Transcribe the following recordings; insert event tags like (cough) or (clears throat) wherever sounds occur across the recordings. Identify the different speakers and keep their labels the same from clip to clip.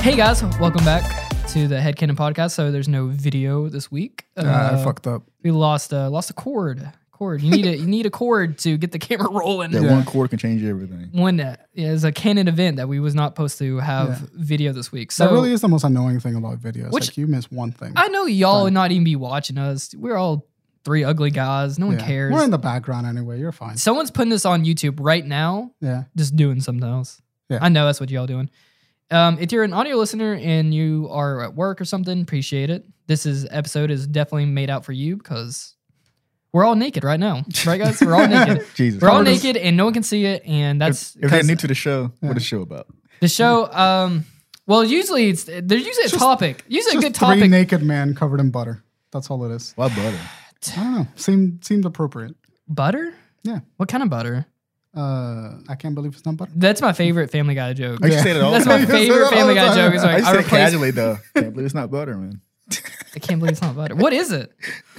Speaker 1: Hey guys, welcome back to the Headcanon Podcast. So there's no video this week. Uh,
Speaker 2: Nah, I fucked up.
Speaker 1: We lost uh, lost a cord. Cord. You need a you need a cord to get the (laughs) camera rolling.
Speaker 3: That
Speaker 1: Yeah.
Speaker 3: one chord can change everything.
Speaker 1: One uh, is a canon event that we was not supposed to have video this week. So
Speaker 2: that really is the most annoying thing about videos.
Speaker 1: Which-
Speaker 2: like you miss one thing.
Speaker 1: I know y'all would not even be watching us. We're all three ugly guys. No one
Speaker 2: Yeah.
Speaker 1: cares.
Speaker 2: We're in the background anyway. You're fine.
Speaker 1: Someone's putting this on YouTube right now,
Speaker 2: Yeah.
Speaker 1: just doing something else.
Speaker 2: Yeah.
Speaker 1: I know that's what y'all doing. Um, if you're an audio listener and you are at work or something, appreciate it. This is episode is definitely made out for you because we're all naked right
Speaker 2: (laughs)
Speaker 1: now, right, guys? We're all naked.
Speaker 3: Jesus.
Speaker 1: We're all
Speaker 3: If-
Speaker 1: naked and no one can see it, and that's
Speaker 3: If they're
Speaker 1: 'cause
Speaker 3: new to the show,
Speaker 2: Yeah.
Speaker 3: what the show about?
Speaker 1: the show. Um, well, usually it's there's usually a topic, usually a
Speaker 2: Just
Speaker 1: good
Speaker 2: Three
Speaker 1: topic.
Speaker 2: naked men covered in butter. That's all it is.
Speaker 1: (laughs)
Speaker 3: Why butter?
Speaker 2: I don't know. Seemed seemed appropriate.
Speaker 1: butter?
Speaker 2: Yeah.
Speaker 1: What kind of butter?
Speaker 2: Uh, I can't believe it's not butter.
Speaker 1: That's my favorite Family Guy joke.
Speaker 3: I used
Speaker 2: Yeah.
Speaker 3: to say that (laughs) all
Speaker 1: That's
Speaker 3: the
Speaker 1: my
Speaker 3: time.
Speaker 1: favorite
Speaker 2: all
Speaker 1: Family
Speaker 2: the
Speaker 1: Guy
Speaker 2: time.
Speaker 1: joke. Is
Speaker 3: I
Speaker 1: like, I,
Speaker 3: used to say it
Speaker 1: replaced, (laughs)
Speaker 3: casually though. Can't believe it's not butter, man.
Speaker 1: I can't believe it's not butter. What is it?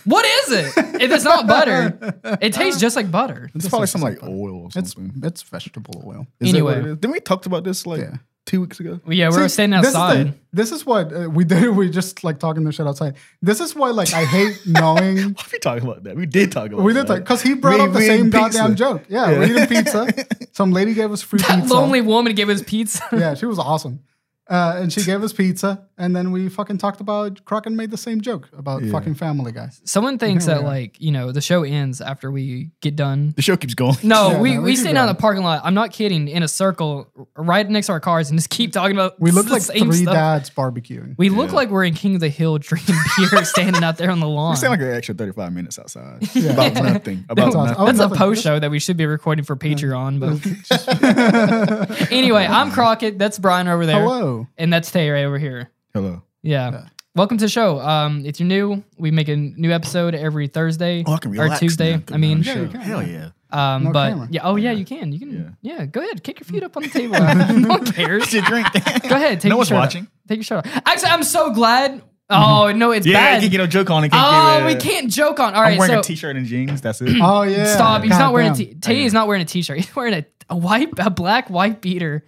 Speaker 1: What is it? If it's not butter, it
Speaker 2: (laughs)
Speaker 1: tastes just like butter.
Speaker 3: It's
Speaker 2: This
Speaker 3: probably
Speaker 2: is
Speaker 3: some like
Speaker 2: butter.
Speaker 3: oil or
Speaker 2: It's
Speaker 3: something.
Speaker 2: it's vegetable oil.
Speaker 3: Is that what
Speaker 1: Anyway.
Speaker 3: it is? didn't we talked about this like
Speaker 2: Yeah.
Speaker 3: two weeks ago?
Speaker 1: Well, yeah, we were
Speaker 2: See,
Speaker 1: standing
Speaker 2: this is
Speaker 1: (laughs)
Speaker 2: the-
Speaker 1: outside.
Speaker 2: This is what uh, we did. We just like talking the shit outside. This is why like I hate
Speaker 3: (laughs)
Speaker 2: knowing.
Speaker 3: (laughs) Why are we talking about that? We did talk about
Speaker 2: We
Speaker 3: that.
Speaker 2: did like because he brought
Speaker 3: Me
Speaker 2: up the
Speaker 3: eating
Speaker 2: same
Speaker 3: pizza.
Speaker 2: goddamn joke. Yeah,
Speaker 3: Yeah.
Speaker 2: we eating
Speaker 3: (laughs)
Speaker 2: pizza. Some lady gave us free
Speaker 1: That
Speaker 2: pizza.
Speaker 1: lonely woman gave us pizza.
Speaker 2: (laughs) yeah, she was awesome. Uh, and she gave us pizza, and then we fucking talked about Kraken made the same joke about
Speaker 3: Yeah.
Speaker 2: fucking Family Guy.
Speaker 1: Someone thinks
Speaker 2: Yeah,
Speaker 1: that
Speaker 2: yeah.
Speaker 1: like you know the show ends after we get done.
Speaker 3: The show keeps going.
Speaker 1: (laughs) No,
Speaker 2: Yeah,
Speaker 1: we,
Speaker 2: no, we
Speaker 1: we
Speaker 2: keep
Speaker 1: stand out in
Speaker 2: going.
Speaker 1: the parking lot. I'm not kidding. In a circle, r- right next to our cars, and just keep talking about.
Speaker 2: We look
Speaker 1: the
Speaker 2: like
Speaker 1: same
Speaker 2: three
Speaker 1: stuff.
Speaker 2: dads barbecuing.
Speaker 1: We look
Speaker 3: Yeah.
Speaker 1: like we're in King of the Hill drinking (laughs) beer, standing out there on the lawn.
Speaker 3: We sound like an extra 35 minutes outside.
Speaker 1: (laughs)
Speaker 2: Yeah.
Speaker 3: About nothing. About
Speaker 2: That's
Speaker 3: (laughs)
Speaker 2: awesome.
Speaker 3: nothing.
Speaker 2: Oh,
Speaker 1: That's a
Speaker 2: nothing.
Speaker 1: post show that we should be recording for Patreon. But (laughs)
Speaker 2: (laughs)
Speaker 1: anyway, I'm Crockett. That's Brian over there.
Speaker 2: Hello.
Speaker 1: And that's Tay right over here.
Speaker 3: Hello.
Speaker 1: Yeah.
Speaker 2: Yeah.
Speaker 1: Welcome to the show. Um, if you're new, we make a new episode every Thursday
Speaker 3: Oh, I can
Speaker 1: or
Speaker 3: relax
Speaker 1: Tuesday.
Speaker 3: now.
Speaker 1: I mean,
Speaker 2: Yeah, you can,
Speaker 3: hell
Speaker 2: yeah.
Speaker 3: yeah. (laughs)
Speaker 1: um,
Speaker 2: No
Speaker 1: but
Speaker 2: camera. Hmm.
Speaker 1: yeah, oh yeah, you can, you can, yeah.
Speaker 3: Yeah.
Speaker 1: go ahead, kick your feet up on the table. (laughs) no one cares.
Speaker 3: Get your drink. (laughs)
Speaker 1: Go ahead, take
Speaker 3: No
Speaker 1: your
Speaker 3: one's
Speaker 1: shirt off.
Speaker 3: watching.
Speaker 1: Take your shirt off. Actually, I'm so glad. Oh no, it's
Speaker 3: Yeah,
Speaker 1: bad.
Speaker 3: you can get a joke on. and Can't
Speaker 1: oh,
Speaker 3: get, uh,
Speaker 1: we can't joke on. All
Speaker 3: I'm
Speaker 1: right,
Speaker 3: wearing a
Speaker 1: so
Speaker 3: t-shirt and jeans. That's it.
Speaker 2: Oh yeah.
Speaker 1: stop. He's not wearing a
Speaker 2: Goddamn.
Speaker 1: t- Tay is not wearing a t-shirt. (laughs) He's wearing a, a white, a black white beater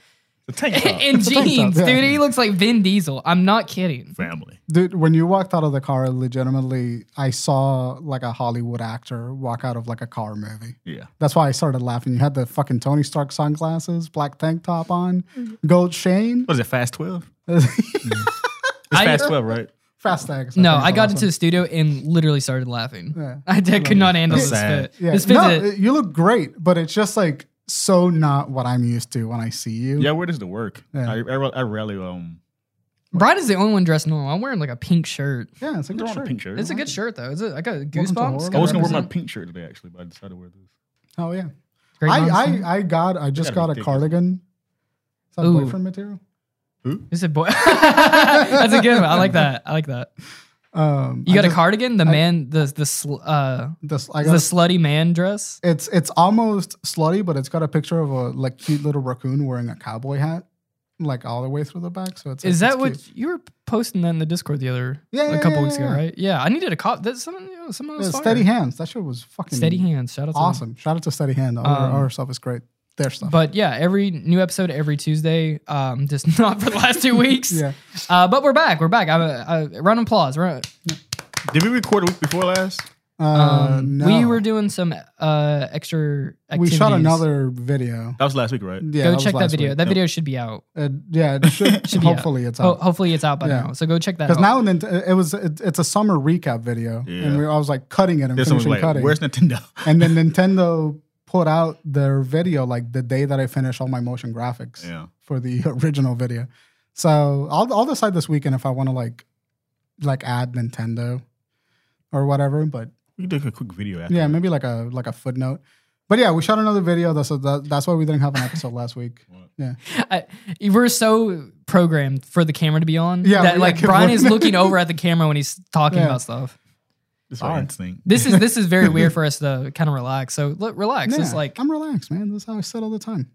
Speaker 3: The tank top.
Speaker 1: (laughs) in
Speaker 2: a tank top,
Speaker 1: jeans,
Speaker 2: yeah.
Speaker 1: dude. He looks like Vin Diesel. I'm not kidding.
Speaker 3: (laughs) family.
Speaker 2: Dude, when you walked out of the car, legitimately, I saw like a Hollywood actor walk out of like a car movie.
Speaker 3: Yeah.
Speaker 2: That's why I started laughing. You had the fucking Tony Stark sunglasses, black tank top on, gold chain, (laughs)
Speaker 3: What is it? Fast Twelve. It's
Speaker 1: I-
Speaker 3: Fast Twelve, right?
Speaker 2: fast tags.
Speaker 1: No,
Speaker 2: think
Speaker 1: I
Speaker 2: is the
Speaker 1: got
Speaker 2: last
Speaker 1: into the studio and literally started laughing.
Speaker 2: Yeah.
Speaker 1: (laughs) I did, could not handle
Speaker 3: That's
Speaker 1: this
Speaker 3: sad.
Speaker 1: fit.
Speaker 2: one. Yeah.
Speaker 1: This fit's
Speaker 2: no,
Speaker 1: a-
Speaker 2: you look great, but it's just like so not what I'm used to when I see you.
Speaker 3: Yeah. Where does the work?
Speaker 2: Yeah.
Speaker 3: I, I, re- I rarely um.
Speaker 1: Brian is the only one dressed normal. I'm wearing like a pink shirt.
Speaker 2: Yeah, it's a good
Speaker 3: They're on a
Speaker 2: shirt.
Speaker 3: pink shirt.
Speaker 1: It's a good shirt though. Is it? I got
Speaker 2: to
Speaker 1: goosebumps.
Speaker 2: Horror.
Speaker 3: I was gonna wear my
Speaker 1: Represent.
Speaker 3: pink shirt today actually, but I decided to wear this.
Speaker 2: Oh yeah.
Speaker 1: Great
Speaker 2: I,
Speaker 1: moms.
Speaker 2: I I got I just
Speaker 3: gotta
Speaker 2: got
Speaker 3: be
Speaker 2: a
Speaker 3: thick.
Speaker 2: cardigan. Is that
Speaker 1: Ooh.
Speaker 2: boyfriend material?
Speaker 1: Is it boy? (laughs) That's a good one. I like that. I like that.
Speaker 2: Um,
Speaker 1: You
Speaker 2: I
Speaker 1: got a
Speaker 2: just-
Speaker 1: cardigan. The man. The the sl- uh
Speaker 2: This I
Speaker 1: the
Speaker 2: got.
Speaker 1: slutty man dress.
Speaker 2: It's it's almost slutty, but it's got a picture of a like cute little raccoon wearing a cowboy hat, like all the way through the back. So it's
Speaker 1: Is
Speaker 2: it's
Speaker 1: that what
Speaker 2: cute.
Speaker 1: you were posting that in the Discord the other
Speaker 2: Yeah,
Speaker 1: a
Speaker 2: yeah,
Speaker 1: couple
Speaker 2: yeah,
Speaker 1: weeks ago,
Speaker 2: yeah.
Speaker 1: right? Yeah, I needed a cop. That's someone. You know, someone was
Speaker 2: Yeah,
Speaker 1: fire.
Speaker 2: steady hands? That shit was fucking
Speaker 1: Steady hands. Shout out to them.
Speaker 2: Awesome! Shout out to Steady Hand. Our,
Speaker 1: Um,
Speaker 2: our stuff is great. Their stuff.
Speaker 1: But yeah, every new episode every Tuesday. Um, just (laughs) not for the last two weeks.
Speaker 2: yeah,
Speaker 1: Uh, but we're back. We're back. I, I, round of applause. Round,
Speaker 3: Did we record a week before last?
Speaker 2: uh,
Speaker 1: um,
Speaker 2: no.
Speaker 1: We were doing some uh, extra.
Speaker 2: we
Speaker 1: Activities.
Speaker 2: shot another video.
Speaker 3: That was last week, right?
Speaker 2: Yeah,
Speaker 1: Go
Speaker 2: was
Speaker 1: check that
Speaker 2: last
Speaker 1: video.
Speaker 2: week.
Speaker 1: That
Speaker 3: Yep.
Speaker 1: video should be out.
Speaker 2: Uh, yeah, it
Speaker 1: (laughs)
Speaker 2: should,
Speaker 1: Should be out.
Speaker 2: hopefully it's
Speaker 1: Oh,
Speaker 2: out.
Speaker 1: hopefully it's out by
Speaker 2: Yeah.
Speaker 1: now. So go check that out.
Speaker 2: Because now and then it was it, it's a summer recap video,
Speaker 3: Yeah.
Speaker 2: and we, I was like cutting it and
Speaker 3: This one was
Speaker 2: finishing
Speaker 3: like,
Speaker 2: cutting.
Speaker 3: where's Nintendo?
Speaker 2: and then Nintendo put out their video like the day that I finished all my motion graphics
Speaker 3: yeah.
Speaker 2: for the (laughs) original video. So I'll I'll decide this weekend if I want to like like add Nintendo or whatever. But
Speaker 3: We can do a quick video after.
Speaker 2: yeah, maybe like a like a footnote. But yeah, we shot another video. That's that, that's why we didn't have an episode last week.
Speaker 1: I, we're so programmed for the camera to be on
Speaker 2: Yeah,
Speaker 1: that
Speaker 2: yeah, (laughs)
Speaker 1: like
Speaker 2: good
Speaker 1: Brian
Speaker 2: point.
Speaker 1: is looking over at the camera when he's talking
Speaker 2: Yeah.
Speaker 1: about stuff.
Speaker 3: This is our
Speaker 2: Alright.
Speaker 3: instinct.
Speaker 1: This is this is very weird for us to kind of relax. So look, relax. It's
Speaker 2: Yeah,
Speaker 1: like,
Speaker 2: I'm relaxed, man. That's how I sit all the time.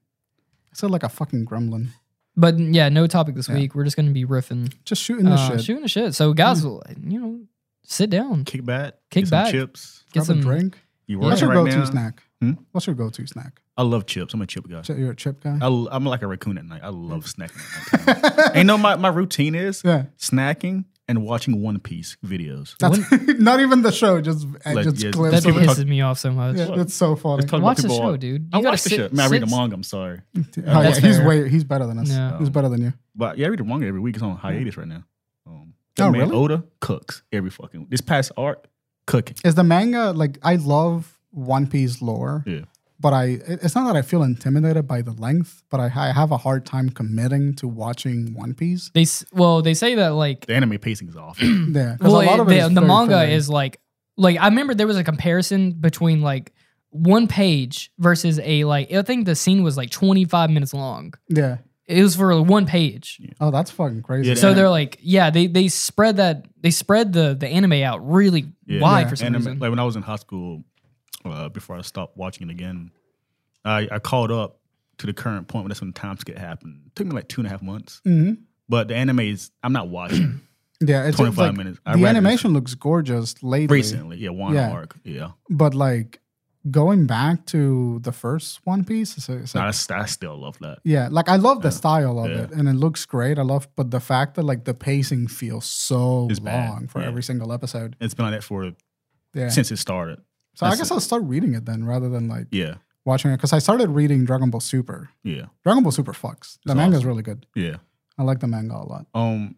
Speaker 2: I sit like a fucking gremlin,
Speaker 1: but yeah, no topic this
Speaker 2: Yeah.
Speaker 1: week. We're just going to be riffing,
Speaker 2: just shooting the
Speaker 1: uh,
Speaker 2: shit.
Speaker 1: shooting the shit. So guys, you know, sit down,
Speaker 3: Kick back.
Speaker 1: Kick
Speaker 3: get some
Speaker 1: back.
Speaker 3: chips.
Speaker 1: get
Speaker 2: Grab
Speaker 1: some
Speaker 2: a drink.
Speaker 3: You
Speaker 1: Yeah.
Speaker 2: What's
Speaker 3: working
Speaker 2: your
Speaker 3: right
Speaker 2: go-to
Speaker 3: now?
Speaker 2: snack?
Speaker 3: Hmm?
Speaker 2: What's your go-to snack?
Speaker 3: I love chips. I'm a chip guy.
Speaker 2: Ch- You're a chip guy.
Speaker 3: I, am like a raccoon at night. I love snacking. At (laughs) nighttime.
Speaker 1: Uh,
Speaker 3: and you know my, my routine is
Speaker 2: (laughs) Yeah.
Speaker 3: snacking and watching One Piece videos.
Speaker 2: That's (laughs) not even the show. Just uh,
Speaker 3: Like,
Speaker 2: just
Speaker 3: yeah,
Speaker 2: clips.
Speaker 1: That
Speaker 3: people
Speaker 2: of it.
Speaker 3: talk-
Speaker 1: pisses me off so much.
Speaker 2: Yeah, that's so funny.
Speaker 3: Let's talk about
Speaker 1: Watch the
Speaker 3: people
Speaker 1: show,
Speaker 3: on-
Speaker 1: dude. You
Speaker 3: I
Speaker 1: gotta
Speaker 3: watch the
Speaker 1: sit-
Speaker 3: show. I, mean, I read the
Speaker 1: sit-
Speaker 3: manga. I'm sorry,
Speaker 2: Oh yeah,
Speaker 1: That's
Speaker 2: he's
Speaker 1: fair.
Speaker 2: way he's better than us.
Speaker 1: Yeah.
Speaker 2: He's better than you.
Speaker 3: but yeah, I read the manga every week. It's on hiatus right now. Um, that
Speaker 2: Oh,
Speaker 3: man
Speaker 2: really?
Speaker 3: Oda cooks every fucking this past arc cooking.
Speaker 2: Is the manga like I love One Piece lore,
Speaker 3: Yeah,
Speaker 2: but I it- it's not that I feel intimidated by the length, but I, I have a hard time committing to watching One Piece. (clears throat)
Speaker 1: They s- well, they say that like
Speaker 3: the anime pacing
Speaker 1: (clears throat)
Speaker 3: is off.
Speaker 2: Yeah, 'cause
Speaker 1: well,
Speaker 2: a lot
Speaker 1: it-
Speaker 2: of it
Speaker 1: the,
Speaker 2: is
Speaker 1: the
Speaker 2: very
Speaker 1: manga
Speaker 2: filler.
Speaker 1: is like like I remember there was a comparison between like one page versus a like I think the scene was like 25 minutes long.
Speaker 2: yeah.
Speaker 1: It was for one page.
Speaker 2: Oh, that's fucking crazy.
Speaker 3: Yeah,
Speaker 1: So
Speaker 3: Yeah.
Speaker 1: they're like, yeah, they they spread that they spread the the anime out really
Speaker 3: Yeah.
Speaker 1: wide
Speaker 2: Yeah.
Speaker 1: for some
Speaker 3: anime,
Speaker 1: reason.
Speaker 3: Like when I was in high school, uh, before I stopped watching it again, I, I caught up to the current point when that's when the time skip happened. It took me like two and a half months.
Speaker 1: Mm.
Speaker 2: Mhm.
Speaker 3: But the anime is I'm
Speaker 1: (clears throat)
Speaker 3: not watching
Speaker 2: yeah, it's, it's
Speaker 3: 25
Speaker 2: like,
Speaker 3: minutes. I
Speaker 2: The
Speaker 3: read it
Speaker 2: animation looks gorgeous lately,
Speaker 3: recently, yeah, one
Speaker 2: Yeah.
Speaker 3: arc, yeah.
Speaker 2: but like going back to the first One Piece, it's, it's
Speaker 3: No,
Speaker 2: like,
Speaker 3: I, s- I still love that.
Speaker 2: yeah, like I love the style of
Speaker 3: Yeah.
Speaker 2: it, and it looks great. I love, but the fact that like the pacing feels so
Speaker 3: It's bad.
Speaker 2: long for
Speaker 3: Yeah.
Speaker 2: every single episode.
Speaker 3: It's been like that for
Speaker 2: Yeah,
Speaker 3: since it started.
Speaker 2: so I
Speaker 3: that's
Speaker 2: guess
Speaker 3: it.
Speaker 2: I'll start reading it then, rather than like
Speaker 3: Yeah,
Speaker 2: watching it, because I started reading Dragon Ball Super.
Speaker 3: yeah,
Speaker 2: Dragon Ball Super fucks. The
Speaker 3: It's
Speaker 2: manga's
Speaker 3: awesome.
Speaker 2: really good.
Speaker 3: yeah.
Speaker 2: I like the manga a lot.
Speaker 3: Um,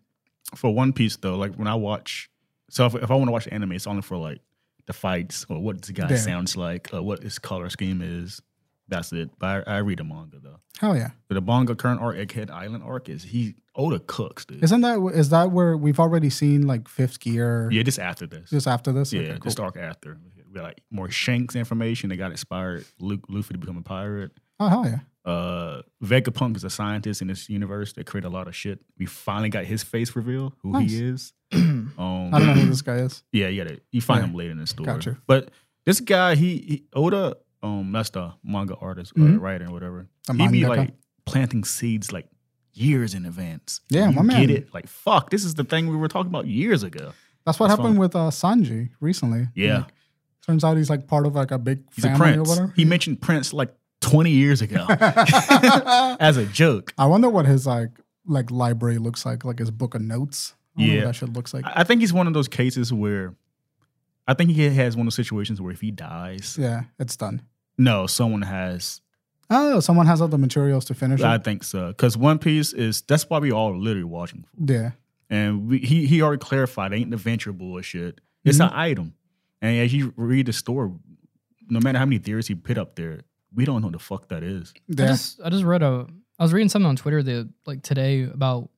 Speaker 3: for One Piece though, like when I watch, so if, if I want to watch anime, it's only for like the fights or what the guy
Speaker 2: Yeah.
Speaker 3: sounds like, or what his color scheme is. That's it. But I, I read the manga though.
Speaker 2: Hell yeah!
Speaker 3: But the manga current arc, Egghead Island arc, is he Oda cooks dude.
Speaker 2: Isn't that is that where we've already seen like Fifth Gear?
Speaker 3: yeah, just after this.
Speaker 2: Just after this.
Speaker 3: yeah,
Speaker 2: Okay, cool.
Speaker 3: just arc after. We got like more Shanks information. They got inspired Luke, Luffy to become a pirate.
Speaker 2: Oh hell yeah!
Speaker 3: Uh, Vegapunk is a scientist in this universe that created a lot of shit. We finally got his face reveal, who
Speaker 2: Nice.
Speaker 3: he is. um,
Speaker 2: (clears throat) I don't know who this guy
Speaker 3: (clears throat)
Speaker 2: is.
Speaker 3: Yeah, you gotta you find
Speaker 2: Yeah.
Speaker 3: him later in the story.
Speaker 2: Gotcha.
Speaker 3: But this guy, he, he Oda, um, that's the manga artist, uh,
Speaker 2: Mhm.
Speaker 3: writer, or whatever.
Speaker 2: The
Speaker 3: he be
Speaker 2: mangaka.
Speaker 3: like planting seeds like years in advance.
Speaker 2: Yeah,
Speaker 3: you
Speaker 2: my man. Mm-hmm.
Speaker 3: get it. Like fuck, this is the thing we were talking about years ago.
Speaker 2: That's what
Speaker 3: That's
Speaker 2: happened
Speaker 3: fine.
Speaker 2: with uh, Sanji recently.
Speaker 3: Yeah,
Speaker 2: Like, turns out he's like part of like a big
Speaker 3: he's a
Speaker 2: family or
Speaker 3: prince.
Speaker 2: whatever.
Speaker 3: He (laughs) mentioned Prince like twenty years ago as a joke.
Speaker 2: (laughs) I wonder what his like like library looks like, like his book of notes. I wonder what
Speaker 3: Yeah.
Speaker 2: that shit looks like.
Speaker 3: I I think he's one of those cases where. I think he has one of those situations where if he dies,
Speaker 2: yeah, it's done.
Speaker 3: no, someone has
Speaker 2: Oh, someone has all the materials to finish
Speaker 3: I
Speaker 2: it.
Speaker 3: think so. Because One Piece is that's why we all literally watching.
Speaker 2: Yeah,
Speaker 3: And we, he he already clarified it ain't the venture bullshit. It's
Speaker 1: Mm-hmm.
Speaker 3: an item. And as you read the story, no matter how many theories he put up there, we don't know the fuck that is.
Speaker 1: I
Speaker 2: yeah.
Speaker 1: just I just read a I was reading something on Twitter the like today about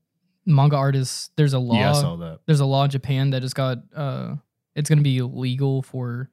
Speaker 1: manga artists. There's a law.
Speaker 3: Yeah, I saw that.
Speaker 1: there's a law in Japan that has got uh it's gonna be illegal for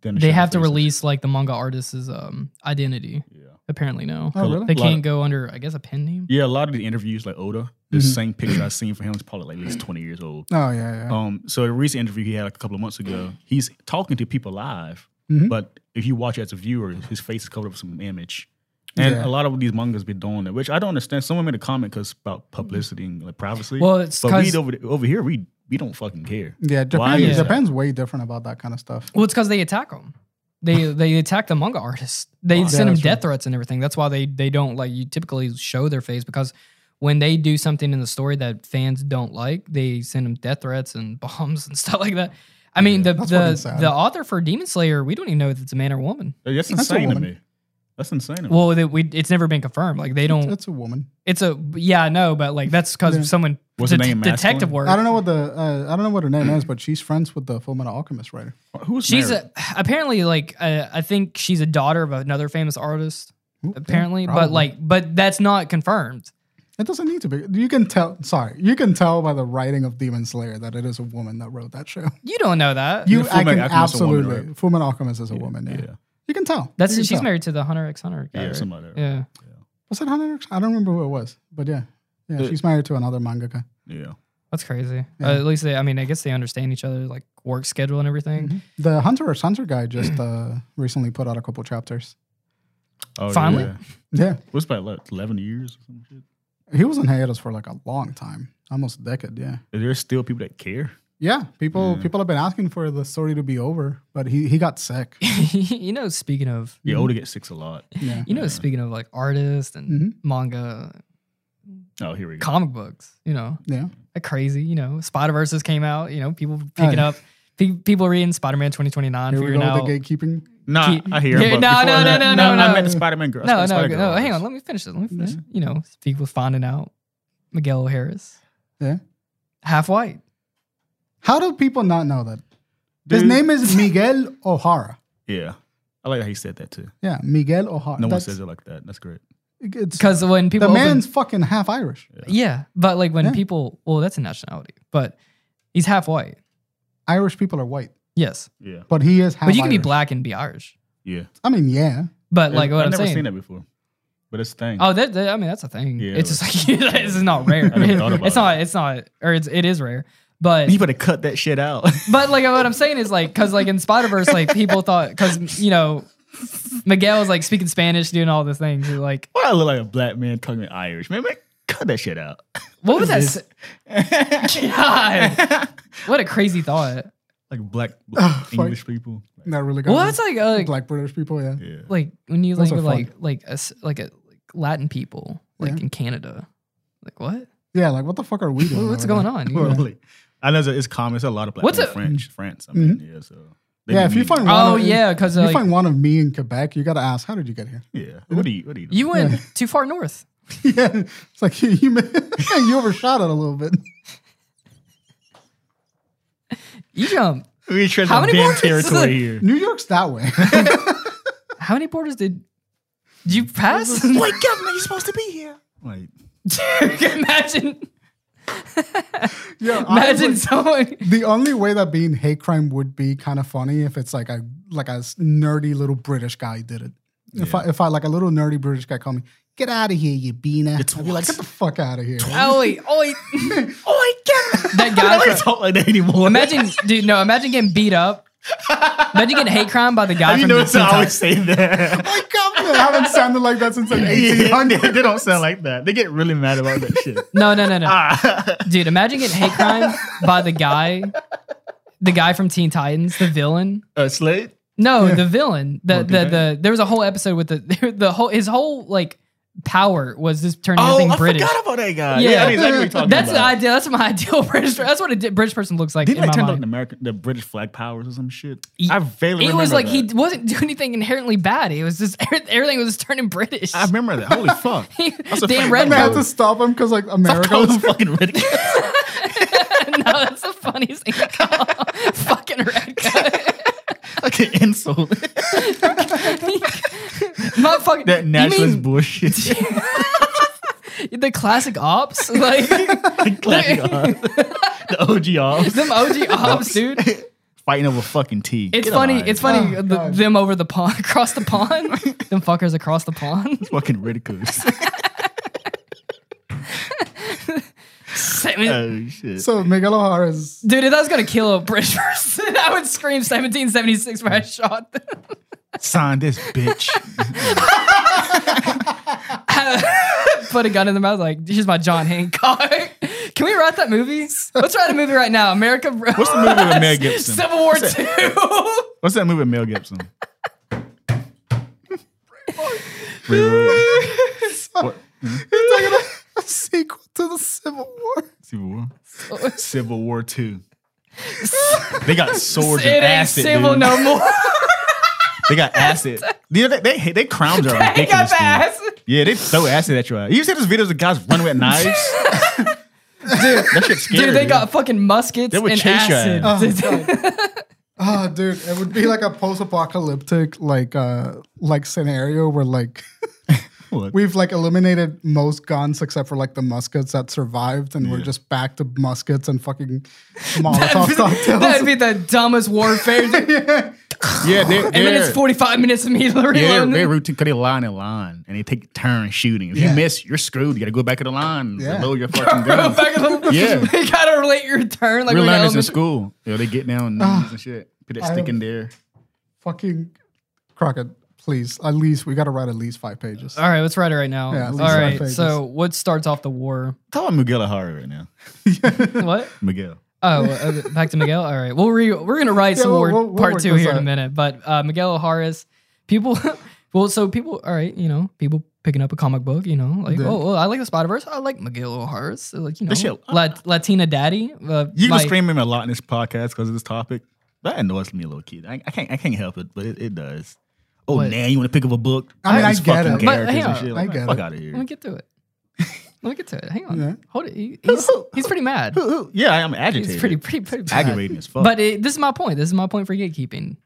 Speaker 3: Then
Speaker 1: they have to
Speaker 3: faces.
Speaker 1: release like the manga artist's um identity
Speaker 3: Yeah.
Speaker 1: apparently now.
Speaker 2: Oh, really?
Speaker 1: They
Speaker 3: A lot of-
Speaker 1: can't go under I guess a pen name.
Speaker 3: Yeah, a lot of the interviews like Oda, the
Speaker 1: Mm-hmm.
Speaker 2: Mhm.
Speaker 3: same picture I seen for him is probably like at least twenty years old.
Speaker 2: Oh yeah, yeah.
Speaker 3: Um, so a recent interview he had like a couple of months ago, he's talking to people live,
Speaker 2: Mhm.
Speaker 3: but if you watch it as a viewer, his face is covered up with some image. And
Speaker 2: Yeah.
Speaker 3: a lot of these mangas been doing it, which I don't understand. Someone made a comment because about publicity and like privacy.
Speaker 1: Well, it's
Speaker 3: but
Speaker 1: because
Speaker 3: we over over here, we we don't fucking care.
Speaker 2: yeah,
Speaker 3: why
Speaker 2: Japan,
Speaker 1: is that?
Speaker 2: Japan's way different about that kind of stuff.
Speaker 1: well, it's because they attack them.
Speaker 2: (laughs)
Speaker 1: They they attack the manga artists. They
Speaker 3: Yeah,
Speaker 1: send them
Speaker 2: that's
Speaker 1: death
Speaker 2: right.
Speaker 1: threats and everything. That's why they they don't like you typically show their face because when they do something in the story that fans don't like, they send them death threats and (laughs) bombs and stuff like that. I mean, the
Speaker 2: that's fucking
Speaker 1: the,
Speaker 2: sad.
Speaker 1: the author for Demon Slayer, we don't even know if it's a man or woman.
Speaker 3: Like, That's
Speaker 2: That's a
Speaker 3: insane to
Speaker 2: woman.
Speaker 3: me. That's insane to me.
Speaker 1: Well, they, we, it's never been confirmed. Like they
Speaker 2: (laughs)
Speaker 1: don't.
Speaker 2: It's a woman.
Speaker 1: It's a yeah, no, but like that's because
Speaker 2: Yeah.
Speaker 1: someone
Speaker 3: Was the
Speaker 1: det-
Speaker 3: name
Speaker 1: detective
Speaker 3: masculine?
Speaker 1: work.
Speaker 2: I don't know what the uh, I don't know what her name is, but she's friends with the Fullmetal Alchemist writer.
Speaker 3: Who's
Speaker 1: She's
Speaker 3: married?
Speaker 1: a, apparently like uh, I think she's a daughter of another famous artist.
Speaker 2: Ooh,
Speaker 1: Apparently,
Speaker 2: yeah,
Speaker 1: but
Speaker 2: probably.
Speaker 1: like, but that's not confirmed.
Speaker 2: It doesn't need to be. You can tell. Sorry, you can tell by the writing of Demon Slayer that it is a woman that wrote that show.
Speaker 1: You don't know that.
Speaker 2: You,
Speaker 3: Fullmetal
Speaker 2: I can
Speaker 3: Alchemist is a woman,
Speaker 2: absolutely. Fullmetal Alchemist is a woman. Yeah.
Speaker 3: yeah.
Speaker 2: you can tell.
Speaker 1: that's
Speaker 2: You can
Speaker 1: she's
Speaker 2: tell.
Speaker 1: married to the Hunter X Hunter guy.
Speaker 3: yeah,
Speaker 1: right?
Speaker 3: somebody. Yeah.
Speaker 1: yeah.
Speaker 2: Was that Hunter? X? I don't remember who it was, but yeah, yeah,
Speaker 3: Uh,
Speaker 2: she's married to another mangaka.
Speaker 3: yeah.
Speaker 1: that's crazy.
Speaker 2: Yeah.
Speaker 1: Uh, at least they, I mean, I guess they understand each other, like work schedule and everything.
Speaker 2: The Hunter x Hunter guy just uh, recently put out a couple chapters.
Speaker 3: Oh,
Speaker 1: Finally.
Speaker 3: yeah.
Speaker 2: Yeah,
Speaker 3: What's about like eleven years or some shit?
Speaker 2: he was in hiatus for like a long time, almost a decade. Yeah,
Speaker 3: There's still people that care.
Speaker 2: Yeah, people
Speaker 3: Yeah.
Speaker 2: people have been asking for the story to be over, but he, he got sick. Mm-hmm.
Speaker 1: (laughs) you know, speaking of,
Speaker 3: Yeah, Oda gets six a lot.
Speaker 2: Yeah.
Speaker 1: you know,
Speaker 3: Yeah.
Speaker 1: speaking of like artists and
Speaker 2: Mhm.
Speaker 1: manga,
Speaker 3: Oh, here we go.
Speaker 1: comic books, you know,
Speaker 2: Yeah.
Speaker 1: like crazy. You know, Spider Verses came out. You know, people picking
Speaker 2: Oh.
Speaker 1: up, pe- people reading Spider Man twenty twenty nine,
Speaker 2: Here we go
Speaker 1: figuring out.
Speaker 2: with the gatekeeping.
Speaker 3: Nah,
Speaker 1: Keep-
Speaker 3: I hear.
Speaker 1: Yeah,
Speaker 3: but
Speaker 1: no,
Speaker 3: before
Speaker 1: no,
Speaker 3: that-
Speaker 1: no, no,
Speaker 3: I
Speaker 1: no.
Speaker 3: meant the Spider-Man girl.
Speaker 1: No, no,
Speaker 3: Spider-Girl
Speaker 1: no.
Speaker 3: artist.
Speaker 1: Hang on, let me finish this. Let me finish.
Speaker 2: Yeah.
Speaker 1: You know, people finding out Miguel Harris,
Speaker 2: Yeah.
Speaker 1: half white.
Speaker 2: How do people not know that? His
Speaker 3: Dude.
Speaker 2: name is Miguel O'Hara.
Speaker 3: Yeah, I like how he said that too.
Speaker 2: Yeah, Miguel
Speaker 1: Uh,
Speaker 2: O'Hara.
Speaker 3: No one
Speaker 2: That's-
Speaker 3: says it like that. That's great.
Speaker 2: It's
Speaker 1: Because when people
Speaker 2: the
Speaker 1: open-
Speaker 2: man's fucking half Irish.
Speaker 1: yeah, but like when
Speaker 2: Yeah.
Speaker 1: people, well, that's a nationality, but he's half white.
Speaker 2: Irish people are white,
Speaker 1: Yes,
Speaker 3: Yeah,
Speaker 2: but he is half.
Speaker 1: but you can be
Speaker 2: Irish.
Speaker 1: black and be Irish.
Speaker 3: yeah.
Speaker 2: I mean, yeah,
Speaker 1: But like what
Speaker 3: I've
Speaker 1: I'm
Speaker 3: never
Speaker 1: saying,
Speaker 3: seen that before, but it's a thing.
Speaker 1: Oh, that, that- I mean that's a thing.
Speaker 3: Yeah,
Speaker 1: it's just like (laughs) it's not rare.
Speaker 3: I never thought about
Speaker 1: it's not. It's not. Or it's it is rare.
Speaker 2: (laughs)
Speaker 1: But
Speaker 3: you better cut that shit out. (laughs)
Speaker 1: but like what I'm saying is like because like in Spider Verse like people thought because you know Miguel was like speaking Spanish doing all the things You're like
Speaker 3: Why I look like a black man talking Irish? Man, man, cut that shit out. (laughs)
Speaker 1: what was that? s- (laughs) God, what a crazy thought. (laughs)
Speaker 3: Like
Speaker 1: Oh,
Speaker 3: black
Speaker 2: Ah, fuck.
Speaker 3: English people.
Speaker 2: that really. Got
Speaker 1: Well,
Speaker 2: me.
Speaker 1: that's like uh, like
Speaker 2: black British people. Yeah,
Speaker 3: Yeah.
Speaker 1: like when you like
Speaker 2: Those are
Speaker 1: with,
Speaker 2: fun.
Speaker 1: like like a, s- like a like Latin people like
Speaker 2: Yeah.
Speaker 1: in Canada like what
Speaker 2: yeah. Like, what the fuck
Speaker 1: (laughs)
Speaker 2: are we doing?
Speaker 1: What- what's
Speaker 2: over
Speaker 1: going
Speaker 2: there?
Speaker 1: on? You
Speaker 3: Well,
Speaker 1: know?
Speaker 3: (laughs) like, I know it's, it's common. It's a lot of black
Speaker 1: What's
Speaker 3: people
Speaker 1: a- Mm-hmm.
Speaker 3: in French, France. I mean, yeah. So they
Speaker 2: Yeah,
Speaker 3: be
Speaker 2: if you
Speaker 3: mean.
Speaker 2: find one
Speaker 1: Oh
Speaker 2: of-
Speaker 1: yeah, because
Speaker 2: you
Speaker 1: like,
Speaker 2: find one of me in Quebec, you got to ask, how did you get here? (laughs)
Speaker 3: yeah, what do you what do you?
Speaker 1: you went too far north.
Speaker 2: yeah, it's like (laughs) you you, you overshot it a little bit.
Speaker 1: You jump.
Speaker 3: we try
Speaker 1: How
Speaker 3: to
Speaker 1: many
Speaker 3: bend
Speaker 1: more- (laughs)
Speaker 3: territory here.
Speaker 2: New York's that way. (laughs)
Speaker 1: How many borders did did you (laughs) pass?
Speaker 3: (laughs) Wait, governor, you're supposed to be here. Like,
Speaker 1: Dude, imagine
Speaker 2: yeah,
Speaker 1: imagine
Speaker 2: honestly,
Speaker 1: someone
Speaker 2: the only way that being hate crime would be kind of funny if it's like a like a s- nerdy little British guy did it. If I if I like a little nerdy British guy called me, get out of here, you beaner.
Speaker 3: It's
Speaker 2: I'd be like,
Speaker 3: what?
Speaker 2: get the fuck out of here.
Speaker 1: Oi, oi.
Speaker 3: oh my god,
Speaker 1: That
Speaker 3: I
Speaker 1: guy
Speaker 3: don't
Speaker 1: from-
Speaker 3: talk like that anymore.
Speaker 1: Imagine dude, no, imagine getting beat up. Imagine getting hate crime by the guy
Speaker 3: Have
Speaker 1: from
Speaker 3: you
Speaker 1: the
Speaker 3: noticed
Speaker 1: tea
Speaker 3: I
Speaker 1: time.
Speaker 3: always
Speaker 1: (laughs)
Speaker 3: say that?
Speaker 2: Like, come on, I haven't sounded like that since like
Speaker 3: Yeah,
Speaker 2: 1800.
Speaker 3: they, they don't sound like that. They get really mad about that
Speaker 1: (laughs)
Speaker 3: shit.
Speaker 1: No, no, no, no.
Speaker 3: Ah.
Speaker 1: Dude, imagine getting hate crime by the guy the guy from Teen Titans, the villain.
Speaker 3: uh, Slade.
Speaker 1: No, the villain. The
Speaker 3: What,
Speaker 1: the,
Speaker 3: did
Speaker 1: the there was a whole episode with the (laughs) the whole his whole like power was just turning everything British.
Speaker 3: Oh, about that guy.
Speaker 1: Yeah.
Speaker 3: I know exactly what you're talking
Speaker 1: That's the
Speaker 3: about.
Speaker 1: idea. That's my (laughs) ideal British. That's what a di- British person looks like.
Speaker 3: Didn't
Speaker 1: in
Speaker 3: they
Speaker 1: my
Speaker 3: turn
Speaker 1: mind.
Speaker 3: like the American, the British flag powers or some shit?
Speaker 1: Ye-
Speaker 3: I vaguely
Speaker 1: it
Speaker 3: remember
Speaker 1: was like
Speaker 3: that.
Speaker 1: he d- wasn't doing anything inherently bad. It was just (laughs) everything was just turning British.
Speaker 3: I remember that. Holy fuck! That's a
Speaker 1: Dan
Speaker 3: fucking-
Speaker 2: (laughs) I
Speaker 1: Redgrove.
Speaker 2: had
Speaker 3: (laughs)
Speaker 2: to stop him because like
Speaker 3: America was
Speaker 2: America.
Speaker 3: fucking ridiculous.
Speaker 1: (laughs) (laughs) no, that's the funniest thing. to call (laughs) Fucking red
Speaker 3: (laughs)
Speaker 1: guy.
Speaker 3: fucking insult.
Speaker 1: Not fucking.
Speaker 3: that
Speaker 1: you
Speaker 3: nationalist
Speaker 1: mean (laughs)
Speaker 3: bullshit. (laughs)
Speaker 1: the classic ops, (laughs) like them
Speaker 3: the classic
Speaker 1: (laughs)
Speaker 3: odds. uh, The OG odds. (laughs)
Speaker 1: OG ops, dude.
Speaker 3: Fighting over fucking tea.
Speaker 1: It's funny. It's funny.
Speaker 2: Oh,
Speaker 1: the-
Speaker 2: God.
Speaker 1: them over the pond, (laughs) across the pond. them fuckers across the
Speaker 3: (laughs)
Speaker 1: pond.
Speaker 3: (laughs) fucking
Speaker 1: (laughs)
Speaker 3: ridiculous.
Speaker 1: Seven-
Speaker 3: oh
Speaker 2: (laughs)
Speaker 3: shit.
Speaker 2: So Miguel O'Hara
Speaker 3: (laughs)
Speaker 2: is
Speaker 1: Uh, Dude, if that was gonna kill a British (laughs) person, I would scream 1776 when I shot them. (laughs)
Speaker 3: Sign this bitch.
Speaker 1: put a gun in their mouth, like, here's my John Hancock. (laughs) Can we write that movie? Let's write a movie right now. America.
Speaker 3: What's the movie
Speaker 1: (laughs)
Speaker 3: with Mel Gibson?
Speaker 1: Civil War Two.
Speaker 3: (laughs) What's that movie with
Speaker 1: (laughs)
Speaker 3: Mel Gibson? Braveheart. What?
Speaker 2: it's like a, a sequel to the Civil War.
Speaker 3: Civil War.
Speaker 1: (laughs)
Speaker 3: Civil War Two. They got swords
Speaker 1: it
Speaker 3: and
Speaker 1: ain't
Speaker 3: acid.
Speaker 1: civil
Speaker 3: dude.
Speaker 1: no
Speaker 3: (laughs)
Speaker 1: more. (laughs)
Speaker 3: They got acid. You know, they, they, they crowns are
Speaker 1: They got
Speaker 3: ridiculous.
Speaker 1: the
Speaker 3: dude.
Speaker 1: ass.
Speaker 3: Yeah, they throw acid at your ass. You see those videos of guys running
Speaker 1: (laughs)
Speaker 3: with knives? dude, that shit's scary.
Speaker 1: Dude, they got fucking muskets
Speaker 3: They would
Speaker 1: and
Speaker 3: chase your
Speaker 1: acid. (laughs)
Speaker 2: Oh, God. oh, dude, it would be like a post-apocalyptic like uh like scenario where like
Speaker 3: What?
Speaker 2: we've like eliminated most guns except for like the muskets that survived, and we're
Speaker 3: Yeah.
Speaker 2: just back to muskets and
Speaker 1: (laughs)
Speaker 2: fucking Molotov cocktails.
Speaker 1: That'd be the dumbest warfare. and
Speaker 3: yeah, they're,
Speaker 1: then
Speaker 3: they're,
Speaker 1: it's 45 minutes of me (laughs)
Speaker 3: yeah, they're
Speaker 1: reloading.
Speaker 3: routine because they line in line and they take turns shooting. If
Speaker 2: Yeah.
Speaker 3: you miss, you're screwed. You got to go back to the line,
Speaker 2: Yeah. (laughs)
Speaker 3: reload your fucking
Speaker 1: Go
Speaker 3: gun.
Speaker 1: back a little- (laughs)
Speaker 3: Yeah.
Speaker 1: You gotta relate your turn. Like
Speaker 3: Real
Speaker 1: when you're
Speaker 3: liners in
Speaker 1: elementary-
Speaker 3: school. Yo, they get down on knees and shit. Put that
Speaker 2: Ah. I
Speaker 3: stick
Speaker 2: have-
Speaker 3: in there.
Speaker 2: fucking Crockett. Please, at least we got to write at least five pages.
Speaker 1: All right, let's write it right now.
Speaker 2: Yeah, at
Speaker 1: All
Speaker 2: least five
Speaker 1: right,
Speaker 2: pages.
Speaker 1: so what starts off the war?
Speaker 3: Talk about Miguel O'Hara right now.
Speaker 1: (laughs) What?
Speaker 3: Miguel.
Speaker 1: Oh, uh, back to Miguel. All right, we'll re- we're gonna write
Speaker 2: Yeah,
Speaker 1: some
Speaker 2: we'll-
Speaker 1: more
Speaker 2: we'll- we'll
Speaker 1: part
Speaker 2: work
Speaker 1: two
Speaker 2: this
Speaker 1: here in a
Speaker 2: out.
Speaker 1: minute. But uh, Miguel O'Hara's people. (laughs) well, so people. All right, you know, people picking up a comic book. You know, like
Speaker 2: Yeah.
Speaker 1: oh, oh, I like the Spider Verse. I like Miguel O'Hara's. So, like you know,
Speaker 3: This shit- uh,
Speaker 1: Lat- Latina daddy. Uh,
Speaker 3: You can
Speaker 1: like-
Speaker 3: scream him a lot in this podcast because of this topic. That annoys me a little kid. I, I can't I can't help it, but it, it does. Oh
Speaker 1: What?
Speaker 3: man, you want to pick up a book?
Speaker 2: I mean,
Speaker 3: All
Speaker 2: I
Speaker 3: these
Speaker 2: get
Speaker 3: fucking
Speaker 2: it.
Speaker 1: But
Speaker 3: characters
Speaker 1: hang
Speaker 3: and
Speaker 1: on,
Speaker 3: shit.
Speaker 2: I
Speaker 3: Like,
Speaker 2: get
Speaker 3: fuck
Speaker 2: it.
Speaker 3: out of here.
Speaker 1: Let me get
Speaker 3: (laughs)
Speaker 1: to it. Let me get to it. Hang on.
Speaker 2: Yeah.
Speaker 1: Hold it. He-
Speaker 2: (laughs)
Speaker 1: He's, he's pretty mad.
Speaker 3: Who- who- yeah, I am agitated.
Speaker 1: He's pretty pretty pretty mad.
Speaker 3: aggravating as fuck.
Speaker 1: But it, this is my point. This is my point for gatekeeping.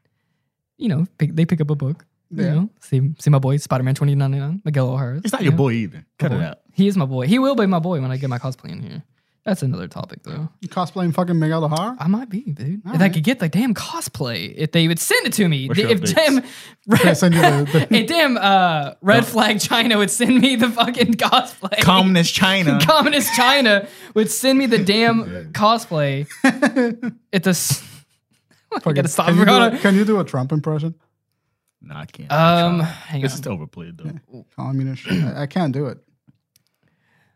Speaker 1: You know, pick, they pick up a book. You
Speaker 2: Yeah.
Speaker 1: know, see see my boy Spider Man twenty ninety nine Miguel O'Hara.
Speaker 3: it's not
Speaker 1: you
Speaker 3: your
Speaker 1: know?
Speaker 3: boy either. Cut
Speaker 1: boy.
Speaker 3: it out.
Speaker 1: He is my boy. He will be my boy when I get my cosplay in here. That's another topic though.
Speaker 2: Cosplaying fucking Miguel (laughs) O'Hara?
Speaker 1: I might be, dude.
Speaker 2: All
Speaker 1: if I
Speaker 2: right.
Speaker 1: could get the damn cosplay, if they would send it to me,
Speaker 3: What's your
Speaker 1: if
Speaker 3: updates?
Speaker 1: damn, (laughs)
Speaker 2: I send you the- the-
Speaker 1: if damn uh, red flag China would send me the fucking cosplay.
Speaker 2: (laughs)
Speaker 3: Communist China.
Speaker 1: (laughs) Communist China would send me the damn cosplay. It's a. s- (laughs) I
Speaker 2: Fucking-
Speaker 1: gotta stop.
Speaker 2: Can you, do,
Speaker 1: Rihanna.
Speaker 2: a- can you do a Trump impression?
Speaker 3: nah, I can't.
Speaker 1: Um,
Speaker 3: Try.
Speaker 1: hang
Speaker 3: this
Speaker 1: on.
Speaker 3: is overplayed though.
Speaker 2: Communist. shit. Oh, I, I can't do it.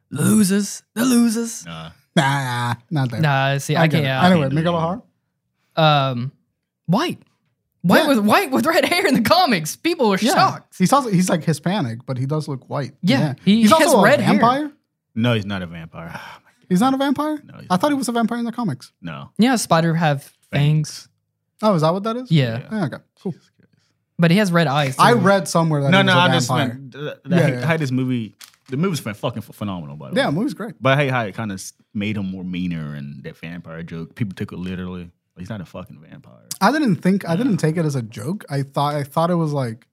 Speaker 1: Losers, the losers.
Speaker 3: Nah,
Speaker 2: Nah, nah, not that.
Speaker 1: Nah, see, I, can't.
Speaker 2: get it.
Speaker 1: yeah.
Speaker 2: Anyway,
Speaker 3: Can't do
Speaker 2: Miguel
Speaker 3: it.
Speaker 2: O'Hara?
Speaker 1: um, white, white
Speaker 2: Yeah.
Speaker 1: with white with red (laughs) hair in the comics. People are shocked.
Speaker 2: He's also he's like Hispanic, but he does look white.
Speaker 1: Yeah, he
Speaker 2: he's
Speaker 1: has
Speaker 2: also
Speaker 1: red
Speaker 2: a
Speaker 1: hair.
Speaker 2: vampire.
Speaker 3: no, he's not a vampire. (sighs) Oh, my-
Speaker 2: He's not a vampire.
Speaker 3: No, he's
Speaker 2: I thought
Speaker 3: not.
Speaker 2: he was a vampire in the comics.
Speaker 3: No.
Speaker 1: Yeah, spider have fangs.
Speaker 2: Oh, is that what that is?
Speaker 1: Yeah.
Speaker 3: Yeah.
Speaker 2: Oh, okay. Cool.
Speaker 3: Jesus Christ.
Speaker 1: but he has red eyes.
Speaker 2: I
Speaker 1: too.
Speaker 2: read somewhere that
Speaker 3: No,
Speaker 2: he was
Speaker 3: no,
Speaker 2: a
Speaker 3: I just
Speaker 2: vampire.
Speaker 3: meant uh, th- th-
Speaker 2: Yeah,
Speaker 3: I,
Speaker 2: yeah.
Speaker 3: hate this movie. The movie's ph- fucking ph- phenomenal, by the
Speaker 2: yeah,
Speaker 3: way.
Speaker 2: movie's great.
Speaker 3: But I hate how it kind of made him more meaner and that vampire joke. People took it literally. He's not a fucking vampire.
Speaker 2: I didn't think I didn't take it as a joke. I thought I thought it was like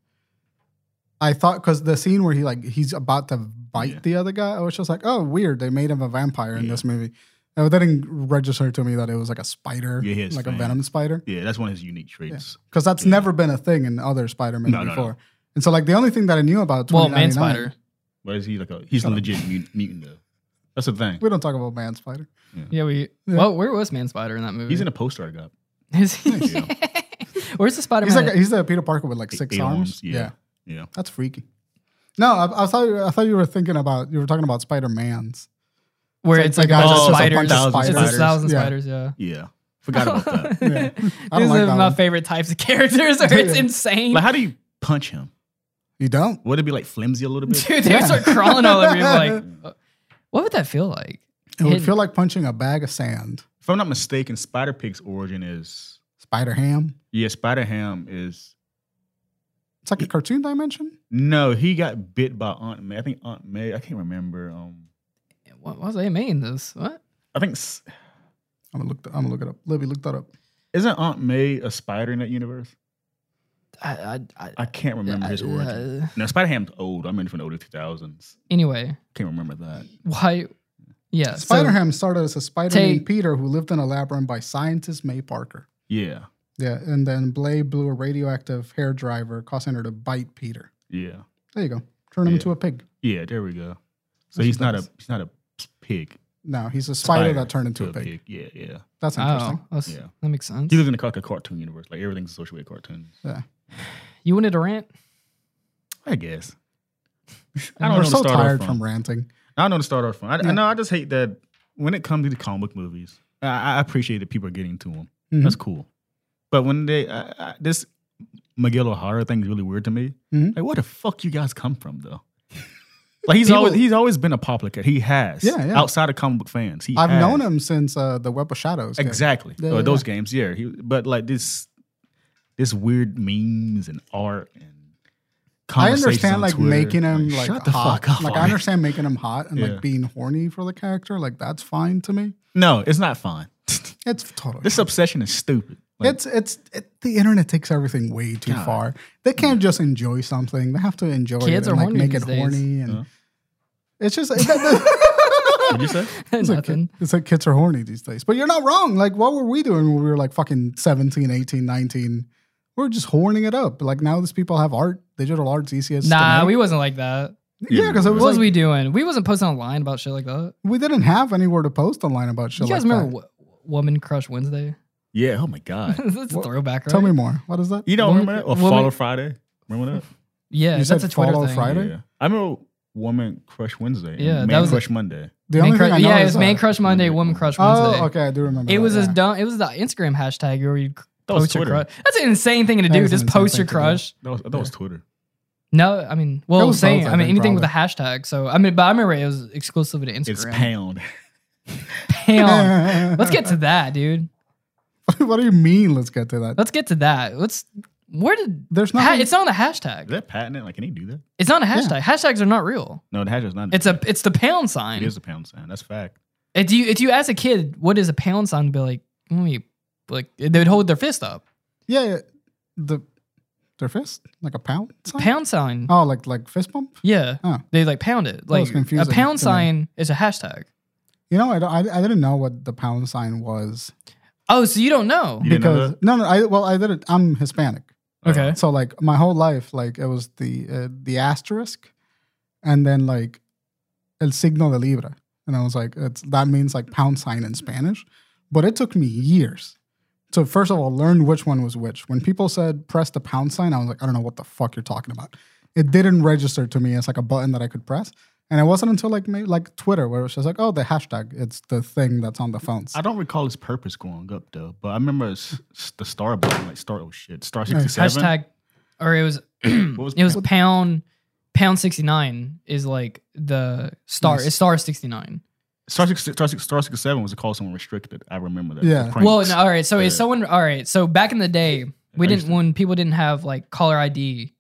Speaker 2: I thought because the scene where he like he's about to bite
Speaker 3: Yeah.
Speaker 2: the other guy, I was just like, oh weird, they made him a vampire in
Speaker 3: Yeah.
Speaker 2: this movie. And it didn't register to me that it was like a spider,
Speaker 3: Yeah, he has
Speaker 2: like a
Speaker 3: fangs.
Speaker 2: venom spider,
Speaker 3: Yeah, that's one of his unique traits.
Speaker 2: because that's never been a thing in other Spider-Man
Speaker 3: No, no, no.
Speaker 2: before. And so like the only thing that I knew about
Speaker 1: Well, man,
Speaker 2: 2099
Speaker 1: spider.
Speaker 3: But is he like a? He's a legit mut- mutant though. That's the thing.
Speaker 2: We don't talk about man spider.
Speaker 1: Yeah, we. Well, where was man spider in that movie?
Speaker 3: He's in a poster I got.
Speaker 1: (laughs) Is he? (laughs) Where's the Spider
Speaker 2: He's
Speaker 1: Man?
Speaker 2: like he's the Peter Parker with like six
Speaker 3: Eight
Speaker 2: arms.
Speaker 3: Yeah. yeah,
Speaker 2: That's freaky. No, I, I thought you- I thought you were thinking about you were talking about Spider Man's.
Speaker 1: where it's
Speaker 2: it's
Speaker 1: like,
Speaker 2: like,
Speaker 1: a
Speaker 2: oh,
Speaker 1: bunch of
Speaker 2: it's
Speaker 1: spiders.
Speaker 2: a bunch of
Speaker 1: It's
Speaker 2: spiders.
Speaker 1: a thousand
Speaker 2: Yeah.
Speaker 1: spiders. Yeah.
Speaker 3: yeah, Forgot
Speaker 1: (laughs)
Speaker 3: about that.
Speaker 2: Yeah. I
Speaker 1: These
Speaker 2: don't
Speaker 1: are
Speaker 2: like that
Speaker 1: my
Speaker 2: one.
Speaker 1: favorite types of (laughs) characters. Or it's
Speaker 2: Yeah.
Speaker 1: insane.
Speaker 3: like, how do you punch him?
Speaker 2: You
Speaker 3: (laughs)
Speaker 2: don't.
Speaker 3: Would it be like flimsy a little bit?
Speaker 1: (laughs)
Speaker 2: (laughs)
Speaker 1: Dude, they would
Speaker 2: Yeah.
Speaker 1: start crawling all over you.
Speaker 2: (laughs)
Speaker 1: Like, uh, (laughs) what would that feel like?
Speaker 2: It would
Speaker 1: Hidden.
Speaker 2: feel like punching a bag of sand.
Speaker 3: if I'm not mistaken, Spider Pig's origin is
Speaker 2: Spider Ham.
Speaker 3: yeah. Spider Ham is
Speaker 2: It's like a cartoon dimension.
Speaker 3: no. He got bit by Aunt May. I think Aunt May. I can't remember. Um,
Speaker 1: What what was I mean? This what?
Speaker 3: I think s-
Speaker 2: I'm gonna look. I'm gonna look it up. Libby, look that up.
Speaker 3: isn't Aunt May a spider in that universe?
Speaker 1: I, I, I,
Speaker 3: I can't remember his origin.
Speaker 1: uh,
Speaker 3: No, Spider Ham's old. I mean, from the early 2000s.
Speaker 1: anyway,
Speaker 3: Can't remember that.
Speaker 1: why? Yeah, so-
Speaker 2: Spider Ham started as a spider named
Speaker 1: Take-
Speaker 2: Peter who lived in a lab run by scientist May Parker.
Speaker 3: Yeah,
Speaker 2: Yeah, and then Blade blew a radioactive hair driver, causing her to bite Peter.
Speaker 3: yeah,
Speaker 2: There you go. Turn him
Speaker 3: Yeah.
Speaker 2: into a pig.
Speaker 3: yeah. There we go. So
Speaker 2: That's
Speaker 3: he's
Speaker 2: what
Speaker 3: not
Speaker 2: that
Speaker 3: a
Speaker 2: is.
Speaker 3: he's not a pig.
Speaker 2: No, he's a spider, that turned into
Speaker 3: to
Speaker 2: a pig.
Speaker 3: Yeah, yeah.
Speaker 2: That's interesting.
Speaker 1: Oh, that's-
Speaker 3: Yeah.
Speaker 1: that makes sense.
Speaker 3: He lives in a, like a cartoon universe. Like everything's associated with cartoons.
Speaker 2: Yeah.
Speaker 1: You wanted a rant? (laughs)
Speaker 3: I guess. (laughs) I don't know
Speaker 2: We're
Speaker 3: where to
Speaker 2: so
Speaker 3: start off
Speaker 2: tired
Speaker 3: from.
Speaker 2: from ranting.
Speaker 3: I don't know where to start off from. I,
Speaker 2: Yeah.
Speaker 3: I know. I just hate that when it comes to the comic book movies, I, I appreciate that people are getting to them.
Speaker 2: Mhm.
Speaker 3: That's cool. But when they I, I, this Miguel O'Hara thing is really weird to me.
Speaker 2: Mhm.
Speaker 3: Like, where the fuck you guys come from though? (laughs) like he's
Speaker 1: People-
Speaker 3: always he's always been a popular character. He has.
Speaker 2: Yeah, yeah.
Speaker 3: Outside of comic book fans, he
Speaker 2: I've
Speaker 3: has.
Speaker 2: known him since uh, the Web of Shadows. game.
Speaker 3: Exactly.
Speaker 2: Yeah,
Speaker 3: Or
Speaker 2: yeah,
Speaker 3: those games, yeah. He, but like this, this weird memes and art and
Speaker 2: I
Speaker 3: conversations on
Speaker 2: understand like
Speaker 3: Twitter.
Speaker 2: making him like,
Speaker 3: shut the
Speaker 2: hot.
Speaker 3: fuck up.
Speaker 2: Like I
Speaker 3: man.
Speaker 2: understand making him hot and
Speaker 3: Yeah.
Speaker 2: like being horny for the character. Like that's fine to me.
Speaker 3: No, it's not fine.
Speaker 2: It's totally.
Speaker 3: this obsession is stupid. Like,
Speaker 2: it's it's it, the internet takes everything way too
Speaker 3: God.
Speaker 2: far. They can't just enjoy something. They have to enjoy
Speaker 1: Kids
Speaker 2: it
Speaker 1: are
Speaker 2: and like
Speaker 1: horny
Speaker 2: make
Speaker 1: these
Speaker 2: it
Speaker 1: days.
Speaker 2: horny and
Speaker 3: Huh?
Speaker 2: it's just (laughs) it- that-
Speaker 3: what'd you say?
Speaker 2: it's, like,
Speaker 1: Nothing.
Speaker 2: it's like kids are horny these days. But you're not wrong. Like what were we doing when we were like fucking 17, 18, 19? We We're just horning it up. Like now these people have art, digital art's easy as to
Speaker 1: Nah,
Speaker 2: make.
Speaker 1: we wasn't like that.
Speaker 2: Yeah, because it was
Speaker 1: What was
Speaker 2: like,
Speaker 1: we doing? We wasn't posting online about shit like that.
Speaker 2: we, didn't have anywhere to post online about shit.
Speaker 1: you guys
Speaker 2: like
Speaker 1: remember Wo- Woman Crush Wednesday? (laughs)
Speaker 3: Yeah. Oh my god.
Speaker 1: That's a
Speaker 2: What-
Speaker 1: throwback,
Speaker 2: That.
Speaker 1: right?
Speaker 2: Tell me more. What is that?
Speaker 3: You don't
Speaker 1: Woman-
Speaker 3: remember that? Or
Speaker 1: woman-
Speaker 3: Follow Friday? Remember that?
Speaker 1: Yeah,
Speaker 2: You
Speaker 1: that's
Speaker 2: said
Speaker 1: a Twitter
Speaker 2: follow
Speaker 1: thing.
Speaker 2: Friday?
Speaker 3: Yeah. I remember Woman Crush Wednesday. and
Speaker 1: Yeah, that
Speaker 3: Man
Speaker 1: was-
Speaker 3: Crush Monday.
Speaker 2: The
Speaker 1: Man
Speaker 2: only
Speaker 1: crush,
Speaker 2: thing I know
Speaker 1: yeah, it
Speaker 2: is
Speaker 1: was
Speaker 2: uh,
Speaker 1: Man Crush Monday, Woman Crush Wednesday.
Speaker 2: Oh, okay, I do remember.
Speaker 1: It was
Speaker 2: that,
Speaker 1: as
Speaker 2: yeah. (laughs)
Speaker 1: dumb. It was the Instagram hashtag where you
Speaker 3: That was
Speaker 1: post your
Speaker 3: Twitter.
Speaker 1: crush. That's an insane thing to
Speaker 2: That
Speaker 1: do.
Speaker 2: is an
Speaker 1: Just
Speaker 2: insane
Speaker 1: post
Speaker 2: thing
Speaker 1: your
Speaker 2: to do.
Speaker 1: crush.
Speaker 3: That was, that was Twitter.
Speaker 1: No, I mean,
Speaker 2: It
Speaker 1: well,
Speaker 2: was
Speaker 1: same.
Speaker 2: both, I
Speaker 1: I mean,
Speaker 2: think,
Speaker 1: anything with a
Speaker 2: probably.
Speaker 1: hashtag. So I mean, but I remember it was exclusively to Instagram.
Speaker 3: It's pound.
Speaker 2: (laughs)
Speaker 1: Damn. Let's get to that, dude.
Speaker 2: what do you mean? Let's get to that.
Speaker 1: Let's get to that. Let's. Where did?
Speaker 2: There's
Speaker 1: Ha,
Speaker 2: nothing.
Speaker 1: it's not a
Speaker 3: Is
Speaker 1: hashtag.
Speaker 3: that patented? Like, can he do that?
Speaker 1: It's not a hashtag. Hashtags are not real.
Speaker 3: No, the hashtag's not.
Speaker 1: It's a. It's the pound
Speaker 3: It
Speaker 1: sign.
Speaker 3: is a pound sign. That's fact.
Speaker 1: If you if you ask a kid what is a pound sign, they'd be like, "What do you-" like they would hold their fist up.
Speaker 2: yeah, yeah, the their fist like a pound. sign?
Speaker 1: Pound sign.
Speaker 2: Oh, like like fist bump.
Speaker 1: Yeah.
Speaker 2: Oh.
Speaker 1: They like pound it.
Speaker 2: That was
Speaker 1: Like a
Speaker 2: confusing
Speaker 1: pound
Speaker 2: to me.
Speaker 1: sign is a hashtag.
Speaker 2: You know, I, don't- I, I didn't know what the pound sign was
Speaker 1: Oh, so you don't know.
Speaker 3: You didn't know
Speaker 2: because no no I well I didn't. I'm Hispanic,
Speaker 1: Okay.
Speaker 2: so like my whole life like it was the uh, the asterisk, and then like el signo de libra, and I was like it's, that means like pound sign in Spanish, but it took me years. to first of all, learn which one was which. When people said press the pound sign, I was like, I don't know what the fuck you're talking about. It didn't register to me as like a button that I could press. And it wasn't until like maybe like Twitter where it was just like, oh, the hashtag, it's the thing that's on the phones.
Speaker 3: I don't recall its purpose going up though, but I remember s- s- the star button, like star oh shit, star sixty seven.
Speaker 1: Hashtag or it was (clears throat)
Speaker 3: (clears throat) What was-
Speaker 1: it was pound pound sixty nine is like the star
Speaker 2: Nice.
Speaker 1: it's star sixty nine.
Speaker 3: Star six, star six, star sixty seven was a call someone restricted. I remember that.
Speaker 2: Yeah.
Speaker 3: The pranks.
Speaker 1: Well no, all right, so
Speaker 3: Yeah.
Speaker 1: is someone all right, so back in the day we
Speaker 3: I used
Speaker 1: didn't
Speaker 3: to-
Speaker 1: when people didn't have like caller ID,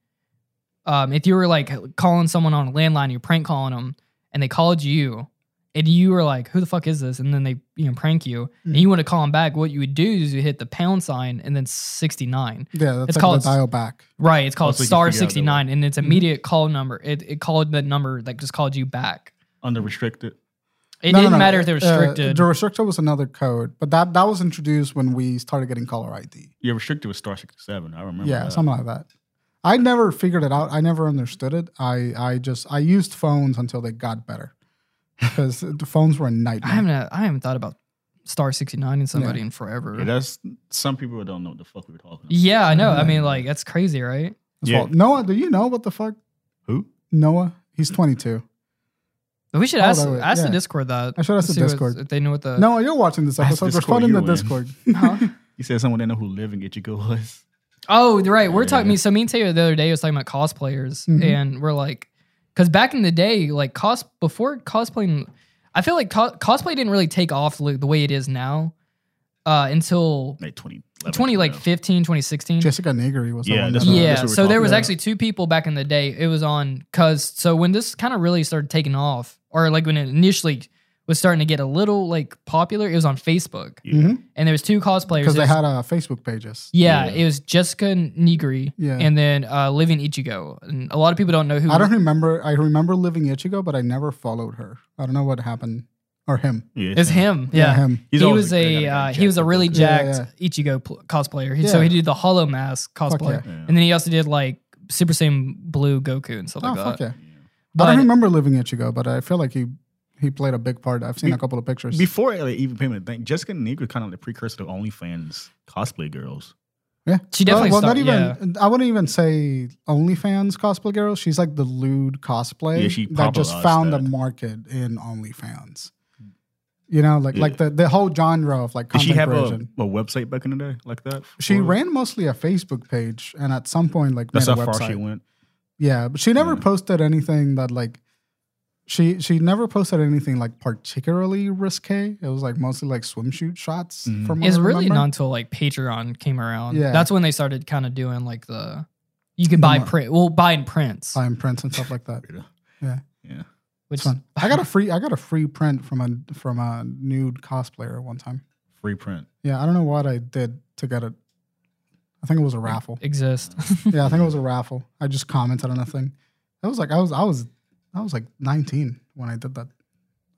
Speaker 1: um if you were like calling someone on a landline, you're prank calling them and they called you and you were like, Who the fuck is this? And then they you know prank you and
Speaker 3: Hmm.
Speaker 1: you want to call them back, what you would do is you hit the pound sign and then sixty nine.
Speaker 2: yeah, that's
Speaker 1: It's
Speaker 2: like
Speaker 1: called-
Speaker 2: the dial back.
Speaker 1: Right. It's called
Speaker 3: so you can
Speaker 1: Star
Speaker 3: figure out that
Speaker 1: 69 and
Speaker 2: Mm-hmm.
Speaker 1: it's immediate call number. It, it called the number that just called you back.
Speaker 3: under restricted.
Speaker 1: It
Speaker 2: No, no,
Speaker 1: didn't
Speaker 2: no,
Speaker 1: matter if they
Speaker 2: uh,
Speaker 1: were restricted.
Speaker 2: the restricted was another code, but that, that was introduced when we started getting caller ID.
Speaker 3: Yeah, restricted was star sixty seven. I remember.
Speaker 2: Yeah,
Speaker 3: that.
Speaker 2: something like that. I never figured it out. I never understood it. I, I just, I used phones until they got better because (laughs) the phones were a
Speaker 1: I
Speaker 2: nightmare.
Speaker 1: haven't I haven't thought about Star 69 and somebody in forever.
Speaker 3: Yeah,
Speaker 1: Yeah,
Speaker 3: that's some people don't know what the fuck we were talking. about.
Speaker 1: I know. I mean, like that's crazy, right?
Speaker 2: That's
Speaker 3: Yeah.
Speaker 2: wild. Noah, do you know what the fuck
Speaker 3: Who?
Speaker 2: Noah? He's 22.
Speaker 1: But we should
Speaker 2: Oh,
Speaker 1: ask
Speaker 2: that would-
Speaker 1: ask the
Speaker 2: yeah.
Speaker 1: Discord that.
Speaker 2: I should ask the
Speaker 1: See what-
Speaker 2: Discord.
Speaker 1: if they know what the
Speaker 2: Noah, you're watching this
Speaker 3: Ask
Speaker 2: episode.
Speaker 3: Uh, Discord,
Speaker 2: Respond in the
Speaker 3: you win.
Speaker 1: (laughs)
Speaker 2: Discord.
Speaker 1: Huh?
Speaker 3: He said someone didn't know who living it you go was.
Speaker 1: Oh, right. We're talking.
Speaker 3: Yeah.
Speaker 1: So me and Taylor the other day was talking about cosplayers,
Speaker 2: Mhm.
Speaker 1: and we're like, because back in the day, like cos before cosplaying, I feel like co- cosplay didn't really take off like, the way it is now uh, until
Speaker 3: (laughs) Like twenty. 11,
Speaker 1: 20 like
Speaker 3: 12.
Speaker 1: 15 2016
Speaker 2: (laughs) Jessica Negri was the
Speaker 3: Yeah,
Speaker 2: one
Speaker 3: that's
Speaker 2: that-
Speaker 3: what-
Speaker 1: yeah
Speaker 3: what we're
Speaker 1: so there
Speaker 3: talking
Speaker 1: was
Speaker 2: about.
Speaker 1: actually two people back in the day it was on cuz so when this kind of really started taking off or like when it initially was starting to get a little like popular it was on Facebook
Speaker 3: Yeah.
Speaker 2: Mhm.
Speaker 1: and there was two cosplayers
Speaker 2: because
Speaker 1: It
Speaker 2: they
Speaker 1: was-
Speaker 2: had uh, Facebook pages.
Speaker 1: yeah,
Speaker 3: Yeah.
Speaker 1: it was Jessica Negri
Speaker 2: Yeah.
Speaker 1: and then uh, Living Ichigo. And a lot of people don't know who.
Speaker 2: I don't remember. I remember living Ichigo, but I never followed her. I don't know what happened or him.
Speaker 3: Yeah,
Speaker 1: It's him. Yeah.
Speaker 2: him.
Speaker 3: He's
Speaker 1: he
Speaker 3: always
Speaker 1: was
Speaker 3: the guy
Speaker 1: a
Speaker 3: that got
Speaker 1: uh, he was a
Speaker 3: jacked up
Speaker 1: really
Speaker 3: though.
Speaker 1: jacked
Speaker 2: Yeah,
Speaker 1: Ichigo pl- cosplayer. He, So
Speaker 2: Yeah.
Speaker 1: he did the Hollow Mask
Speaker 2: Fuck
Speaker 1: cosplay,
Speaker 3: yeah.
Speaker 1: and then he also did like Super Saiyan Blue Goku and stuff
Speaker 2: Oh
Speaker 1: like
Speaker 2: fuck
Speaker 1: that.
Speaker 2: yeah! I
Speaker 1: But
Speaker 2: don't remember living Ichigo, but I feel like he he played a big part. I've seen
Speaker 3: Be-
Speaker 2: a couple of pictures.
Speaker 3: Before like, even payment thing, Jessica Negri kind of like the precursor to OnlyFans cosplay girls.
Speaker 2: yeah,
Speaker 1: She definitely
Speaker 2: Oh, Well, well,
Speaker 1: started-
Speaker 2: not even. I wouldn't even say OnlyFans cosplay girl. She's like the lewd cosplay
Speaker 3: Yeah, she
Speaker 2: that just
Speaker 3: popularized
Speaker 2: found a
Speaker 3: that.
Speaker 2: market in OnlyFans. You know, like
Speaker 3: Yeah.
Speaker 2: like the, the whole genre of like
Speaker 3: Did
Speaker 2: content
Speaker 3: she have a, a
Speaker 2: creation.
Speaker 3: website back in the day like that?
Speaker 2: she
Speaker 3: Or-
Speaker 2: ran mostly a Facebook page, and at some point, like
Speaker 3: That's how
Speaker 2: made a
Speaker 3: far
Speaker 2: website.
Speaker 3: she went.
Speaker 2: Yeah, but she never
Speaker 3: Yeah.
Speaker 2: posted anything that like she she never posted anything like particularly risque. It was like mostly like swimsuit shots.
Speaker 3: Mhm.
Speaker 2: From what
Speaker 1: it's
Speaker 2: I
Speaker 1: really
Speaker 2: remember.
Speaker 1: not until like Patreon came around.
Speaker 2: Yeah.
Speaker 1: that's when they started kind of doing like the you could
Speaker 2: The
Speaker 1: buy
Speaker 2: mar-
Speaker 1: print, well buying prints,
Speaker 2: Time prints and stuff like
Speaker 1: (laughs)
Speaker 2: that. Yeah.
Speaker 3: Yeah.
Speaker 1: which
Speaker 2: It's fun. I got a free I got a free print from a from a nude cosplayer one time.
Speaker 3: Free print.
Speaker 2: Yeah, I don't know what I did to get it. I think it was a
Speaker 1: (laughs)
Speaker 2: raffle.
Speaker 1: exist.
Speaker 2: yeah, I think it was a raffle. I just commented on a thing. I was like I was I was I was like 19 when I did that.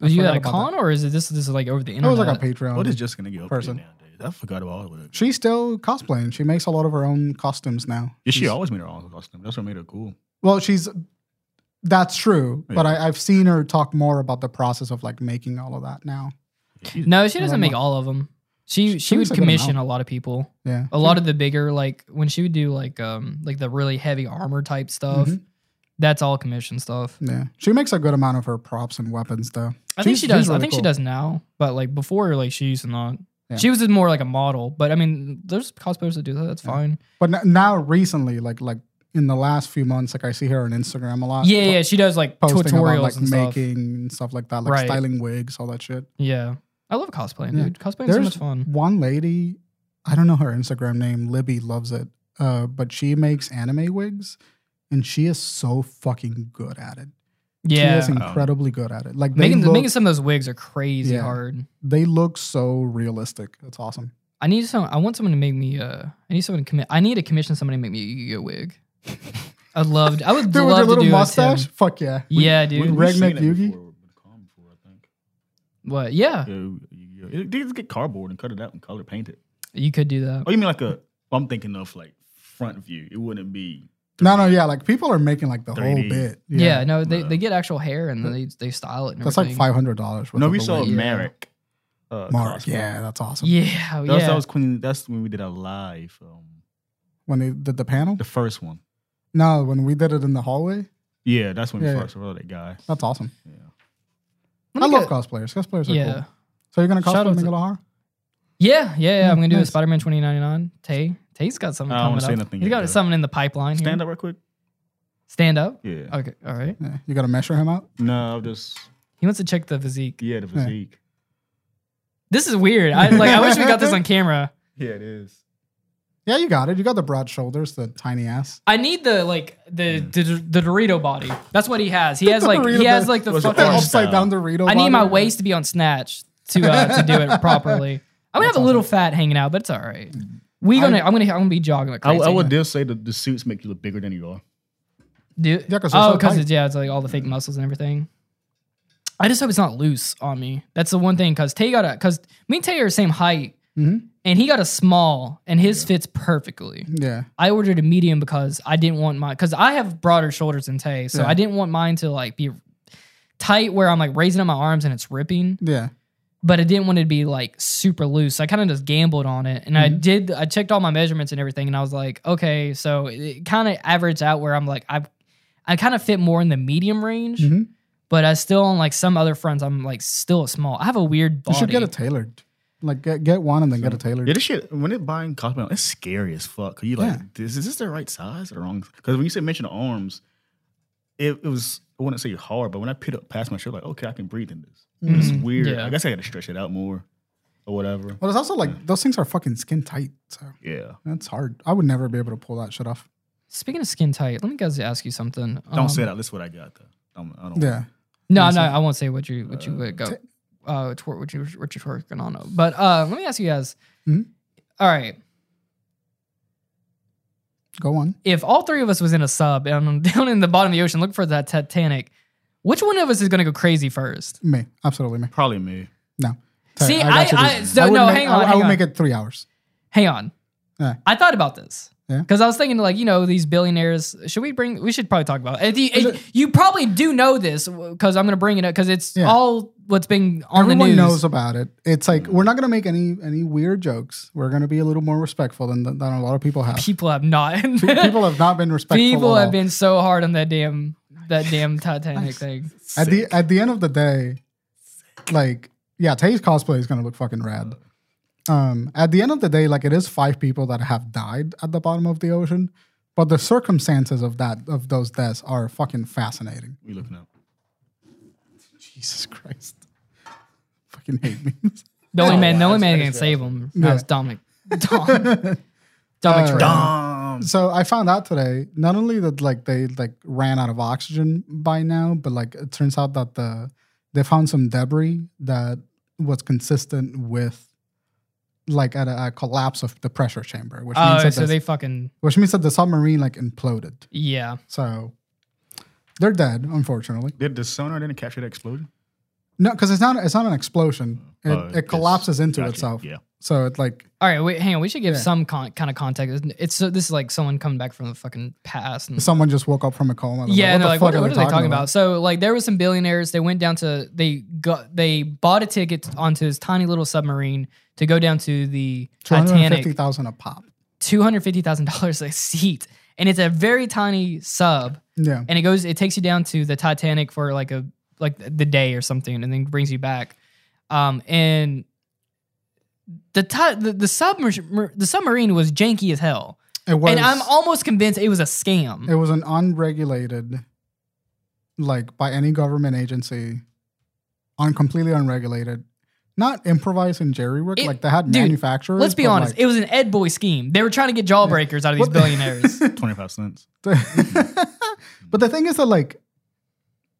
Speaker 2: I
Speaker 1: Was you at
Speaker 2: forgot
Speaker 1: a
Speaker 2: about
Speaker 1: con or is it this? This is like over the
Speaker 2: That. It
Speaker 1: internet.
Speaker 2: was like a Patreon.
Speaker 3: What is Jessica Negri up
Speaker 2: Um, Person.
Speaker 3: person. nowadays? I forgot about all of it.
Speaker 2: She's still cosplaying. She makes a lot of her own costumes now.
Speaker 3: Yeah, she
Speaker 2: She's-
Speaker 3: always made her own costume. That's what made her cool.
Speaker 2: Well, she's that's true, but
Speaker 3: Yeah.
Speaker 2: I, I've seen her talk more about the process of like making all of that now.
Speaker 3: She's-
Speaker 1: no, she doesn't
Speaker 2: I'm
Speaker 1: make
Speaker 2: not-
Speaker 1: all of them. She
Speaker 2: She-
Speaker 1: she,
Speaker 2: she makes
Speaker 1: would
Speaker 2: a Hmm. good amount.
Speaker 1: commission a lot of people.
Speaker 2: Yeah,
Speaker 1: a lot of the bigger like when she would do like um like the really heavy armor type stuff
Speaker 2: Mhm.
Speaker 1: That's all commission stuff.
Speaker 2: Yeah, she makes a good amount of her props and weapons though.
Speaker 1: I think
Speaker 2: She's-
Speaker 1: she does.
Speaker 2: she's really
Speaker 1: I think she
Speaker 2: cool.
Speaker 1: does now, but like before, like she used to not.
Speaker 2: Yeah.
Speaker 1: She was just more like a model, but I mean, there's cosplayers that do that. That's
Speaker 2: Yeah.
Speaker 1: fine.
Speaker 2: But n- now recently, like like in the last few months, like I see her on Instagram a lot.
Speaker 1: yeah, yeah. She does like
Speaker 2: Uh, posting
Speaker 1: tutorials
Speaker 2: about like
Speaker 1: and stuff.
Speaker 2: making and stuff like that, like
Speaker 1: Right.
Speaker 2: styling wigs, all that shit.
Speaker 1: Yeah, I love cosplaying,
Speaker 2: Yeah.
Speaker 1: dude. Cosplaying so
Speaker 2: There's
Speaker 1: much fun.
Speaker 2: one lady, I don't know her Instagram name, Libby loves it, uh, but she makes anime wigs, and she is so fucking good at it. she
Speaker 1: Yeah,
Speaker 2: is incredibly good at it. Like they
Speaker 1: making
Speaker 2: look,
Speaker 1: making some of those wigs are crazy
Speaker 2: Yeah.
Speaker 1: hard.
Speaker 2: they look so realistic. It's awesome.
Speaker 1: I need some. I want someone to make me. Uh, I need someone to commit. I need to commission somebody to make me a Yu-Gi-Oh wig.
Speaker 2: (laughs)
Speaker 1: I'd love. To, I would
Speaker 2: Dude, with
Speaker 1: love
Speaker 2: your
Speaker 1: to do
Speaker 2: little
Speaker 1: it, Tim.
Speaker 2: mustache, fuck yeah.
Speaker 1: Yeah,
Speaker 3: We-
Speaker 1: dude.
Speaker 3: we've
Speaker 2: Reg
Speaker 3: seen it
Speaker 2: McYugi?
Speaker 3: before with Calm before, I think.
Speaker 1: What? Yeah,
Speaker 3: Uh, yeah, yeah. They just get cardboard and cut it out and color paint it.
Speaker 1: you could do that.
Speaker 3: Oh, you mean like a? I'm thinking of like front view. It wouldn't be.
Speaker 2: No, no, yeah. Like people are making like the whole
Speaker 3: 3D.
Speaker 2: bit.
Speaker 1: Yeah, no, they,
Speaker 3: No.
Speaker 1: they get actual hair and then they they style it. And
Speaker 2: that's like
Speaker 1: everything.
Speaker 2: five hundred dollars.
Speaker 3: No, we saw
Speaker 1: Yeah.
Speaker 3: Merrick. Uh,
Speaker 2: Mark.
Speaker 3: cosplay.
Speaker 2: Yeah, that's awesome.
Speaker 1: Yeah, oh,
Speaker 3: That
Speaker 1: yeah.
Speaker 3: was, that was Queen. That's when we did our live, um,
Speaker 2: When they did the panel.
Speaker 3: the first one.
Speaker 2: No, when we did it in the hallway.
Speaker 3: Yeah, that's when we
Speaker 2: Yeah, yeah.
Speaker 3: first saw that guy.
Speaker 2: That's awesome.
Speaker 3: Yeah.
Speaker 1: Let me
Speaker 2: I love
Speaker 1: go-
Speaker 2: cosplayers. Cosplayers are
Speaker 1: Yeah.
Speaker 2: cool. So you're gonna
Speaker 1: Shout
Speaker 2: cosplay
Speaker 1: out to-
Speaker 2: Megalahar?
Speaker 1: yeah, yeah, yeah. I'm gonna do a
Speaker 2: Nice.
Speaker 1: Spider Man 2099. Tay, Tay's got something.
Speaker 3: I don't
Speaker 1: coming
Speaker 3: wanna say
Speaker 1: up.
Speaker 3: nothing
Speaker 1: He's
Speaker 3: yet,
Speaker 1: got
Speaker 3: though.
Speaker 1: something in the pipeline. here.
Speaker 3: Stand up right quick.
Speaker 1: Stand up.
Speaker 3: Yeah.
Speaker 1: Okay, all
Speaker 3: (laughs)
Speaker 1: right.
Speaker 2: Yeah. You gotta measure him out.
Speaker 3: No, I'm just
Speaker 1: He wants to check the physique.
Speaker 3: yeah the physique.
Speaker 1: This is weird. I like. I wish we got this on camera.
Speaker 3: Yeah, it is.
Speaker 2: Yeah, you got it. You got the broad shoulders, the tiny ass.
Speaker 1: I need the like the the, the Dorito body. That's what he has. He has
Speaker 2: The
Speaker 1: like he
Speaker 2: Dorito
Speaker 1: has
Speaker 2: body.
Speaker 1: like the
Speaker 3: Was
Speaker 2: The
Speaker 3: it Orange
Speaker 1: fucking.
Speaker 2: upside
Speaker 3: style.
Speaker 2: down Dorito.
Speaker 1: I need
Speaker 2: body.
Speaker 1: my waist to be on snatch to uh, to do
Speaker 3: (laughs)
Speaker 1: it properly. I'm gonna have
Speaker 2: That's
Speaker 1: a little
Speaker 2: awesome.
Speaker 1: fat hanging out, but it's all right. We gonna I, am gonna I'm gonna be jogging like
Speaker 3: I,
Speaker 1: crazy.
Speaker 3: I would just say that the suits make you look bigger than you are.
Speaker 1: Do,
Speaker 2: Yeah, 'cause they're
Speaker 1: oh,
Speaker 2: so
Speaker 1: because
Speaker 2: tight.
Speaker 1: it's yeah, it's like all the fake muscles and everything. I just hope it's not loose on me. That's the one thing because Tay got a because me and Tay are the same height,
Speaker 2: Mhm.
Speaker 1: and he got a small, and his fits perfectly.
Speaker 2: Yeah.
Speaker 1: I ordered a medium because I didn't want mine because I have broader shoulders than Tay, so
Speaker 2: Yeah.
Speaker 1: I didn't want mine to like be tight where I'm like raising up my arms and it's ripping.
Speaker 2: Yeah.
Speaker 1: But I didn't want it to be like super loose. I kind of just gambled on it, and I
Speaker 2: Mhm.
Speaker 1: did. I checked all my measurements and everything, and I was like, okay, so it kind of averaged out where I'm like, I, I kind of fit more in the medium range,
Speaker 2: Mhm.
Speaker 1: but I still on like some other fronts, I'm like still a small. I have a weird body.
Speaker 2: You should get it tailored. Like get get one and then get it tailored.
Speaker 3: Yeah, this shit when it buying cosplay, it's scary as fuck. 'Cause you like,
Speaker 2: Yeah.
Speaker 3: this, is this the right size or the wrong? Because when you say mention the arms, it, it was I wouldn't say hard, but when I pit up past my shirt, like okay, I can breathe in this. But It's
Speaker 2: Mm-hmm.
Speaker 1: Mhm.
Speaker 3: weird.
Speaker 1: Yeah.
Speaker 3: I guess I got to stretch it out more or whatever.
Speaker 2: But it's also like those things are fucking skin tight, so
Speaker 3: Yeah,
Speaker 2: that's hard. I would never be able to pull that shit off.
Speaker 1: Speaking of skin tight, let me guys ask you something.
Speaker 3: don't
Speaker 1: Um,
Speaker 3: say that. That's what I got though. I'm, I don't.
Speaker 2: Yeah.
Speaker 1: No,
Speaker 2: Yes,
Speaker 1: no,
Speaker 2: sir.
Speaker 1: I won't say what you what you
Speaker 3: Uh,
Speaker 1: would go
Speaker 2: t-
Speaker 1: uh toward what you what you're working on. though. But uh let me ask you guys.
Speaker 2: Mhm.
Speaker 1: All right.
Speaker 2: Go on.
Speaker 1: If all three of us was in a sub and I'm down (laughs) in the bottom of the ocean looking for that Titanic, which one of us is gonna go crazy first?
Speaker 2: Me. Absolutely me.
Speaker 3: Probably me.
Speaker 2: No.
Speaker 1: See,
Speaker 2: got
Speaker 1: I-
Speaker 2: you,
Speaker 1: I-
Speaker 2: dude.
Speaker 1: so
Speaker 2: would
Speaker 1: no,
Speaker 2: make-
Speaker 1: hang
Speaker 2: I-
Speaker 1: on,
Speaker 2: I,
Speaker 1: hang
Speaker 2: would
Speaker 1: on.
Speaker 2: make it three hours.
Speaker 1: Hang on.
Speaker 2: Yeah.
Speaker 1: I thought about this.
Speaker 2: Yeah.
Speaker 1: Because I was thinking, like, you know, these billionaires, should we bring, we should probably talk about it. If you, if you probably do know this because I'm going to bring it up because it's
Speaker 2: Yeah.
Speaker 1: all what's been on
Speaker 2: Everyone
Speaker 1: the news.
Speaker 2: knows about it. It's like we're not gonna make any any weird jokes. We're gonna be a little more respectful than than a lot of people
Speaker 1: (laughs)
Speaker 2: have.
Speaker 1: People have not.
Speaker 2: (laughs) people have not been
Speaker 1: (laughs)
Speaker 2: respectful.
Speaker 1: People
Speaker 2: at
Speaker 1: have
Speaker 2: all.
Speaker 1: been so hard on that damn that damn
Speaker 2: (laughs)
Speaker 1: Titanic thing.
Speaker 2: at the at the end of the day, like yeah, Tay's cosplay is gonna look fucking rad. Um, at the end of the day, like it is five people that have died at the bottom of the ocean, but the circumstances of that of those deaths are fucking fascinating. (laughs)
Speaker 3: We looking up.
Speaker 2: Jesus Christ, fucking hate me. (laughs)
Speaker 1: The only
Speaker 3: Oh,
Speaker 1: man, the
Speaker 3: wow,
Speaker 1: only man that can
Speaker 3: that's- that's
Speaker 1: save him
Speaker 2: Yeah. Uh,
Speaker 1: was
Speaker 2: (laughs)
Speaker 1: Dominic. Dom, Dominic Toretto.
Speaker 3: Dom.
Speaker 2: so I found out today not only that like they like ran out of oxygen by now, but like it turns out that the they found some debris that was consistent with like at a, a collapse of the pressure chamber, which means
Speaker 1: Oh,
Speaker 2: that
Speaker 1: so
Speaker 2: the-
Speaker 1: they fucking
Speaker 2: which means that the submarine like imploded.
Speaker 1: yeah.
Speaker 2: So they're dead, unfortunately.
Speaker 3: Did the sonar didn't capture that explosion?
Speaker 2: No, because it's not it's not an explosion. It,
Speaker 3: Oh,
Speaker 2: it
Speaker 3: it's-
Speaker 2: collapses into
Speaker 3: Gotcha.
Speaker 2: itself.
Speaker 3: Yeah.
Speaker 2: So it like
Speaker 1: All right, wait, hang on. We should give
Speaker 2: Yeah.
Speaker 1: some con- kind of context. It's- It's so this is like someone coming back from the fucking past. And,
Speaker 2: someone just woke up from a coma. They're
Speaker 1: yeah, and they're like,
Speaker 2: the
Speaker 1: what,
Speaker 2: fuck
Speaker 1: what are they talking about? So like, there was some billionaires. They went down to they got they bought a ticket onto this tiny little submarine to go down to the
Speaker 2: Two hundred fifty
Speaker 1: Titanic.
Speaker 2: thousand a pop.
Speaker 1: two hundred fifty thousand dollars a seat, and it's a very tiny sub
Speaker 2: Yeah.
Speaker 1: and it goes it takes you down to the titanic for like a like the day or something and then brings you back um and the ti- the, the submarine the submarine was janky as hell
Speaker 2: It was.
Speaker 1: and i'm almost convinced it was a scam
Speaker 2: it was an unregulated, like by any government agency, on completely unregulated, not improvised and jerry rig.
Speaker 1: It-
Speaker 2: Like they had
Speaker 1: dude,
Speaker 2: manufacturers.
Speaker 1: let's be
Speaker 2: but,
Speaker 1: honest
Speaker 2: like-
Speaker 1: it was an ed boy scheme they were trying to get jawbreakers out of these
Speaker 2: What the- (laughs)
Speaker 1: billionaires
Speaker 3: Twenty five cents.
Speaker 2: but the thing is that like,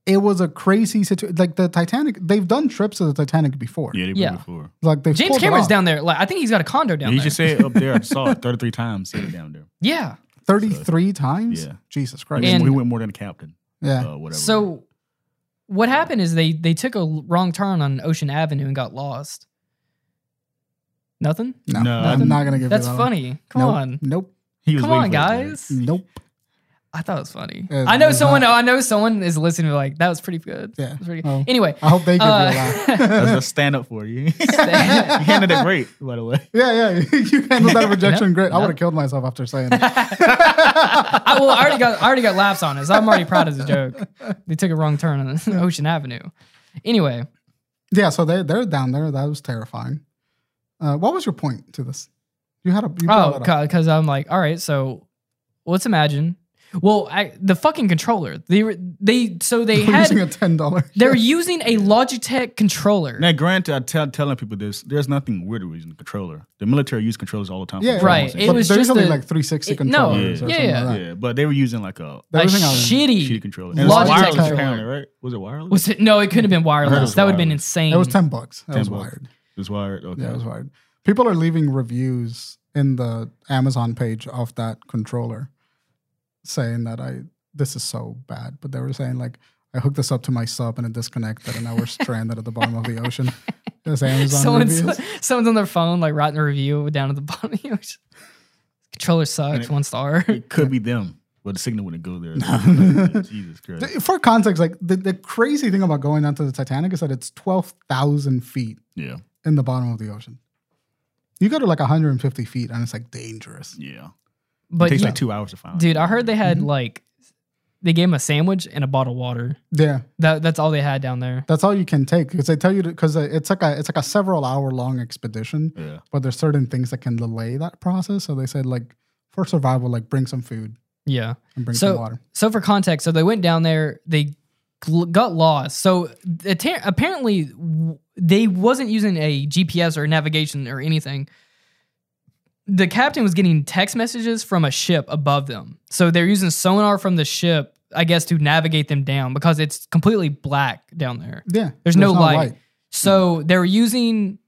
Speaker 2: it was a crazy situation. Like the Titanic, they've done trips to the Titanic before.
Speaker 3: Yeah, they were
Speaker 1: Yeah.
Speaker 3: before.
Speaker 2: Like they
Speaker 1: james cameron's down there like i think he's got a condo down
Speaker 3: he
Speaker 1: there
Speaker 3: just said up there. I
Speaker 2: (laughs)
Speaker 3: saw it thirty three times. Said it down there.
Speaker 1: yeah
Speaker 2: thirty three times.
Speaker 3: Yeah.
Speaker 2: Jesus
Speaker 3: Right.
Speaker 2: Christ.
Speaker 1: And-
Speaker 3: we went more than a captain.
Speaker 2: yeah.
Speaker 3: Uh, whatever.
Speaker 1: Eh, So what happened is they they took a l- wrong turn on Ocean Avenue and got lost. Nothing?
Speaker 2: No,
Speaker 3: No,
Speaker 2: I'm
Speaker 3: I'm-
Speaker 2: not gonna give. you
Speaker 1: That's
Speaker 2: that one.
Speaker 1: funny. Come
Speaker 2: nope,
Speaker 1: on.
Speaker 2: Nope.
Speaker 3: he
Speaker 1: Come
Speaker 3: waiting
Speaker 1: on,
Speaker 3: for it to-
Speaker 1: guys.
Speaker 2: Nope.
Speaker 1: I thought it was funny.
Speaker 2: It
Speaker 1: I know
Speaker 2: was
Speaker 1: someone
Speaker 2: not.
Speaker 1: I know someone is listening to like that was pretty good.
Speaker 2: Yeah.
Speaker 1: That was pretty good.
Speaker 2: Oh. (laughs)
Speaker 1: Anyway,
Speaker 2: I hope they give
Speaker 1: Uh, (laughs)
Speaker 2: you a laugh.
Speaker 3: Let's, let's stand up for you. (laughs) you handled it great, by the way.
Speaker 2: yeah, (laughs) yeah. You
Speaker 1: (laughs)
Speaker 2: handled that rejection
Speaker 1: No,
Speaker 2: great. I
Speaker 1: no.
Speaker 2: would have killed myself after saying
Speaker 1: (laughs)
Speaker 2: it.
Speaker 1: I, well, I already got I already got laughs on it, so I'm already proud of the joke. They took a wrong turn on (laughs) Ocean Avenue. Anyway,
Speaker 2: yeah, so they they're down there. That was terrifying. Uh, what was your point to this? You had a you brought
Speaker 1: oh,
Speaker 2: it up.
Speaker 1: because I'm like, all right, so let's imagine. Well, I, the fucking controller. They were they so
Speaker 2: (laughs)
Speaker 1: they
Speaker 2: We're
Speaker 1: had
Speaker 2: using a ten dollar.
Speaker 1: (laughs) They're using a Logitech controller.
Speaker 3: Now, granted, I tell telling people this. There's nothing weird with using a controller. The military use controllers all the time. for
Speaker 2: Yeah,
Speaker 1: Right,
Speaker 3: drones and
Speaker 1: it
Speaker 2: but
Speaker 3: shit.
Speaker 1: was
Speaker 2: they're
Speaker 1: just
Speaker 2: usually
Speaker 1: a-
Speaker 2: like three sixty
Speaker 1: it- no,
Speaker 2: controllers or
Speaker 1: yeah,
Speaker 2: something
Speaker 1: yeah.
Speaker 2: like that.
Speaker 3: yeah, but they were using like a
Speaker 1: a
Speaker 2: They're using all the-
Speaker 1: shitty.
Speaker 3: shitty controller.
Speaker 2: Logitech
Speaker 3: wireless
Speaker 1: controller.
Speaker 3: apparently, right? Was it wireless?
Speaker 1: Was it? No, it couldn't have been
Speaker 3: it
Speaker 1: wireless.
Speaker 3: was
Speaker 1: That would have been
Speaker 3: wireless.
Speaker 1: insane.
Speaker 2: It was ten bucks. That was
Speaker 3: bucks.
Speaker 2: wired.
Speaker 3: It was wired. Okay.
Speaker 2: Yeah, it was wired. People are leaving reviews in the Amazon page of that controller saying that I this is so bad, but they were saying like I hooked this up to my sub and it disconnected and now we're stranded at the bottom of the (laughs) ocean. That's Amazon
Speaker 1: someone's
Speaker 2: reviews.
Speaker 1: (laughs) someone's on their phone like writing a review down at the (laughs) bottom. You know, just, controller sucks.
Speaker 3: it-
Speaker 1: one star.
Speaker 3: It could be them, but the signal wouldn't go there. Jesus Christ.
Speaker 2: For context, like the, the crazy thing about going onto the Titanic is that it's twelve thousand feet
Speaker 3: Yeah,
Speaker 2: in the bottom of the ocean. You go to like 150 feet and it's like dangerous.
Speaker 3: yeah. it
Speaker 1: (laughs) But
Speaker 3: takes
Speaker 1: you-
Speaker 3: like two hours Mm-hmm. to find.
Speaker 1: dude, I heard they had like they gave him a sandwich and a bottle of water.
Speaker 2: Yeah.
Speaker 1: That that's all they had down there.
Speaker 2: That's all you can take because they tell you because it's like a it's like a several hour long expedition,
Speaker 3: Yeah.
Speaker 2: but there's certain things that can delay that process. So they said like for survival, like bring some food
Speaker 1: Yeah.
Speaker 2: and bring
Speaker 1: So-
Speaker 2: some water.
Speaker 1: So for context, so they went down there, they gl- got lost. So atta- apparently w- they wasn't using a GPS or navigation or anything. The captain was getting text messages from a ship above them. So they're using sonar from the ship, I guess, to navigate them down because it's completely black down there.
Speaker 2: Yeah,
Speaker 1: There's no light. So they were using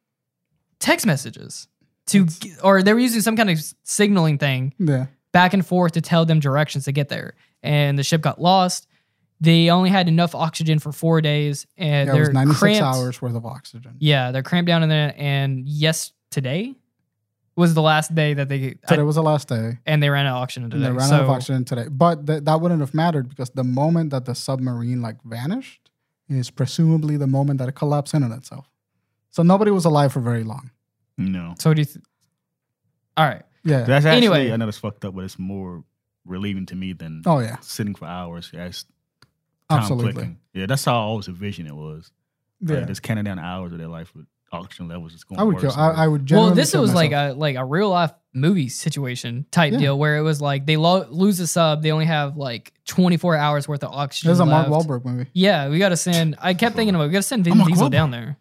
Speaker 1: text messages to, g- or they were using some kind of s- signaling thing
Speaker 2: Yeah,
Speaker 1: back and forth to tell them directions to get there. And the ship got lost. They only had enough oxygen for four days, and
Speaker 2: yeah it was
Speaker 1: they're
Speaker 2: 96
Speaker 1: cramped.
Speaker 2: hours worth of oxygen.
Speaker 1: Yeah, they're cramped down in there. And yes, today was the last day that they
Speaker 2: Today was the last day,
Speaker 1: and they ran out of oxygen today.
Speaker 2: and they ran
Speaker 1: so,
Speaker 2: out of oxygen today. But th- that wouldn't have mattered because the moment that the submarine like vanished is presumably the moment that it collapsed in on itself. So nobody was alive for very long.
Speaker 3: No.
Speaker 1: So do you? Th- All right.
Speaker 2: Yeah.
Speaker 3: That's actually
Speaker 1: Anyway.
Speaker 3: I know it's fucked up, but it's more relieving to me than
Speaker 2: oh yeah.
Speaker 3: sitting for hours. That's time
Speaker 2: Absolutely.
Speaker 3: clicking. Yeah, that's how I always envisioned it was. Yeah.
Speaker 2: Yeah.
Speaker 3: just counting down the hours of their life with oxygen levels. It's going.
Speaker 2: I would
Speaker 3: worse
Speaker 2: kill. I, I would.
Speaker 1: Well,
Speaker 2: genuinely
Speaker 1: this
Speaker 2: kill
Speaker 1: was like
Speaker 2: myself.
Speaker 1: a like a real life movie situation type
Speaker 2: Yeah.
Speaker 1: deal where it was like they lo- lose a sub, they only have like twenty four hours worth of oxygen.
Speaker 2: This is a Mark
Speaker 1: left.
Speaker 2: Wahlberg movie.
Speaker 1: Yeah, we gotta send. I kept thinking about we gotta send Vin
Speaker 3: I'm a
Speaker 1: Diesel
Speaker 3: global.
Speaker 1: down there.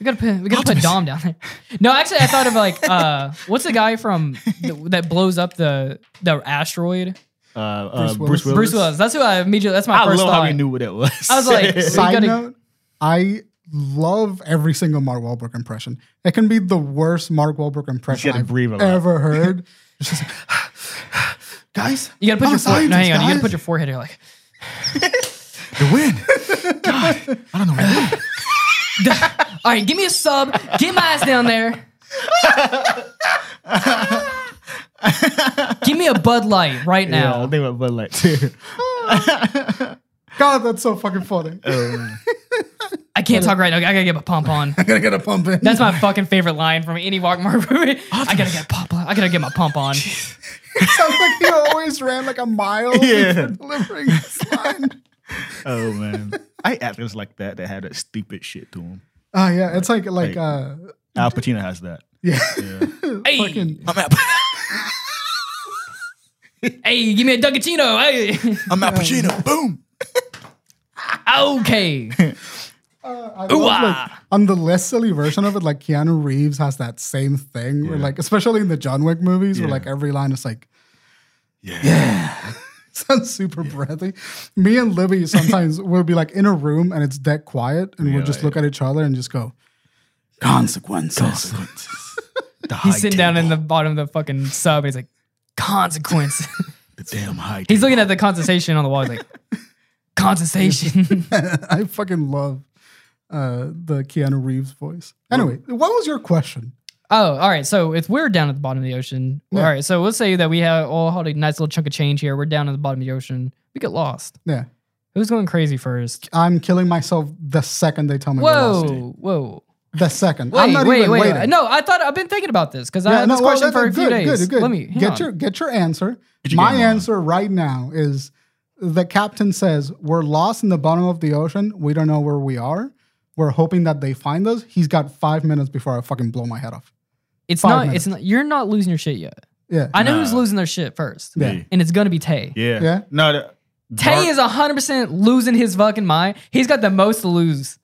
Speaker 1: We gotta put we gotta put Dom down there. No, actually, I thought of like uh, what's the guy from the, that blows up the the asteroid?
Speaker 3: uh, uh,
Speaker 2: Bruce
Speaker 3: Bruce,
Speaker 2: Willis.
Speaker 3: Willis.
Speaker 1: Bruce Willis. That's who I immediately. That's my
Speaker 3: I love
Speaker 1: first
Speaker 3: how
Speaker 1: thought.
Speaker 3: he knew what that was.
Speaker 1: I was
Speaker 3: (laughs)
Speaker 1: like, So you
Speaker 2: Side
Speaker 1: gotta-
Speaker 2: note: I love every single Mark Wahlberg impression. It can be the worst Mark Wahlberg impression
Speaker 3: gotta
Speaker 2: I've
Speaker 3: breathe a lot.
Speaker 2: ever heard. It's just guys,
Speaker 1: You gotta put
Speaker 2: I'm
Speaker 1: your
Speaker 2: a
Speaker 1: foot. No, hang on. You gotta
Speaker 2: scientist,
Speaker 1: put your forehead. You're like,
Speaker 3: the wind. God, I don't know. What it is.
Speaker 1: all right, give me a sub. Get my ass down
Speaker 2: (laughs)
Speaker 1: there. give me a Bud Light right
Speaker 3: yeah, I
Speaker 1: now.
Speaker 3: think about Bud
Speaker 1: (laughs)
Speaker 3: Light too.
Speaker 2: guys. (laughs) God, that's so fucking funny.
Speaker 3: Um,
Speaker 1: I can't talk right now. I gotta get my pump on.
Speaker 2: I gotta get a pump
Speaker 1: (laughs)
Speaker 2: in. (laughs)
Speaker 1: That's my fucking favorite line from any Walk Mark movie. I gotta get a pump. on. I gotta get my pump on.
Speaker 2: Sounds like he always ran like a mile
Speaker 3: Yeah.
Speaker 2: before (laughs) delivering this line.
Speaker 3: Oh man, I actors like that that had that stupid shit to them.
Speaker 2: Oh yeah, it's like like
Speaker 3: Like-
Speaker 2: uh
Speaker 3: Al Pacino has that.
Speaker 2: yeah.
Speaker 3: Yeah.
Speaker 1: Hey.
Speaker 2: Fucking
Speaker 3: I'm Al.
Speaker 1: Hey, give me a Ducatino. Hey.
Speaker 3: I'm Al
Speaker 1: (laughs)
Speaker 3: Pacino. Boom.
Speaker 2: (laughs)
Speaker 1: okay.
Speaker 2: uh, I love,
Speaker 1: Ooh-ah.
Speaker 2: like, on the less silly version of it, like Keanu Reeves has that same thing where
Speaker 3: Yeah.
Speaker 2: like especially in the John Wick movies where
Speaker 3: Yeah.
Speaker 2: like every line is like
Speaker 3: Yeah.
Speaker 2: (laughs) sounds super breathy. Me and Libby
Speaker 3: (laughs)
Speaker 2: sometimes will be like in a room and it's dead quiet and we'll
Speaker 3: Yeah,
Speaker 2: just look at each other and just go (laughs) consequences.
Speaker 3: The high
Speaker 1: He's sitting down in the bottom of the fucking sub. He's like, consequence. (laughs)
Speaker 3: the damn high.
Speaker 1: he's looking at the condensation on the wall. He's
Speaker 2: (laughs)
Speaker 1: like, condensation.
Speaker 2: I fucking love uh, the Keanu Reeves voice. Anyway, what was your question?
Speaker 1: (laughs) oh, all right. So if we're down at the bottom of the ocean,
Speaker 2: Yeah.
Speaker 1: all right. So let's say that we have all hold a nice little chunk of change here. We're down at the bottom of the ocean. We get lost.
Speaker 2: Yeah,
Speaker 1: Who's going crazy first?
Speaker 2: I'm killing myself the second they tell me. we're lost.
Speaker 1: Whoa, whoa.
Speaker 2: the second.
Speaker 1: Wait,
Speaker 2: I'm not
Speaker 1: wait,
Speaker 2: even
Speaker 1: wait.
Speaker 2: waiting.
Speaker 1: No, I thought I've been thinking about this because I
Speaker 2: Yeah,
Speaker 1: had
Speaker 2: no,
Speaker 1: Uh, this
Speaker 2: well,
Speaker 1: question
Speaker 2: no,
Speaker 1: for
Speaker 2: no,
Speaker 1: a few
Speaker 2: good,
Speaker 1: days.
Speaker 2: Good, good.
Speaker 1: Let me hang
Speaker 2: get
Speaker 1: on.
Speaker 2: your get your answer.
Speaker 3: Get your
Speaker 2: My
Speaker 3: game on.
Speaker 2: answer right now is the captain says we're lost in the bottom of the ocean. We don't know where we are. We're hoping that they find us. He's got five minutes before I fucking blow my head off.
Speaker 1: It's
Speaker 2: Five
Speaker 1: not. It's
Speaker 2: minutes.
Speaker 1: not. You're not losing your shit yet.
Speaker 2: Yeah,
Speaker 1: I know who's
Speaker 3: Nah.
Speaker 1: losing their shit first,
Speaker 2: Yeah.
Speaker 1: and it's gonna be Tay.
Speaker 3: Yeah.
Speaker 2: Yeah.
Speaker 3: No. The,
Speaker 1: Tay is hundred percent losing his fucking mind. He's got the most to lose.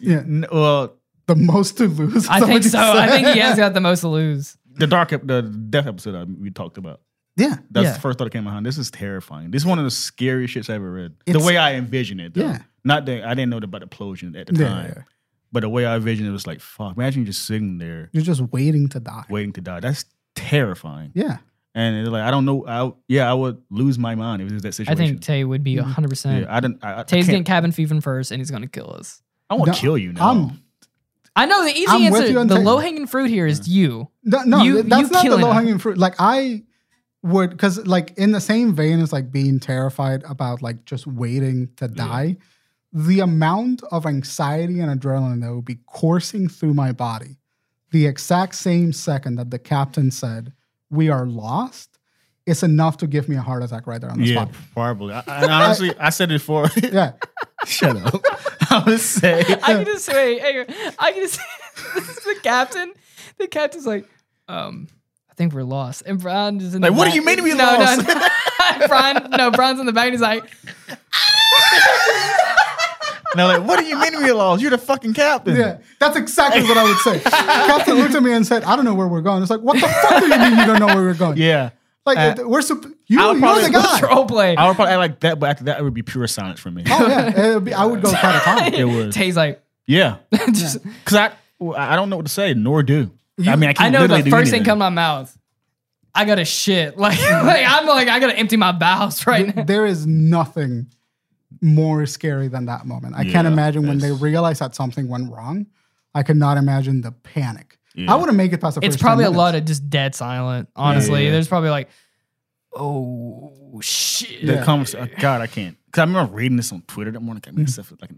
Speaker 2: yeah.
Speaker 3: N- well,
Speaker 2: The most to lose. (laughs)
Speaker 1: I think
Speaker 2: somebody
Speaker 1: so. I
Speaker 2: said.
Speaker 1: think he has got the most to lose.
Speaker 3: the dark, ep- the death episode that we talked about.
Speaker 2: (laughs) Yeah.
Speaker 3: That's
Speaker 1: Yeah.
Speaker 3: the first thought that came to mind. This is terrifying. This is one of the scariest shits I ever read.
Speaker 2: It's-
Speaker 3: the way I envisioned it, though.
Speaker 2: Yeah.
Speaker 3: Not that I didn't know about the explosion at the
Speaker 2: Yeah,
Speaker 3: time,
Speaker 2: yeah.
Speaker 3: but the way I envisioned it was like, fuck. Imagine you just sitting there
Speaker 2: You're just waiting to die.
Speaker 3: waiting to die. That's terrifying.
Speaker 2: Yeah.
Speaker 3: And it's like I don't know. I yeah, I would lose my mind if it was that
Speaker 1: I
Speaker 3: situation.
Speaker 1: think Tay would be hundred percent.
Speaker 3: Yeah, I didn't. I, I,
Speaker 1: Tay's
Speaker 3: can't-
Speaker 1: getting cabin fever first, and he's gonna kill us.
Speaker 3: I want
Speaker 2: No,
Speaker 3: to kill you now.
Speaker 2: I'm
Speaker 1: I know the easy
Speaker 2: I'm with
Speaker 1: answer.
Speaker 2: you on
Speaker 1: The
Speaker 2: Tay.
Speaker 1: low hanging fruit here is you.
Speaker 2: No, no,
Speaker 1: You-
Speaker 2: th- that's
Speaker 1: you
Speaker 2: not the
Speaker 1: killing
Speaker 2: low
Speaker 1: him.
Speaker 2: hanging fruit. Like I would, because like in the same vein as like being terrified about like just waiting to die, the amount of anxiety and adrenaline that would be coursing through my body, the exact same second that the captain said we are lost, it's enough to give me a heart attack right there on the
Speaker 3: yeah,
Speaker 2: spot.
Speaker 3: probably. I, and honestly, I said it (laughs) before.
Speaker 2: Yeah,
Speaker 3: Shut up. (laughs) I would say.
Speaker 2: (laughs)
Speaker 1: I can just wait. Hang on. I can just. (laughs) this is the captain. The captain's like, um, I think we're lost. And Brian is in the
Speaker 3: Like, what do
Speaker 1: back-
Speaker 3: you mean we
Speaker 1: no,
Speaker 3: lost? (laughs)
Speaker 1: No, (laughs) no. Brian, no, Brian's in the back. And he's like,
Speaker 3: Now, like, what do you mean we lost? You're the fucking captain.
Speaker 2: yeah, that's exactly what I would say. captain looked at me and said, "I don't know where we're going." It's like, what the fuck do you mean you don't know where we're going?
Speaker 3: Yeah.
Speaker 2: like
Speaker 3: Uh,
Speaker 2: it- we're sup- you,
Speaker 3: I would
Speaker 2: you're
Speaker 3: probably-
Speaker 2: the
Speaker 1: what's
Speaker 2: guy.
Speaker 1: role play?
Speaker 3: I would probably act like that, but after that, it would be pure silence for me.
Speaker 2: Oh
Speaker 1: (laughs)
Speaker 2: yeah, it'd be, I would go catatonic.
Speaker 3: It would.
Speaker 1: Tay's like,
Speaker 3: Yeah.
Speaker 1: just,
Speaker 3: Because I, well, I don't know what to say, nor do. I mean, I
Speaker 1: I
Speaker 3: can't
Speaker 1: know
Speaker 3: literally
Speaker 1: the
Speaker 3: do
Speaker 1: first thing
Speaker 3: anything.
Speaker 1: come to my mouth. I gotta shit. (laughs) Like, like I'm like, I gotta empty my bowels (laughs) right now.
Speaker 2: There is nothing more scary than that moment. I can't
Speaker 3: Yeah,
Speaker 2: imagine when they
Speaker 3: that's-
Speaker 2: realize that something went wrong. I could not imagine the panic.
Speaker 3: Yeah.
Speaker 2: I wouldn't make it past the
Speaker 1: It's
Speaker 2: first.
Speaker 1: probably a
Speaker 2: 10
Speaker 1: lot of just dead silent, honestly.
Speaker 3: yeah.
Speaker 1: There's probably like, oh shit.
Speaker 3: The
Speaker 2: Yeah.
Speaker 3: conversation, God, I can't. Because I remember reading this on Twitter that morning. Got me stuff like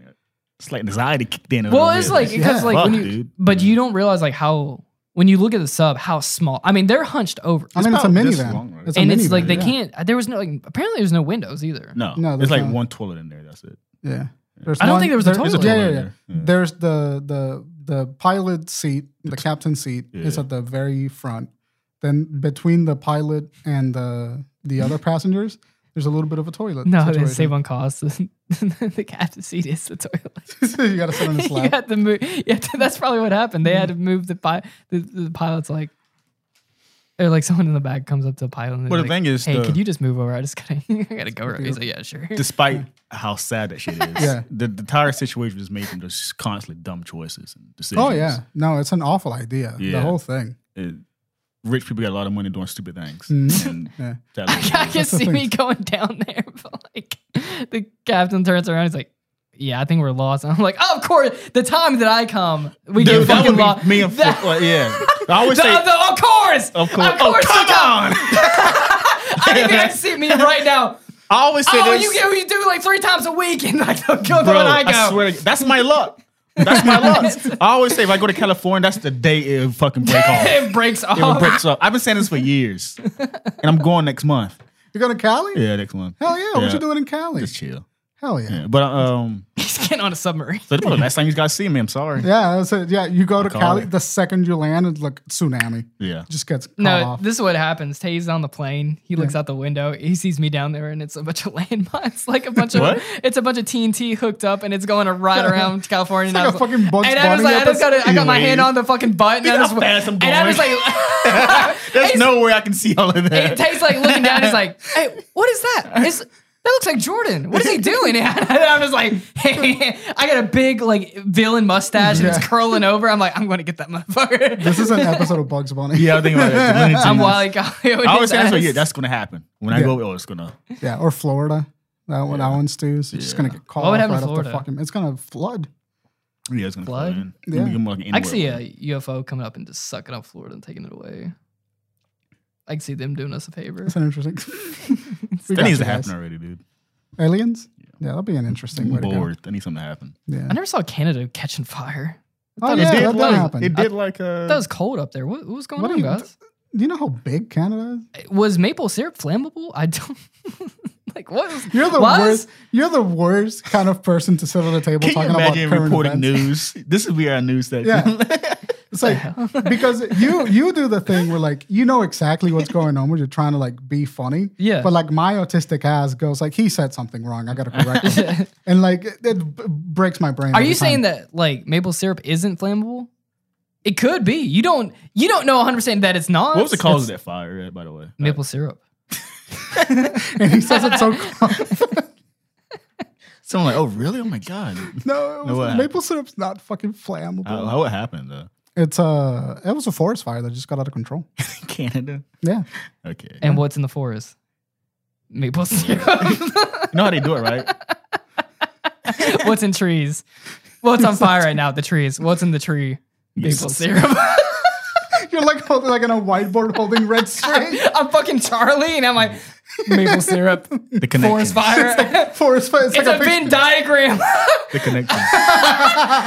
Speaker 3: it's like anxiety kicked in. a
Speaker 1: Well,
Speaker 3: little
Speaker 1: it's
Speaker 3: bit.
Speaker 1: like because
Speaker 2: Yeah.
Speaker 1: like
Speaker 3: Fuck,
Speaker 1: when you,
Speaker 3: dude.
Speaker 1: but you don't realize like how when you look at the sub how small. I mean, they're hunched over,
Speaker 2: I mean, it's a
Speaker 3: about this
Speaker 2: minivan.
Speaker 3: long, right?
Speaker 2: a
Speaker 1: and it's
Speaker 2: minivan,
Speaker 1: like they
Speaker 2: yeah.
Speaker 1: can't. There was no like apparently there's no windows either.
Speaker 3: no,
Speaker 2: No,
Speaker 3: it's
Speaker 2: there's
Speaker 3: like
Speaker 2: no-
Speaker 3: one toilet in there. That's it.
Speaker 2: Yeah, There's
Speaker 1: I don't think there was a toilet.
Speaker 2: Yeah, yeah, yeah.
Speaker 3: There's a toilet there, yeah.
Speaker 2: There's the the the pilot seat, the captain's seat is
Speaker 3: Yeah.
Speaker 2: at the very front. Then between the pilot and the the other passengers, there's a little bit of a toilet.
Speaker 1: No, they
Speaker 2: situation.
Speaker 1: save on cost. (laughs) the captain seat is the toilet. (laughs)
Speaker 2: (laughs) you gotta sit on his
Speaker 1: you
Speaker 2: lap.
Speaker 1: had to move. (laughs) Yeah, that's probably what happened. They had to move the pilot. The, the pilot's like, or like someone in the back comes up to the pilot. And
Speaker 3: Well,
Speaker 1: they're
Speaker 3: the
Speaker 1: like,
Speaker 3: thing is,
Speaker 1: hey,
Speaker 3: the-
Speaker 1: could you just move over? I just gotta, (laughs) I gotta go. Right. He's like, yeah, sure.
Speaker 3: Despite how sad that shit is,
Speaker 2: Yeah.
Speaker 3: the, the entire situation was making just constantly dumb choices and decisions.
Speaker 2: Oh yeah, no, it's an awful idea. The
Speaker 3: Yeah.
Speaker 2: whole thing.
Speaker 3: It- rich people get a lot of money doing stupid things. And
Speaker 2: Mm-hmm. Yeah.
Speaker 1: (laughs)
Speaker 3: that
Speaker 1: I, I can
Speaker 2: That's the
Speaker 1: see me
Speaker 3: (laughs)
Speaker 2: thing.
Speaker 1: going down there, (laughs) but like the captain turns around, he's like, "Yeah, I think we're lost." (laughs) And I'm like, "Oh, of course." The time that I come, we
Speaker 3: Dude,
Speaker 1: get
Speaker 3: that
Speaker 1: fucking
Speaker 3: would
Speaker 1: lost.
Speaker 3: be me
Speaker 1: (laughs)
Speaker 3: and
Speaker 1: That-
Speaker 3: Flo- like, yeah. I always
Speaker 1: the,
Speaker 3: say,
Speaker 1: the- of course,
Speaker 3: of course.
Speaker 1: of course.
Speaker 3: oh, come
Speaker 1: I, got-
Speaker 3: on. I
Speaker 1: (laughs) I
Speaker 3: (laughs)
Speaker 1: think I see me right now.
Speaker 3: always say
Speaker 1: Oh,
Speaker 3: this.
Speaker 1: you get what you do like three times a week, (laughs) and like the other
Speaker 3: Bro,
Speaker 1: one I go.
Speaker 3: swear to you, that's my luck. That's my
Speaker 1: (laughs)
Speaker 3: luck. I always say if I go to California, that's the day it fucking break off. It
Speaker 1: it breaks
Speaker 3: will
Speaker 1: off. (laughs)
Speaker 3: breaks up. I've been saying this for years, and I'm going next month.
Speaker 2: You go to Cali?
Speaker 3: Yeah, next month.
Speaker 2: Hell yeah.
Speaker 3: Yeah.
Speaker 2: What you doing in Cali?
Speaker 3: Just chill.
Speaker 2: Hell yeah.
Speaker 3: Yeah, but um,
Speaker 1: He's getting on a submarine.
Speaker 3: so that's probably the last time you guys see me. I'm sorry.
Speaker 2: Yeah, that's it. Yeah, you go to
Speaker 3: Call
Speaker 2: Cali
Speaker 3: it.
Speaker 2: the second you land, it's like tsunami.
Speaker 3: Yeah.
Speaker 2: Just gets cut
Speaker 1: No,
Speaker 2: off.
Speaker 1: this is what happens. Tay's on the plane. He looks out the window. He sees me down there, and it's a bunch of (laughs) landmines, like a bunch of
Speaker 3: What?
Speaker 1: it's a bunch of TNT hooked up, and it's going right
Speaker 2: (laughs)
Speaker 1: around California. and
Speaker 2: like
Speaker 1: I was
Speaker 2: a fucking Bugs
Speaker 1: and I was
Speaker 2: Bunny
Speaker 1: like, I just got
Speaker 2: episode.
Speaker 1: it. I got my
Speaker 3: Anyways.
Speaker 1: hand on the fucking button.
Speaker 3: Look
Speaker 1: and I
Speaker 3: how
Speaker 1: just,
Speaker 3: fast I'm
Speaker 1: (laughs) and I was
Speaker 3: going.
Speaker 2: (laughs)
Speaker 1: like,
Speaker 3: There's
Speaker 1: He's-
Speaker 3: no way I can see all of
Speaker 1: and
Speaker 3: that.
Speaker 1: Tay's like looking down. He's
Speaker 2: (laughs)
Speaker 1: like, hey, what is that? It's, that looks like Jordan. What is he doing? (laughs) And I'm just like, hey, I got a big like villain mustache and it's
Speaker 2: Yeah.
Speaker 1: curling over. I'm like, I'm going to get that motherfucker.
Speaker 2: This is an episode of Bugs Bunny.
Speaker 3: yeah, I think about that. The
Speaker 1: (laughs)
Speaker 3: Looney
Speaker 1: I'm (laughs)
Speaker 3: Tunes.
Speaker 1: Wally Coyote.
Speaker 3: I always say that's
Speaker 1: ass.
Speaker 3: what, yeah, that's gonna happen when I
Speaker 2: Yeah.
Speaker 3: go. Oh, it's gonna.
Speaker 2: Yeah, or Florida. That one, that
Speaker 3: Yeah.
Speaker 2: one's too. So it's just gonna get caught
Speaker 1: What would
Speaker 2: off
Speaker 1: happen
Speaker 2: right
Speaker 1: in
Speaker 2: off the
Speaker 1: Florida?
Speaker 2: fucking. It's gonna flood.
Speaker 3: Yeah, it's gonna
Speaker 1: Blood?
Speaker 3: flood in.
Speaker 2: Yeah.
Speaker 3: Give me like an
Speaker 1: I can see
Speaker 3: N-word.
Speaker 1: a UFO coming up and just sucking up Florida and taking it away. I can see them doing us a favor.
Speaker 2: That's
Speaker 1: (laughs)
Speaker 2: an interesting. (laughs) We
Speaker 3: That
Speaker 2: got
Speaker 3: needs
Speaker 2: you
Speaker 3: to
Speaker 2: guys.
Speaker 3: happen already, dude.
Speaker 2: Aliens. Yeah, that'd be an interesting
Speaker 3: I'm
Speaker 2: way to go.
Speaker 3: bored. That needs something to happen.
Speaker 1: I
Speaker 2: Yeah.
Speaker 1: never saw Canada catching fire.
Speaker 2: Oh
Speaker 1: It
Speaker 2: yeah,
Speaker 1: did
Speaker 2: that did
Speaker 1: flood.
Speaker 2: happen.
Speaker 3: It did like uh
Speaker 1: That was cold up there. What, what was going
Speaker 2: What
Speaker 1: on,
Speaker 2: do you-
Speaker 1: guys? Eh,
Speaker 2: Do you know how big Canada is?
Speaker 1: Was maple syrup flammable? I don't (laughs) like what. Was,
Speaker 2: You're the
Speaker 1: was?
Speaker 2: worst. You're the worst kind of person to sit at a table
Speaker 3: Can you
Speaker 2: talking about
Speaker 3: imagine
Speaker 2: current
Speaker 3: reporting
Speaker 2: events.
Speaker 3: news? This would be our news section.
Speaker 2: Yeah.
Speaker 1: (laughs)
Speaker 2: It's like because you you do the thing where like you know exactly what's going on when you're trying to like be funny.
Speaker 1: Yeah.
Speaker 2: But like my autistic ass goes like he said something wrong. I gotta
Speaker 1: (laughs)
Speaker 2: correct him. and like it, it b- breaks my brain.
Speaker 1: Are
Speaker 2: every
Speaker 1: you saying
Speaker 2: time.
Speaker 1: that like maple syrup isn't flammable? It could be. You don't. You don't know 100 percent that it's not.
Speaker 3: (laughs) What was the cause of
Speaker 1: It's
Speaker 3: that fire, uh, by the way?
Speaker 1: Maple syrup.
Speaker 2: And he
Speaker 1: (laughs)
Speaker 2: says it so calm.
Speaker 3: Someone like, oh really? Oh my
Speaker 1: (laughs)
Speaker 3: god.
Speaker 2: no, it was,
Speaker 3: No, Oh. what
Speaker 2: maple syrup's not fucking flammable.
Speaker 3: how, how it happened though? (laughs)
Speaker 2: it's uh it was a forest fire that just got out of
Speaker 1: (laughs)
Speaker 2: control.
Speaker 3: Canada.
Speaker 2: Yeah.
Speaker 3: Okay.
Speaker 1: And what's in the forest? Maple (laughs) syrup.
Speaker 3: You know how they do it, right?
Speaker 1: (laughs) What's in trees? What's on fire right now? The trees. What's in the tree? Maple syrup. (laughs)
Speaker 2: You're like holding like on a whiteboard holding red string.
Speaker 1: I'm fucking Charlie, and I'm like maple syrup,
Speaker 3: The connection.
Speaker 1: (laughs) forest fire.
Speaker 2: (laughs) Forest fire. It's,
Speaker 1: It's a
Speaker 2: like a,
Speaker 1: Venn diagram.
Speaker 3: The connection.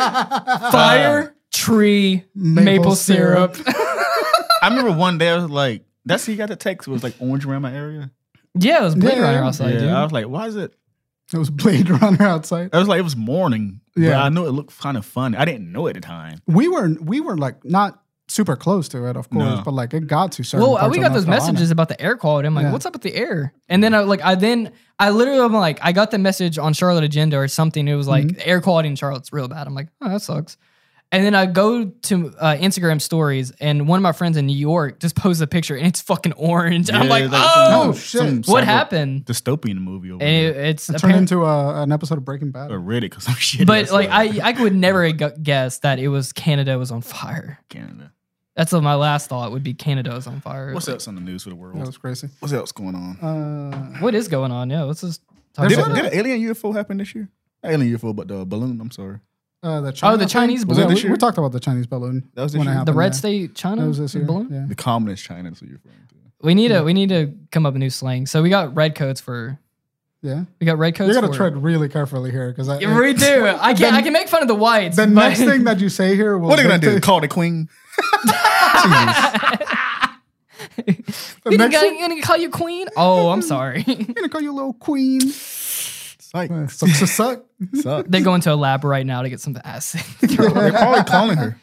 Speaker 1: Fire, tree, maple, syrup.
Speaker 3: I remember one day I was like, that's how you got the text. It was like orange around my area.
Speaker 1: yeah, it was Blade
Speaker 2: Yeah.
Speaker 1: Runner outside, dude.
Speaker 3: I was like, why is it?
Speaker 2: It was Blade Runner outside.
Speaker 3: I was like, it was morning. Yeah. But
Speaker 2: Yeah.
Speaker 3: I knew it looked kind of funny. I didn't know at the time.
Speaker 2: we were we were like not super close to it, of course,
Speaker 3: No.
Speaker 2: but like it got to certain.
Speaker 1: Well, uh,
Speaker 2: parts
Speaker 1: we
Speaker 2: of
Speaker 1: got
Speaker 2: North
Speaker 1: those
Speaker 2: Carolina.
Speaker 1: messages about the air quality. I'm like,
Speaker 2: Yeah.
Speaker 1: what's up with the air? And then I like, I then I literally am like, I got the message on Charlotte Agenda or something. It was like
Speaker 2: Mm-hmm.
Speaker 1: the air quality in Charlotte's real bad. I'm like, oh, that sucks. And then I go to uh, Instagram stories, and one of my friends in New York just posted a picture, and it's fucking orange. (laughs) I'm
Speaker 3: Yeah,
Speaker 1: like,
Speaker 3: it's
Speaker 1: oh,
Speaker 2: Oh, shit.
Speaker 1: what
Speaker 3: cyber-
Speaker 1: happened?
Speaker 3: Dystopian movie over
Speaker 1: And
Speaker 3: there.
Speaker 1: it, it's
Speaker 2: It turned
Speaker 1: apparent-
Speaker 2: into a, an episode of Breaking Bad.
Speaker 3: or Reddit or some (laughs) shit.
Speaker 1: but
Speaker 3: That's
Speaker 1: like I, I would never have gu- guessed that it was Canada was on fire.
Speaker 3: Canada.
Speaker 1: That's what my last thought would be Canada was on fire.
Speaker 3: What's else on the news for the
Speaker 2: That
Speaker 3: world?
Speaker 2: was crazy.
Speaker 3: What's else going on?
Speaker 2: Uh,
Speaker 1: What is going on? Yeah, let's just talk
Speaker 2: Did
Speaker 3: Did,
Speaker 1: about
Speaker 2: it-
Speaker 1: that.
Speaker 3: did an alien UFO happen this year? Not Alien UFO, but the balloon. I'm sorry.
Speaker 2: uh, the China
Speaker 1: Oh, the
Speaker 2: thing?
Speaker 1: Chinese
Speaker 2: Was that-
Speaker 1: balloon.
Speaker 3: this
Speaker 2: we- we,
Speaker 3: year?
Speaker 2: talked about the Chinese balloon.
Speaker 3: That was this
Speaker 2: when it
Speaker 3: year?
Speaker 1: the
Speaker 2: happened,
Speaker 1: red
Speaker 2: yeah.
Speaker 1: state China
Speaker 2: That was this year.
Speaker 1: balloon.
Speaker 2: Yeah.
Speaker 3: The communist China. That's what you're referring to.
Speaker 1: We need to we need to come up with a new slang. So we got red codes for
Speaker 2: yeah.
Speaker 1: we got red
Speaker 2: You
Speaker 1: codes.
Speaker 2: got to
Speaker 1: for,
Speaker 2: tread really carefully here because
Speaker 1: Yeah, we do. I can I can make fun of the whites. (laughs)
Speaker 2: the
Speaker 1: but-
Speaker 2: next thing that you say here will
Speaker 3: What are they gonna
Speaker 2: dictate-
Speaker 3: do? Call the queen? (laughs)
Speaker 2: The
Speaker 1: we
Speaker 2: next
Speaker 1: gonna,
Speaker 2: thing,
Speaker 1: gonna call you queen. Oh, I'm sorry. (laughs)
Speaker 2: I'm gonna call you little queen. (laughs)
Speaker 3: Psych.
Speaker 2: Uh, Sucks to suck.
Speaker 3: Suck.
Speaker 1: They're going to a lab right now to get some acid. (laughs)
Speaker 3: They're probably calling her.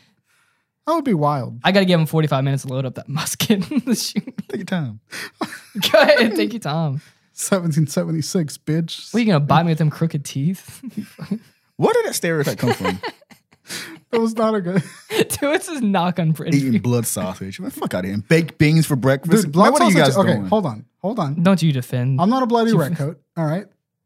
Speaker 2: That would be wild.
Speaker 1: I gotta give them 45 minutes to load up that musket. (laughs) Shoot me.
Speaker 3: Take your time.
Speaker 1: Go ahead, thank you, Tom.
Speaker 2: 1776, bitch.
Speaker 1: What are you gonna bite me with them crooked teeth? (laughs)
Speaker 3: Where did that stereotype
Speaker 2: (laughs)
Speaker 3: come from?
Speaker 2: That was not a good.
Speaker 1: Dude, it's just knock on pretty.
Speaker 3: Eating blood sausage. Man, fuck out of here. And baked beans for breakfast.
Speaker 2: Dude, blood
Speaker 3: Man, what are you
Speaker 2: sausage-
Speaker 3: guys
Speaker 2: okay,
Speaker 3: doing?
Speaker 2: hold on, hold on.
Speaker 1: Don't Mm. you defend?
Speaker 2: I'm not a
Speaker 1: (laughs)
Speaker 2: bloody redcoat. All right.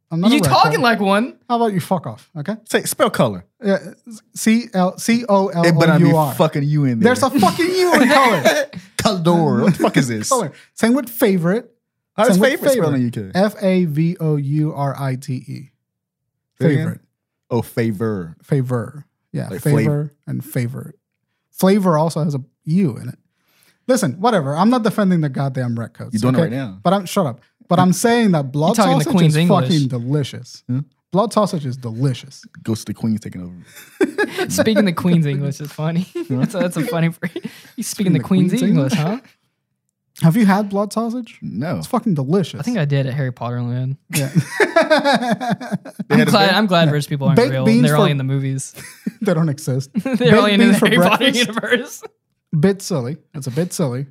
Speaker 2: I'm not a
Speaker 1: you
Speaker 2: redcoat.
Speaker 1: talking like one?
Speaker 2: How about you fuck off? Okay.
Speaker 3: Say spell color.
Speaker 2: Yeah. C L C O L
Speaker 3: It better
Speaker 2: O
Speaker 3: not
Speaker 2: U
Speaker 3: be
Speaker 2: R.
Speaker 3: fucking you in there.
Speaker 2: There's a fucking U in
Speaker 3: (laughs)
Speaker 2: color.
Speaker 3: color. What the fuck is this?
Speaker 2: color. Same with favorite.
Speaker 3: How's
Speaker 2: Same with
Speaker 3: favorite spelled in UK?
Speaker 2: F A V O U R I T E.
Speaker 3: Say it again?
Speaker 2: Favorite.
Speaker 3: Oh, favor.
Speaker 2: Favor. Yeah.
Speaker 3: Like
Speaker 2: favor
Speaker 3: flavor.
Speaker 2: and favorite. Flavor also has a U in it. Listen, whatever. I'm not defending the goddamn redcoats.
Speaker 3: You're doing it right now.
Speaker 2: But I'm shut up. But I'm saying that blood
Speaker 1: talking the
Speaker 2: sausage
Speaker 1: Queen's
Speaker 2: is
Speaker 1: English.
Speaker 2: fucking delicious. Blood sausage is delicious.
Speaker 4: Goes to the Queen's taking over.
Speaker 1: Speaking the
Speaker 2: (laughs)
Speaker 1: Queen's English is funny. that's, a, that's a funny phrase. He's speaking, the,
Speaker 2: the
Speaker 1: Queen's,
Speaker 2: Queen's
Speaker 1: English, huh?
Speaker 2: Have you had blood sausage?
Speaker 4: No,
Speaker 2: It's fucking delicious.
Speaker 1: I think I did at Harry Potter Land.
Speaker 2: yeah.
Speaker 4: They
Speaker 1: I'm
Speaker 4: had a
Speaker 1: glad,
Speaker 4: bit-
Speaker 1: I'm glad rich people aren't
Speaker 2: Baked
Speaker 1: real.
Speaker 2: beans
Speaker 1: They're only
Speaker 2: for-
Speaker 1: in the
Speaker 2: (laughs)
Speaker 1: movies.
Speaker 2: (laughs) they
Speaker 1: (laughs)
Speaker 2: don't exist.
Speaker 1: They're only in the
Speaker 2: beans for
Speaker 1: Harry Potter
Speaker 2: breakfast? (laughs)
Speaker 1: universe.
Speaker 2: Bit silly. It's a bit silly.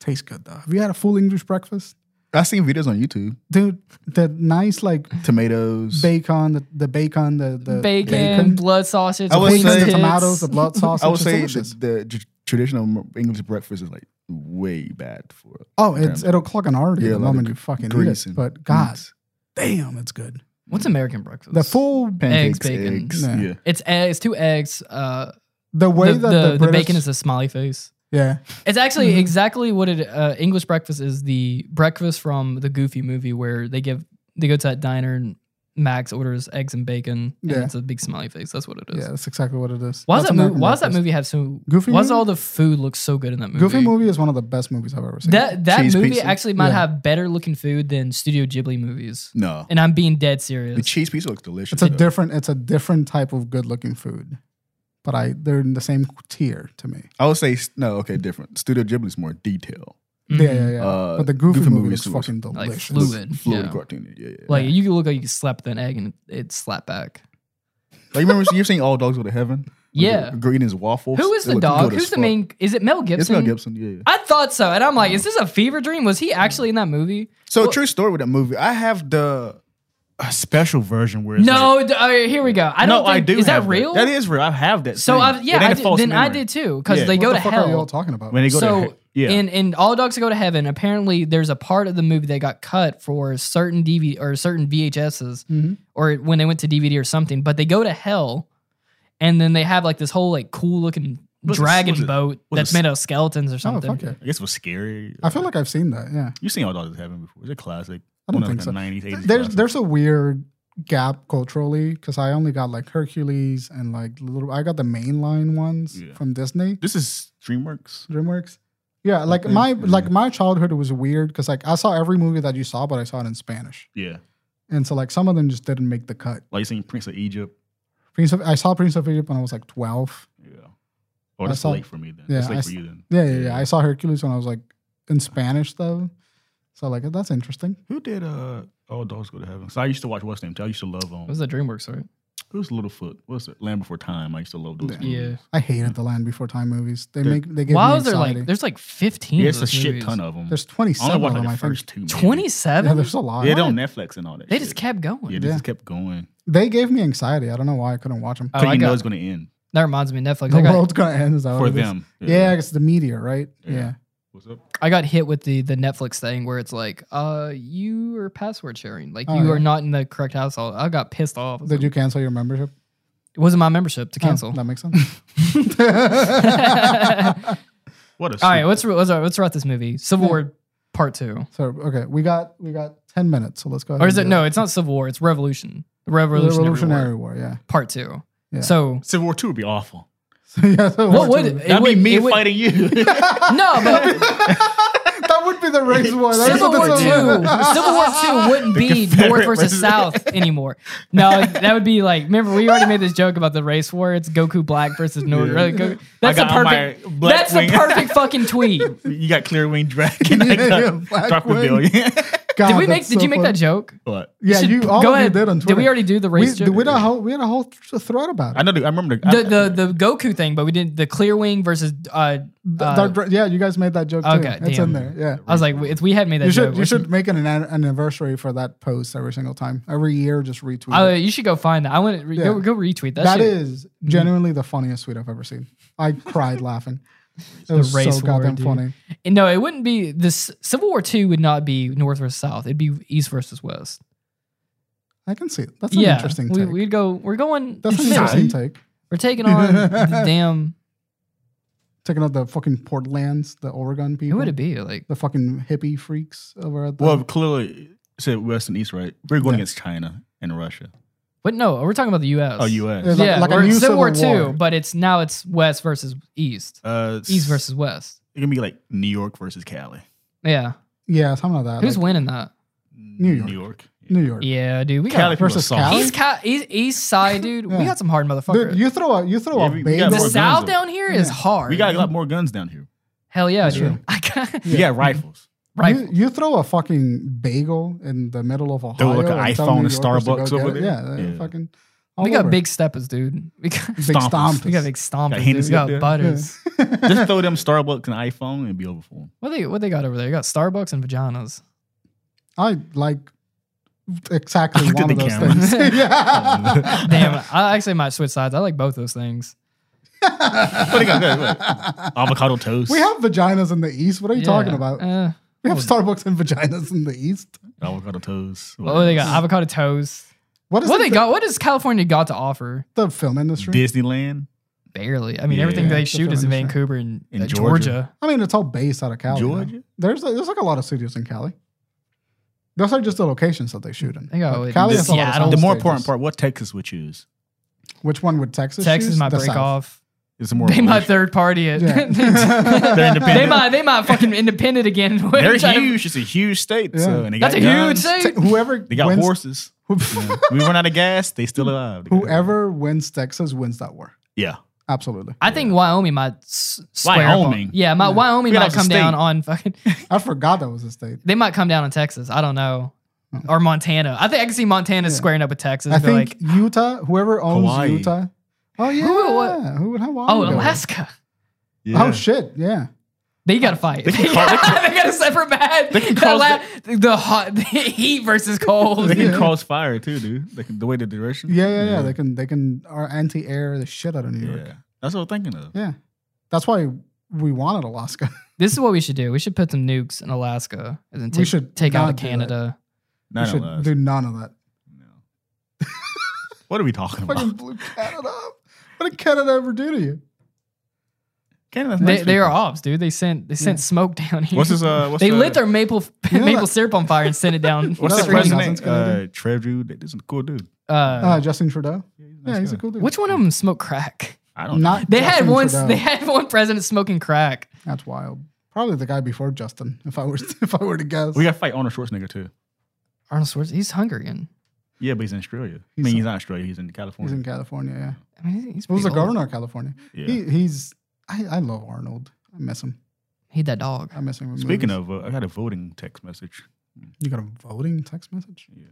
Speaker 2: Tastes good though. Have you had a full English breakfast,
Speaker 4: I seen videos on YouTube.
Speaker 2: dude? The nice like
Speaker 4: Tomatoes.
Speaker 2: bacon, the, the bacon, the, the
Speaker 1: Bacon, blood sausage,
Speaker 4: I would
Speaker 1: wings,
Speaker 2: Queens,
Speaker 4: say-
Speaker 2: the
Speaker 1: tits.
Speaker 2: tomatoes, the blood
Speaker 4: (laughs)
Speaker 2: sausage.
Speaker 4: I would
Speaker 2: It's
Speaker 4: say
Speaker 2: delicious.
Speaker 4: the, the tr- traditional English breakfast is like way bad for
Speaker 2: Oh, it's,
Speaker 4: Damn.
Speaker 2: it'll clock an artery
Speaker 4: Yeah,
Speaker 2: the
Speaker 4: like
Speaker 2: moment
Speaker 4: a
Speaker 2: you fucking
Speaker 4: grease
Speaker 2: eat it.
Speaker 4: and
Speaker 2: But God
Speaker 4: meats.
Speaker 2: damn, it's good.
Speaker 1: What's American breakfast?
Speaker 2: The full,
Speaker 4: pancakes,
Speaker 1: bacon.
Speaker 4: eggs.
Speaker 2: Nah.
Speaker 4: Yeah,
Speaker 1: It's eggs, two eggs. Uh,
Speaker 2: the way
Speaker 1: the,
Speaker 2: that
Speaker 1: the-
Speaker 2: the,
Speaker 1: the
Speaker 2: British-
Speaker 1: bacon is a smiley face.
Speaker 2: yeah,
Speaker 1: It's actually
Speaker 2: Mm-hmm.
Speaker 1: exactly what it uh, English breakfast is. The breakfast from the Goofy movie where they give they go to that diner and Max orders eggs and bacon, and
Speaker 2: Yeah.
Speaker 1: it's a big smiley face. That's what it is.
Speaker 2: yeah, that's exactly what it is.
Speaker 1: Why does
Speaker 2: That's
Speaker 1: that movie?
Speaker 2: American
Speaker 1: Why does that
Speaker 2: breakfast.
Speaker 1: movie have so?
Speaker 2: Goofy
Speaker 1: Why does
Speaker 2: movie?
Speaker 1: all the food look so good in that movie?
Speaker 2: Goofy movie is one of the best movies I've ever seen.
Speaker 1: That that
Speaker 4: Cheese
Speaker 1: movie
Speaker 4: pizza?
Speaker 1: actually might
Speaker 2: Yeah.
Speaker 1: have better looking food than Studio Ghibli movies,
Speaker 4: no.
Speaker 1: and I'm being dead
Speaker 4: The
Speaker 1: serious.
Speaker 4: cheese pizza looks delicious.
Speaker 2: it's a
Speaker 4: though.
Speaker 2: different. It's a different type of good-looking food, but I they're in the same tier to me.
Speaker 4: I would say s- no. Okay, different. Studio Ghibli's more detail.
Speaker 1: Mhm.
Speaker 2: Yeah, yeah, yeah.
Speaker 4: Uh,
Speaker 2: but the Goofy,
Speaker 4: Goofy
Speaker 2: movie
Speaker 4: movie
Speaker 2: looks
Speaker 4: is
Speaker 2: fucking
Speaker 1: Mm-hmm. like
Speaker 2: delicious.
Speaker 1: fluid,
Speaker 4: Fluid
Speaker 1: yeah.
Speaker 4: cartoon. Yeah, yeah.
Speaker 1: Like you could look like you slapped an egg and it slapped back.
Speaker 4: Like you remember you've seen All Dogs Go to
Speaker 1: (laughs)
Speaker 4: Heaven?
Speaker 1: Yeah.
Speaker 4: Gr- eating his waffles.
Speaker 1: Who is
Speaker 4: It
Speaker 1: the
Speaker 4: looked
Speaker 1: dog?
Speaker 4: good as
Speaker 1: Who's the
Speaker 4: fuck.
Speaker 1: main? Is it Mel Gibson?
Speaker 4: It's Mel Gibson. Yeah. yeah.
Speaker 1: I thought so, and I'm like, is this a fever dream? Was he actually in that movie?
Speaker 4: So
Speaker 1: Well-
Speaker 4: true story with that movie. I have the
Speaker 3: A special version where it's like-
Speaker 1: No, d- uh, here we go. I don't.
Speaker 3: no, I
Speaker 1: think-
Speaker 3: do.
Speaker 1: Is that
Speaker 3: have
Speaker 1: real?
Speaker 3: That is real. I have that.
Speaker 1: So
Speaker 3: thing.
Speaker 1: I, yeah,
Speaker 3: It ain't
Speaker 1: I
Speaker 3: a
Speaker 1: did-
Speaker 3: false
Speaker 1: then I
Speaker 3: memory.
Speaker 1: did too because
Speaker 3: Yeah.
Speaker 1: they
Speaker 3: What
Speaker 1: go
Speaker 2: What
Speaker 1: to
Speaker 2: the fuck are you all
Speaker 1: hell.
Speaker 2: talking about?
Speaker 3: When they go
Speaker 1: so
Speaker 3: to he- yeah,
Speaker 1: in in all dogs go to heaven apparently there's a part of the movie that got cut for certain dv or certain vhs's
Speaker 2: Mhm.
Speaker 1: or when they went to dvd or something but they go to hell and then they have like this whole like cool looking
Speaker 3: Was it-
Speaker 1: dragon
Speaker 3: was it-
Speaker 1: boat
Speaker 3: was
Speaker 1: that's
Speaker 3: it-
Speaker 1: made out of skeletons or
Speaker 2: Oh,
Speaker 1: something
Speaker 2: fuck yeah.
Speaker 3: I guess it was scary.
Speaker 2: I feel like I've seen that. Yeah.
Speaker 3: you've seen all dogs heaven before. It's a classic.
Speaker 2: I don't
Speaker 3: One of
Speaker 2: think
Speaker 3: the
Speaker 2: so.
Speaker 3: 90s, 80s
Speaker 2: there's
Speaker 3: classics.
Speaker 2: there's a weird gap culturally because I only got like Hercules and like little I got the mainline ones
Speaker 3: Yeah.
Speaker 2: from Disney
Speaker 3: this is DreamWorks.
Speaker 2: DreamWorks. Yeah, like
Speaker 4: think,
Speaker 2: my
Speaker 4: yeah.
Speaker 2: like my childhood was weird because like I saw every movie that you saw, but I saw it in Spanish,
Speaker 3: Yeah,
Speaker 2: and so like some of them just didn't make the cut.
Speaker 3: like you seen Prince of Egypt.
Speaker 2: Prince of I saw Prince of Egypt when I was like twelve.
Speaker 3: Yeah, or
Speaker 2: I
Speaker 3: that's
Speaker 2: saw-
Speaker 3: late for me then.
Speaker 2: yeah,
Speaker 3: that's
Speaker 2: I
Speaker 3: late for
Speaker 2: s-
Speaker 3: you then.
Speaker 2: Yeah, yeah, yeah. I saw Hercules when I was like in Spanish though, so like that's interesting.
Speaker 3: Who did uh All Dogs Go to Heaven? So I used to watch what's name. I used to love
Speaker 1: it
Speaker 3: um
Speaker 1: was a dreamworks right
Speaker 3: who's Littlefoot? What's it? Land Before Time. I used to love those.
Speaker 2: Yeah.
Speaker 3: movies.
Speaker 1: yeah
Speaker 2: I hated the Land Before Time movies. They
Speaker 3: Dude.
Speaker 2: make they give
Speaker 1: why
Speaker 2: me
Speaker 1: was there
Speaker 2: anxiety.
Speaker 1: like there's like 15
Speaker 3: Yeah,
Speaker 1: of
Speaker 3: it's a
Speaker 1: those
Speaker 3: shit
Speaker 1: movies.
Speaker 3: ton of them.
Speaker 2: there's twenty
Speaker 3: I only
Speaker 2: seven of
Speaker 3: watched like
Speaker 2: them.
Speaker 3: the
Speaker 2: I think.
Speaker 3: first two. maybe.
Speaker 2: Yeah,
Speaker 1: 27
Speaker 2: there's a lot.
Speaker 3: Yeah, they're on Netflix and all that.
Speaker 1: they
Speaker 3: shit.
Speaker 1: just kept going
Speaker 3: Yeah, they
Speaker 2: Yeah.
Speaker 3: just kept going.
Speaker 2: They gave me anxiety. I don't know why I couldn't watch them.
Speaker 1: Oh,
Speaker 3: So
Speaker 1: I
Speaker 3: you know
Speaker 1: got-
Speaker 3: it's going to end
Speaker 1: that reminds me netflix
Speaker 2: the
Speaker 1: I got,
Speaker 2: world's gonna end. Is that what
Speaker 3: for
Speaker 2: it is?
Speaker 3: them.
Speaker 2: Yeah, it's the meteor, right? Yeah.
Speaker 3: Yeah. What's up?
Speaker 1: I got hit with the the netflix thing where it's like uh you are password sharing like
Speaker 2: Oh,
Speaker 1: you
Speaker 2: yeah.
Speaker 1: are not in the correct household i got pissed off I was
Speaker 2: Did
Speaker 1: like,
Speaker 2: you cancel your membership?
Speaker 1: it wasn't my membership to
Speaker 2: Oh,
Speaker 1: cancel (laughs)
Speaker 2: that makes sense.
Speaker 3: What a
Speaker 1: All right, let's let's let's write this movie, Civil
Speaker 2: Yeah.
Speaker 1: War Part Two,
Speaker 2: so okay, we got we got ten minutes, so let's go. Ahead
Speaker 1: or
Speaker 2: and
Speaker 1: is it
Speaker 2: do
Speaker 1: no? It's not Civil War. It's Revolution, the Revolutionary, War,
Speaker 2: Revolutionary War? Yeah. (laughs)
Speaker 1: Part Two.
Speaker 2: Yeah.
Speaker 1: So
Speaker 3: Civil War Two would be awful.
Speaker 2: So, yeah so
Speaker 1: what
Speaker 2: War
Speaker 1: would
Speaker 2: Two.
Speaker 1: it
Speaker 3: That'd
Speaker 1: would,
Speaker 3: be me
Speaker 1: it would-
Speaker 3: fighting (laughs) you.
Speaker 1: (laughs) No,
Speaker 2: (laughs)
Speaker 1: but
Speaker 2: that would be the race war? That's
Speaker 1: Civil War
Speaker 2: what
Speaker 1: Two,
Speaker 2: it's
Speaker 1: Civil
Speaker 2: about.
Speaker 1: War Two wouldn't
Speaker 2: (laughs)
Speaker 1: be North
Speaker 3: Confederate
Speaker 1: versus
Speaker 3: versus-
Speaker 1: South anymore. No, that would be like remember we already made this joke about the race war. It's Goku Black versus North. uh, Goku- That's
Speaker 3: I
Speaker 1: the
Speaker 3: got all my
Speaker 1: perfect.
Speaker 3: black
Speaker 1: That's
Speaker 3: wing.
Speaker 1: the perfect fucking
Speaker 2: (laughs)
Speaker 1: tweet.
Speaker 3: you got Clear Wing Dragon. (laughs) I
Speaker 2: Yeah,
Speaker 3: got
Speaker 2: yeah, Black
Speaker 3: Dr.
Speaker 2: Wing.
Speaker 3: Billion. (laughs)
Speaker 2: God,
Speaker 1: Did we make?
Speaker 2: Oh, that's
Speaker 1: Did
Speaker 2: so
Speaker 1: you make
Speaker 2: funny.
Speaker 1: that joke?
Speaker 3: but
Speaker 2: Yeah,
Speaker 1: should-
Speaker 2: you all
Speaker 1: go
Speaker 2: of you
Speaker 1: ahead.
Speaker 2: did on
Speaker 1: Did we
Speaker 2: Twitter.
Speaker 1: already do the race
Speaker 2: We,
Speaker 1: joke?
Speaker 2: we had a whole we had a whole th- thread about
Speaker 3: I
Speaker 2: it.
Speaker 3: know. The, I remember the,
Speaker 1: The, the
Speaker 3: I-
Speaker 1: the Goku thing, but we did the clear wing versus uh, uh,
Speaker 2: That- yeah, you guys made that joke too.
Speaker 1: Okay,
Speaker 2: it's
Speaker 1: damn.
Speaker 2: in there. Yeah.
Speaker 1: I was like, we- if we had made that
Speaker 2: You
Speaker 1: joke,
Speaker 2: should
Speaker 1: we
Speaker 2: you should make an, an anniversary for that post every single time. Every year, just retweet.
Speaker 1: I-
Speaker 2: it.
Speaker 1: you should go find that. I want to re- go,
Speaker 2: Yeah.
Speaker 1: go retweet that.
Speaker 2: That
Speaker 1: shit. Mm.
Speaker 2: is genuinely the funniest tweet I've ever seen. I
Speaker 1: (laughs)
Speaker 2: cried laughing. It
Speaker 1: The
Speaker 2: was
Speaker 1: race
Speaker 2: so goddamn
Speaker 1: war, dude.
Speaker 2: funny.
Speaker 1: And no, it wouldn't be this. Civil War Two would not be North versus South. It'd be East versus West.
Speaker 2: I can see it. That's an
Speaker 1: yeah,
Speaker 2: interesting
Speaker 1: we,
Speaker 2: take.
Speaker 1: we'd go. We're going.
Speaker 2: That's an
Speaker 1: middle.
Speaker 2: interesting take.
Speaker 1: We're taking
Speaker 2: (laughs)
Speaker 1: on the damn.
Speaker 2: Taking out the fucking Portlands, the Oregon
Speaker 1: Who
Speaker 2: people,
Speaker 1: would it be? Like
Speaker 2: the fucking hippie freaks over at the.
Speaker 3: well, clearly it said West and East, right? We're
Speaker 2: Yeah.
Speaker 3: going against China and Russia.
Speaker 1: But no, we're talking about the U.S.
Speaker 3: Oh, U.S.
Speaker 2: Yeah, like-
Speaker 1: yeah,
Speaker 2: like a
Speaker 1: we're
Speaker 2: new
Speaker 1: Civil,
Speaker 2: Civil
Speaker 1: War
Speaker 2: War.
Speaker 1: Two, but it's now it's West versus East,
Speaker 3: Uh,
Speaker 1: East versus West.
Speaker 3: It can be like New York versus Cali.
Speaker 1: Yeah,
Speaker 2: yeah, something like that.
Speaker 1: who's
Speaker 2: Like,
Speaker 1: winning that?
Speaker 3: New
Speaker 2: York.
Speaker 3: New York.
Speaker 2: New York.
Speaker 1: Yeah, dude, we
Speaker 3: Cali
Speaker 1: got
Speaker 3: people are
Speaker 2: versus
Speaker 3: soft.
Speaker 2: Cali?
Speaker 1: East, Ca- East, East
Speaker 2: (laughs)
Speaker 1: Side, dude. We
Speaker 2: Yeah.
Speaker 1: got some hard
Speaker 2: Dude,
Speaker 1: motherfuckers.
Speaker 2: you throw a you throw
Speaker 3: Yeah,
Speaker 2: a
Speaker 3: we- we
Speaker 2: bagel.
Speaker 3: got
Speaker 1: The
Speaker 3: more
Speaker 1: South
Speaker 3: guns, though.
Speaker 1: down here is hard.
Speaker 3: We got a lot more guns down here.
Speaker 1: Hell yeah,
Speaker 2: That's
Speaker 1: dude.
Speaker 2: true.
Speaker 1: (laughs) I got
Speaker 3: We got rifles.
Speaker 2: You,
Speaker 1: right.
Speaker 2: you throw a fucking bagel in the middle of Ohio.
Speaker 3: like an
Speaker 2: and tell
Speaker 3: iPhone
Speaker 2: New
Speaker 3: at
Speaker 2: Yorkers to go
Speaker 3: Starbucks
Speaker 2: get
Speaker 3: over
Speaker 2: it.
Speaker 3: there?
Speaker 2: Yeah,
Speaker 3: Yeah.
Speaker 2: yeah. fucking. all
Speaker 1: We got
Speaker 2: over.
Speaker 1: big steppers, dude. (laughs) We got
Speaker 2: big
Speaker 3: stompers.
Speaker 2: stomp.
Speaker 1: we got big stompers. dude. We
Speaker 3: Hennessy
Speaker 1: got
Speaker 3: up there? (laughs)
Speaker 1: butters.
Speaker 3: Just throw them Starbucks and iPhone and be over for them.
Speaker 1: What they what they got over there? You got Starbucks and vaginas.
Speaker 2: I like exactly
Speaker 3: I looked at
Speaker 2: one of
Speaker 3: the
Speaker 2: those
Speaker 3: camera.
Speaker 2: things. (laughs) yeah.
Speaker 3: (laughs)
Speaker 1: Damn, I actually might switch sides. I like both those things.
Speaker 3: What do you got there? What? Avocado toast.
Speaker 2: We have vaginas in the east. What are you
Speaker 1: Yeah.
Speaker 2: talking about?
Speaker 1: Uh,
Speaker 2: we have Starbucks and vaginas in the east.
Speaker 3: avocado toast.
Speaker 1: what do Oh, they got? Avocado toast.
Speaker 2: What is
Speaker 1: What
Speaker 2: it
Speaker 1: they
Speaker 2: that
Speaker 1: got? What does California got to offer?
Speaker 2: the film industry?
Speaker 3: Disneyland,
Speaker 1: Barely. I mean,
Speaker 3: Yeah.
Speaker 1: everything they
Speaker 2: That's
Speaker 1: shoot
Speaker 2: what
Speaker 1: is in
Speaker 2: I'm saying.
Speaker 1: Vancouver and
Speaker 3: In
Speaker 1: uh,
Speaker 3: Georgia.
Speaker 1: Georgia.
Speaker 2: I mean, it's all based out of Cali. you know?
Speaker 3: Georgia.
Speaker 2: There's like, there's like a lot of studios in Cali. Those are just the locations that they shoot in.
Speaker 1: They got,
Speaker 2: But
Speaker 1: like,
Speaker 2: Cali
Speaker 3: the
Speaker 2: has a lot of
Speaker 1: Seattle.
Speaker 2: sound
Speaker 3: The more
Speaker 2: stages.
Speaker 3: important part, what Texas would choose
Speaker 2: Which one would Texas?
Speaker 1: Texas
Speaker 2: choose?
Speaker 1: might
Speaker 2: The
Speaker 1: break
Speaker 2: South.
Speaker 1: off.
Speaker 3: is the more
Speaker 1: They might third party (laughs) it.
Speaker 2: Yeah.
Speaker 3: They're independent.
Speaker 1: they might they might fucking independent again. (laughs)
Speaker 3: They're
Speaker 1: Try to-
Speaker 3: huge. It's a huge state. So,
Speaker 2: Yeah.
Speaker 3: and they got
Speaker 1: That's a huge
Speaker 3: guns.
Speaker 2: Te-
Speaker 1: thing.
Speaker 2: whoever
Speaker 3: They got
Speaker 2: wins,
Speaker 3: horses. Yeah. we run out of gas. They still alive. They got-
Speaker 2: (laughs) whoever wins Texas wins that war.
Speaker 3: Yeah.
Speaker 2: Absolutely.
Speaker 1: I think Wyoming might s- square up on-
Speaker 3: Wyoming?
Speaker 1: yeah, my, Wyoming
Speaker 3: Forget
Speaker 1: might
Speaker 3: it's a
Speaker 1: come down
Speaker 3: state.
Speaker 1: on fucking.
Speaker 2: I forgot that was a state.
Speaker 1: They might come down on Texas. I don't know, or Montana. I think I can see Montana squaring up with Texas.
Speaker 2: I
Speaker 1: They're
Speaker 2: think
Speaker 1: like,
Speaker 2: Utah. Whoever owns
Speaker 3: Hawaii.
Speaker 2: Utah. Oh yeah.
Speaker 1: would what?
Speaker 2: Who would Hawaii?
Speaker 1: oh,
Speaker 2: go with?
Speaker 1: Alaska.
Speaker 3: Yeah.
Speaker 2: Oh shit. Yeah.
Speaker 1: They got to fight. They, (laughs)
Speaker 3: They can call- they
Speaker 1: got a separate match.
Speaker 3: They can
Speaker 1: The
Speaker 3: call
Speaker 1: la- the, hot the heat versus cold.
Speaker 3: They can
Speaker 2: (laughs) Yeah.
Speaker 3: cross fire too, dude. They can, the way the direction.
Speaker 2: Yeah. Yeah. Yeah. They can. They can. Are anti-air the shit out of New York.
Speaker 3: Yeah. That's what I'm thinking of.
Speaker 2: Yeah. That's why we wanted Alaska. (laughs)
Speaker 1: This is what we should do. We should put some nukes in Alaska and then
Speaker 2: We
Speaker 1: take,
Speaker 2: should
Speaker 1: take out
Speaker 2: not do that.
Speaker 1: Canada.
Speaker 2: we
Speaker 3: Not
Speaker 2: should
Speaker 3: unless.
Speaker 2: do none of that.
Speaker 3: No. what are we talking
Speaker 2: Fucking
Speaker 3: about?
Speaker 2: blew Canada up. What did Canada ever do to you?
Speaker 3: Canada's
Speaker 1: They,
Speaker 3: nice
Speaker 1: they
Speaker 3: people.
Speaker 1: are ops, dude. They sent they sent smoke down here.
Speaker 3: What's his? Uh, what's
Speaker 1: they
Speaker 3: the,
Speaker 1: lit their maple (laughs)
Speaker 2: You know
Speaker 1: maple
Speaker 2: that-
Speaker 1: syrup on fire and sent it
Speaker 2: (laughs)
Speaker 1: down.
Speaker 3: What's
Speaker 2: No,
Speaker 3: the
Speaker 2: it's
Speaker 3: president?
Speaker 2: really not.
Speaker 3: Uh, Trevor. This is a cool dude.
Speaker 1: Uh,
Speaker 2: Uh, Justin Trudeau.
Speaker 3: nice
Speaker 2: yeah, he's
Speaker 3: guy. Oh,
Speaker 2: a cool dude.
Speaker 1: which one of them smoked crack?
Speaker 3: I don't know.
Speaker 2: Not
Speaker 1: They had
Speaker 2: Justin
Speaker 1: one.
Speaker 2: Trudeau.
Speaker 1: They had one president smoking crack.
Speaker 2: That's wild. Probably the guy before Justin, (laughs) if I were if I were to guess.
Speaker 3: We got to fight Arnold Schwarzenegger too.
Speaker 1: Arnold Schwarzenegger. He's Hungarian.
Speaker 3: Yeah, but he's in Australia.
Speaker 2: He's
Speaker 3: I mean,
Speaker 2: a-
Speaker 3: he's not Australia. He's in California.
Speaker 2: he's in California. Yeah,
Speaker 1: I mean, he's
Speaker 2: he was the
Speaker 1: pretty old.
Speaker 2: governor of California.
Speaker 3: yeah.
Speaker 2: He, he's I, I love Arnold. I miss him.
Speaker 1: He had that dog.
Speaker 2: I miss him. with
Speaker 3: Speaking
Speaker 2: movies.
Speaker 3: of, uh, I got a voting text message.
Speaker 2: you got a voting text message
Speaker 3: Yeah,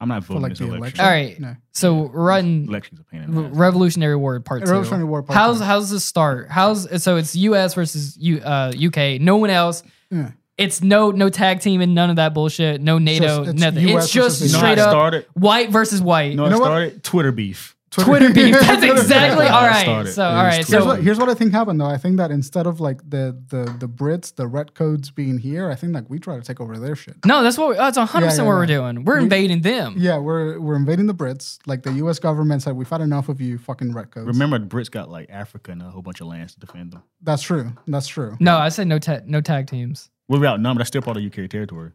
Speaker 3: I'm not voting
Speaker 2: like,
Speaker 3: this
Speaker 2: the
Speaker 3: election. Uh,
Speaker 2: election?
Speaker 1: All right.
Speaker 2: No.
Speaker 1: So we're running
Speaker 3: Election's a pain in the ass.
Speaker 1: Revolutionary War Part Two.
Speaker 2: Revolutionary War Part
Speaker 1: how's
Speaker 2: Two.
Speaker 1: how's this start? How's so it's U.S. versus U, uh, U.K. No one else.
Speaker 2: Yeah.
Speaker 1: It's no no tag team and none of that bullshit. No NATO.
Speaker 2: Just- it's
Speaker 1: nothing.
Speaker 2: US
Speaker 1: it's just
Speaker 2: versus
Speaker 3: You know how
Speaker 1: straight
Speaker 3: it
Speaker 1: up
Speaker 3: started?
Speaker 1: white versus white.
Speaker 3: You know, how
Speaker 2: You know
Speaker 3: it
Speaker 2: what?
Speaker 3: started Twitter beef.
Speaker 1: Twitter
Speaker 2: (laughs)
Speaker 1: beef. (laughs) That's
Speaker 2: Twitter beef.
Speaker 1: exactly
Speaker 3: That's
Speaker 1: all
Speaker 3: how it
Speaker 1: right.
Speaker 3: started.
Speaker 1: So
Speaker 3: It
Speaker 1: all
Speaker 3: was
Speaker 1: right.
Speaker 2: Here's
Speaker 1: So
Speaker 3: Twitter.
Speaker 2: what here's what I think happened though. I think that instead of like the the the Brits, the redcoats being here, I think like we try to take over their shit.
Speaker 1: no, that's what we, that's 100 percent
Speaker 2: Yeah,
Speaker 1: what
Speaker 2: yeah,
Speaker 1: we're
Speaker 2: yeah.
Speaker 1: doing. We're
Speaker 2: We-
Speaker 1: invading them.
Speaker 2: Yeah, we're we're invading the Brits. Like the U.S. government said, we've had enough of you, fucking redcoats.
Speaker 3: Remember, the Brits got like Africa and a whole bunch of lands to defend them.
Speaker 2: that's true. That's true.
Speaker 1: No, I said no ta- no tag teams.
Speaker 3: We're outnumbered. That's still part of UK territory.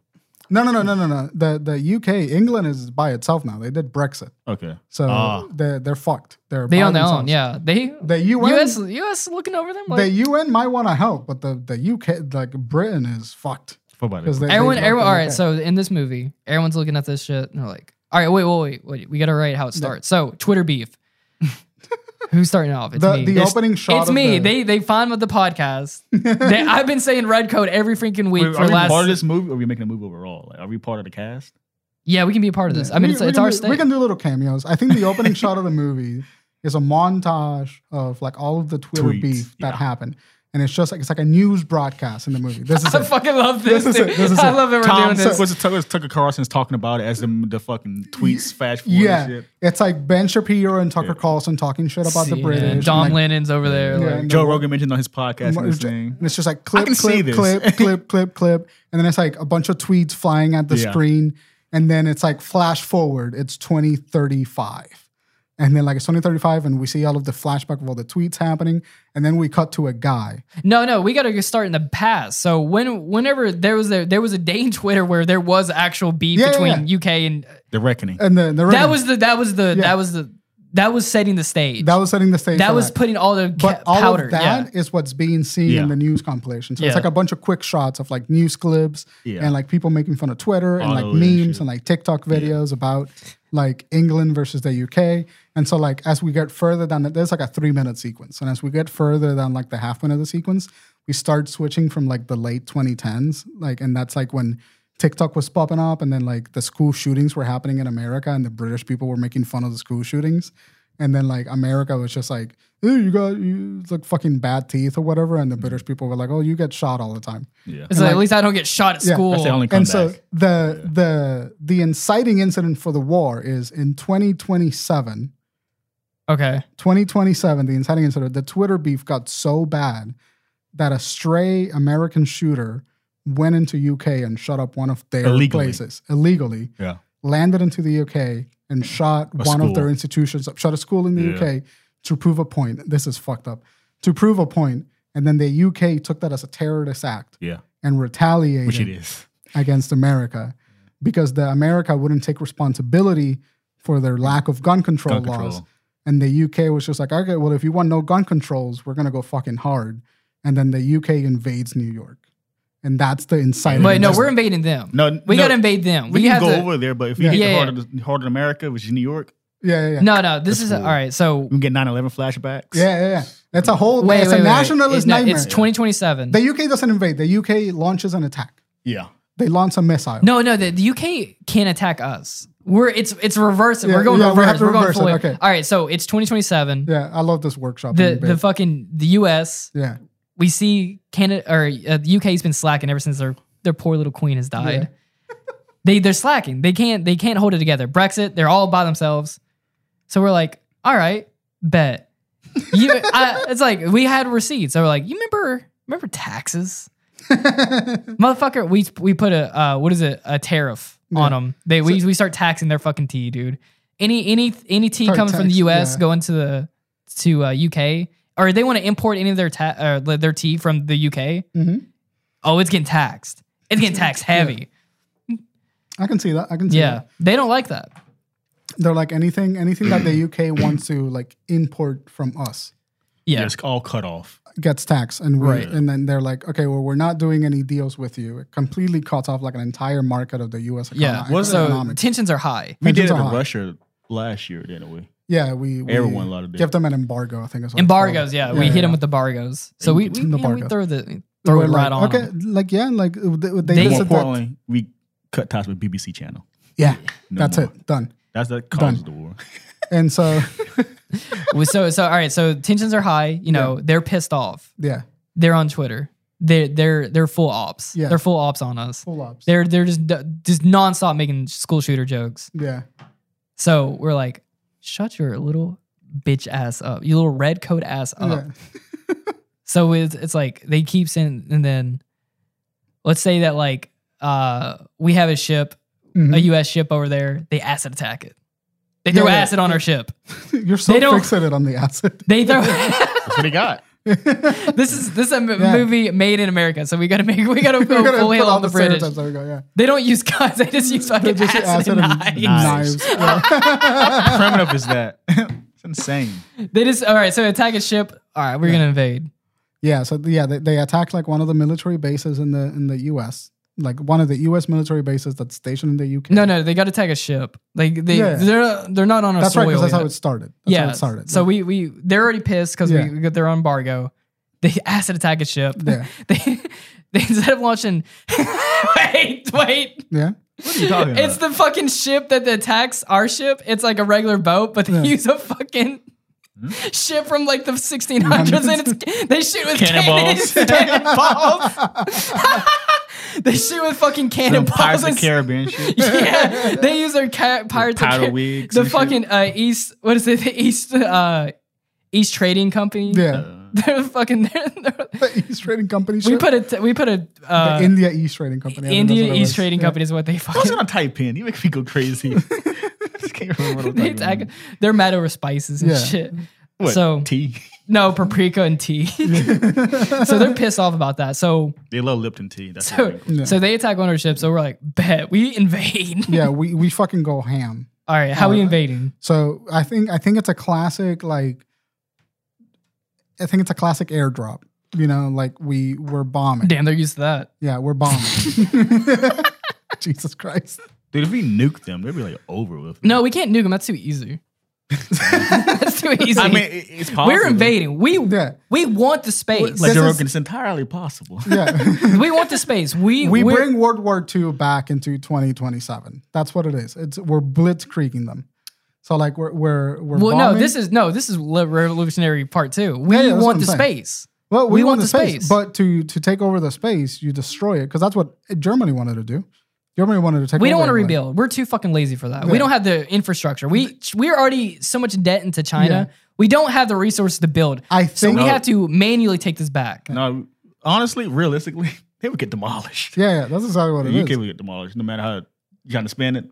Speaker 2: No, no, no, no, no, no. The the UK, England is by itself now. They did Brexit,
Speaker 3: Okay.
Speaker 2: so
Speaker 3: Ah.
Speaker 2: they're they're fucked. They're
Speaker 1: They
Speaker 2: by
Speaker 1: on their own.
Speaker 2: themselves.
Speaker 1: Yeah, they
Speaker 2: The UN,
Speaker 1: U.S. U.S. looking over them.
Speaker 2: the
Speaker 1: Like,
Speaker 2: UN might want to help, but the the UK, like Britain, is fucked.
Speaker 3: For about
Speaker 2: Because
Speaker 3: it.
Speaker 2: they- they
Speaker 1: everyone,
Speaker 2: fucked
Speaker 1: everyone.
Speaker 2: the
Speaker 1: All right.
Speaker 2: UK.
Speaker 1: So in this movie, everyone's looking at this shit and they're like, "All right, wait, wait, wait, wait. We gotta write how it starts." So Twitter
Speaker 2: (laughs)
Speaker 1: beef. Who's starting off? It's
Speaker 2: the
Speaker 1: me.
Speaker 2: the
Speaker 1: It's-
Speaker 2: opening shot.
Speaker 1: it's
Speaker 2: of
Speaker 1: me.
Speaker 2: the-
Speaker 1: They they find with the podcast.
Speaker 2: (laughs)
Speaker 1: They- I've been saying red code every freaking week
Speaker 3: Wait,
Speaker 1: for
Speaker 3: are we
Speaker 1: last.
Speaker 3: part of this movie, or are we making a movie overall? Like, are we part of the cast?
Speaker 1: Yeah, we can be a part of this.
Speaker 2: Yeah.
Speaker 1: I mean,
Speaker 2: We-
Speaker 1: it's,
Speaker 2: we
Speaker 1: it's
Speaker 2: can
Speaker 1: our
Speaker 2: do-
Speaker 1: state.
Speaker 2: We can do little cameos. I think the opening shot of the movie is a montage of like all of the Twitter
Speaker 3: Tweets,
Speaker 2: beef that
Speaker 3: yeah.
Speaker 2: happened, and it's just like it's like a news broadcast in the movie. This
Speaker 1: (laughs) (laughs)
Speaker 2: is
Speaker 1: I
Speaker 2: it.
Speaker 1: fucking love this.
Speaker 2: This is it,
Speaker 1: dude.
Speaker 2: this is
Speaker 1: I
Speaker 2: it.
Speaker 1: love that we're doing
Speaker 3: Tom,
Speaker 1: this.
Speaker 3: what's it, what's Tucker Carlson's talking about it as the, the fucking tweets flash forward
Speaker 2: Yeah,
Speaker 3: and shit.
Speaker 2: it's like Ben Shapiro and Tucker Carlson talking shit about the
Speaker 1: Yeah,
Speaker 2: British. and,
Speaker 1: John
Speaker 2: like,
Speaker 1: Lennon's over there.
Speaker 2: Yeah,
Speaker 1: like-
Speaker 2: and
Speaker 3: Joe
Speaker 2: the-
Speaker 3: Rogan mentioned on his podcast and
Speaker 2: Mo-
Speaker 3: this
Speaker 2: j-
Speaker 3: thing.
Speaker 2: and it's just like clip,
Speaker 3: can
Speaker 2: clip,
Speaker 3: see
Speaker 2: clip,
Speaker 3: this. (laughs)
Speaker 2: clip, clip, clip, and then it's like a bunch of tweets flying at the
Speaker 3: Yeah.
Speaker 2: screen, and then it's like flash forward. It's twenty thirty five, and then like it's twenty thirty five, and we see all of the flashback of all the tweets happening, and then we cut to a guy.
Speaker 1: No, no, we got to start in the past. So when, whenever there was a, there was a day in Twitter where there was actual beef
Speaker 2: Yeah, yeah,
Speaker 1: between UK and
Speaker 3: The Reckoning.
Speaker 2: uh, And the, the
Speaker 1: that was the that was the
Speaker 2: Mm. Yeah.
Speaker 1: that was the That was setting the stage.
Speaker 2: That was setting the stage.
Speaker 1: That
Speaker 2: for
Speaker 1: was putting all the ca-
Speaker 2: but all
Speaker 1: powder.
Speaker 2: of that
Speaker 1: yeah.
Speaker 2: is what's being seen
Speaker 3: Yeah.
Speaker 2: in the news compilation. So
Speaker 1: Yeah.
Speaker 2: it's like a bunch of quick shots of like news clips
Speaker 3: Yeah.
Speaker 2: and like people making fun of Twitter and
Speaker 3: All
Speaker 2: like
Speaker 3: of that
Speaker 2: memes
Speaker 3: shit.
Speaker 2: and like TikTok videos about like England versus the UK. And so like as we get further down, the- there's like a three minute sequence, and as we get further down like the half minute of the sequence, we start switching from like the late 2010s, like and that's like when. TikTok was popping up, and then like the school shootings were happening in America, and the British people were making fun of the school shootings. And then like America was just like, "Ew, you got you it's like fucking bad teeth or whatever. And the British people were like, oh, you get shot all the time.
Speaker 3: Yeah.
Speaker 1: It's like, at least I don't get shot at
Speaker 2: Yeah.
Speaker 1: school.
Speaker 3: That's the only
Speaker 2: and
Speaker 3: comeback.
Speaker 2: so the the the inciting incident for the war is in 2027.
Speaker 1: okay.
Speaker 2: 2027, the inciting incident, the Twitter beef got so bad that a stray American shooter went into UK and shot up one of their
Speaker 3: Illegally.
Speaker 2: places illegally
Speaker 3: yeah.
Speaker 2: landed into the UK and shot
Speaker 3: A
Speaker 2: one of
Speaker 3: school.
Speaker 2: their institutions up, shot a school in the UK to prove a point. This is fucked up. To prove a point, and then the UK took that as a terrorist act
Speaker 3: Yeah.
Speaker 2: and
Speaker 3: Which it
Speaker 2: retaliated
Speaker 3: is.
Speaker 2: against America because the America wouldn't take responsibility for their lack of gun control,
Speaker 3: Gun control.
Speaker 2: laws. And the UK was just like, okay, well, if you want no gun controls, we're gonna go fucking hard. And then the UK invades New York. And that's the inciting.
Speaker 1: Wait, no,
Speaker 2: incident.
Speaker 1: we're invading them.
Speaker 3: No,
Speaker 1: we
Speaker 3: no.
Speaker 1: gotta invade them.
Speaker 3: We,
Speaker 1: We,
Speaker 3: can
Speaker 1: have
Speaker 3: go
Speaker 1: to.
Speaker 3: over there, but if we
Speaker 2: Yeah.
Speaker 3: hit
Speaker 1: Yeah,
Speaker 3: the heart, of, the heart of America, which is New York,
Speaker 2: yeah, yeah, yeah.
Speaker 1: No, no. This is
Speaker 3: cool.
Speaker 1: all right. So
Speaker 3: we can get 9 11 flashbacks.
Speaker 2: Yeah, yeah, yeah. It's a whole.
Speaker 1: wait,
Speaker 2: it's
Speaker 1: wait,
Speaker 2: a
Speaker 1: wait.
Speaker 2: nationalist
Speaker 1: It- no,
Speaker 2: nightmare.
Speaker 1: It's 2027.
Speaker 2: the UK doesn't invade. The UK launches an attack.
Speaker 3: Yeah.
Speaker 2: They launch a missile.
Speaker 1: No, no, the, the UK can't attack us. We're it's it's reversing.
Speaker 2: Yeah,
Speaker 1: we're going
Speaker 2: yeah, we
Speaker 1: reverse.
Speaker 2: have to
Speaker 1: We are going
Speaker 2: reverse it,
Speaker 1: fully.
Speaker 2: okay.
Speaker 1: All right, so it's 2027.
Speaker 2: Yeah, I love this workshop.
Speaker 1: the
Speaker 2: in
Speaker 1: the
Speaker 2: bed.
Speaker 1: fucking the US.
Speaker 2: yeah,
Speaker 1: We see Canada or uh, the UK's been slacking ever since their their poor little queen has died. they they're slacking. They can't they can't hold it together. Brexit. They're all by themselves. So we're like, all right,
Speaker 2: (laughs)
Speaker 1: bet. You, I, it's like we had receipts. So we're like, you remember remember
Speaker 2: (laughs)
Speaker 1: taxes? motherfucker we we put a uh, what is it a tariff on them they we, we start taxing their fucking tea dude any any any tea
Speaker 2: Start
Speaker 1: coming from the
Speaker 2: tax-
Speaker 1: us
Speaker 2: yeah.
Speaker 1: going to the to uh, uk or they want to import any of their ta- uh, li- their tea from the uk
Speaker 2: Mhm.
Speaker 1: oh it's getting taxed it's getting taxed heavy
Speaker 2: I can see that. I can
Speaker 1: yeah,
Speaker 2: see that.
Speaker 1: they don't like that
Speaker 2: They're like anything, anything that the UK wants to like import from us
Speaker 1: yeah
Speaker 3: It's all cut off.
Speaker 2: gets taxed, and we,
Speaker 1: Right.
Speaker 2: and then they're like, okay, well, we're not doing any deals with you. It completely cuts off like an entire market of the U.S. Economy,
Speaker 1: yeah so
Speaker 2: economic.
Speaker 1: tensions are high
Speaker 3: We did
Speaker 2: Tensions
Speaker 3: it
Speaker 2: are
Speaker 3: to
Speaker 2: high.
Speaker 3: Russia last year, didn't we?
Speaker 2: yeah, we, we
Speaker 3: Everyone lot of
Speaker 2: give them an embargo. I think is what it's called.
Speaker 1: embargoes yeah, we hit them with embargoes so we, we,
Speaker 2: It's an
Speaker 1: yeah, we
Speaker 2: embargo.
Speaker 1: throw the throw
Speaker 2: We're
Speaker 1: it right
Speaker 2: like,
Speaker 1: on 'em.
Speaker 2: Okay, like yeah, like uh, they, they
Speaker 1: They-
Speaker 2: did
Speaker 3: More
Speaker 2: that-
Speaker 3: importantly, we cut ties with BBC channel.
Speaker 2: Yeah,
Speaker 3: No
Speaker 2: that's
Speaker 3: more.
Speaker 2: it. Done.
Speaker 3: That's that causes the war.
Speaker 2: And so, (laughs)
Speaker 1: Well, so so all right so tensions are high you know they're pissed off
Speaker 2: yeah,
Speaker 1: they're on Twitter. They're they're they're full ops.
Speaker 2: Yeah.
Speaker 1: They're full ops on us.
Speaker 2: full ups.
Speaker 1: They're they're just just nonstop making school shooter jokes.
Speaker 2: Yeah.
Speaker 1: So we're like, shut your little bitch ass up, you little red coat ass up.
Speaker 2: yeah. (laughs)
Speaker 1: So it's it's like they keep sending, and then let's say that like uh we have a ship,
Speaker 2: Mhm.
Speaker 1: a U.S. ship over there. They acid attack it. They throw
Speaker 2: Yeah, yeah.
Speaker 1: acid on our ship.
Speaker 2: You're so
Speaker 1: They don't-
Speaker 2: fixated on the acid. (laughs)
Speaker 1: They (laughs) throw.
Speaker 3: That's what they got.
Speaker 1: this is this is a m-
Speaker 2: Yeah.
Speaker 1: movie made in America, so we gotta make (laughs) we gotta
Speaker 2: We're
Speaker 1: go
Speaker 2: gonna
Speaker 1: full
Speaker 2: put
Speaker 1: hill
Speaker 2: all
Speaker 1: on the British.
Speaker 2: stereotypes. There we go. Yeah.
Speaker 1: (laughs) They don't use guns. They just use fucking
Speaker 2: Just
Speaker 1: acid, and knives.
Speaker 2: knives. Yeah.
Speaker 3: primitive is that? (laughs) it's insane.
Speaker 1: They just all right. So attack a ship. All right, we're gonna invade.
Speaker 2: Yeah, So yeah, they, they attacked like one of the military bases in the in the U.S. Like one of the U.S. military bases that's stationed in the U.K.
Speaker 1: No, no, they got to attack a ship. Like they,
Speaker 2: Yeah.
Speaker 1: they're they're not on our
Speaker 2: That's right,
Speaker 1: soil.
Speaker 2: because that's
Speaker 1: yet.
Speaker 2: how it started. That's
Speaker 1: yeah.
Speaker 2: how it started.
Speaker 1: So we we they're already pissed because
Speaker 2: Yeah.
Speaker 1: we, we got their embargo. They (laughs) acid attack a ship.
Speaker 2: Yeah.
Speaker 1: (laughs) they, they instead of launching, (laughs) wait, wait.
Speaker 2: yeah,
Speaker 3: What are you talking
Speaker 1: It's the fucking ship that attacks our ship. It's like a regular boat, but they
Speaker 2: Yeah.
Speaker 1: use a fucking
Speaker 3: Hmm?
Speaker 1: ship from like the 1600s, and it's they shoot with
Speaker 3: Cannonballs.
Speaker 1: cannons- cannonballs. (laughs) they shoot with fucking
Speaker 3: the
Speaker 1: cannonballs.
Speaker 3: Pirates of
Speaker 1: and
Speaker 3: the
Speaker 1: (laughs)
Speaker 3: Caribbean shit.
Speaker 1: yeah, they use their ca- pirates of
Speaker 3: powder
Speaker 1: Car-
Speaker 3: wigs
Speaker 1: The
Speaker 3: and shit.
Speaker 1: fucking uh, East, what is it? (laughs) The East, uh, East Trading Company.
Speaker 2: yeah.
Speaker 1: (laughs) they're fucking. They're, they're-
Speaker 2: (laughs) the East Trading Company.
Speaker 1: we
Speaker 2: shit.
Speaker 1: put a t- we put a uh,
Speaker 2: the India East Trading Company. I think that's
Speaker 1: India
Speaker 2: what it was.
Speaker 1: East Trading
Speaker 2: Yeah.
Speaker 1: Company is what they
Speaker 3: I was
Speaker 1: fucking.
Speaker 3: gonna type in. You make me
Speaker 2: (laughs)
Speaker 3: go crazy. Just can't remember what
Speaker 1: (laughs)
Speaker 3: I'm
Speaker 1: they
Speaker 3: talking
Speaker 1: attack,
Speaker 3: about.
Speaker 1: they're mad over spices and
Speaker 2: Yeah.
Speaker 1: shit.
Speaker 3: What?
Speaker 1: So
Speaker 3: tea. (laughs)
Speaker 1: no paprika and
Speaker 2: (laughs)
Speaker 1: tea. (laughs) so they're pissed off about that. So
Speaker 3: They love Lipton tea. That's what
Speaker 1: so,
Speaker 3: they-
Speaker 2: Yeah.
Speaker 1: so they attack ownership. So we're like, bet we invade.
Speaker 2: Yeah, we we fucking go ham.
Speaker 1: (laughs) All right, how are we
Speaker 2: Uh,
Speaker 1: invading?
Speaker 2: So I think I think it's a classic like I think it's a classic airdrop. You know, like we we're bombing.
Speaker 1: Damn, they're used to that.
Speaker 2: Yeah,
Speaker 1: (laughs)
Speaker 2: we're bombing. (laughs) Jesus Christ.
Speaker 3: Dude, if we nuke them, they'd be like over with.
Speaker 1: No, we can't nuke them. That's too easy. (laughs) That's too easy.
Speaker 3: I mean, it- it's possible.
Speaker 1: we're invading. We
Speaker 2: Yeah.
Speaker 1: we want the space.
Speaker 3: Like
Speaker 2: This
Speaker 3: Joe
Speaker 2: is-
Speaker 3: Rogan, it's entirely possible. (laughs)
Speaker 2: Yeah.
Speaker 1: we want the space. We
Speaker 2: (laughs) we
Speaker 1: we're-
Speaker 2: bring World War II back into 2027. That's what it is. It's we're blitzkrieging them. So like we're we're we're
Speaker 1: Well, no,
Speaker 2: bombing.
Speaker 1: this is no, this is le- revolutionary part two. We
Speaker 2: Yeah, yeah, that's what
Speaker 1: want
Speaker 2: I'm
Speaker 1: the
Speaker 2: saying.
Speaker 1: space.
Speaker 2: well,
Speaker 1: we want the space.
Speaker 2: But to to take over the space, you destroy it because that's what Germany wanted to do. Germany wanted to take.
Speaker 1: We don't want
Speaker 2: over
Speaker 1: to
Speaker 2: everything.
Speaker 1: rebuild. We're too fucking lazy for that. We
Speaker 2: Yeah.
Speaker 1: don't have the infrastructure. We we're already so much debt into China. We don't have the resources to build.
Speaker 2: I
Speaker 1: So
Speaker 2: think.
Speaker 1: we
Speaker 3: No.
Speaker 1: have to manually take this back.
Speaker 3: no, honestly, realistically, (laughs) they would get demolished.
Speaker 2: yeah, yeah, that's exactly what
Speaker 3: The
Speaker 2: (laughs) it is.
Speaker 3: UK would get demolished, no matter how you trying to span it.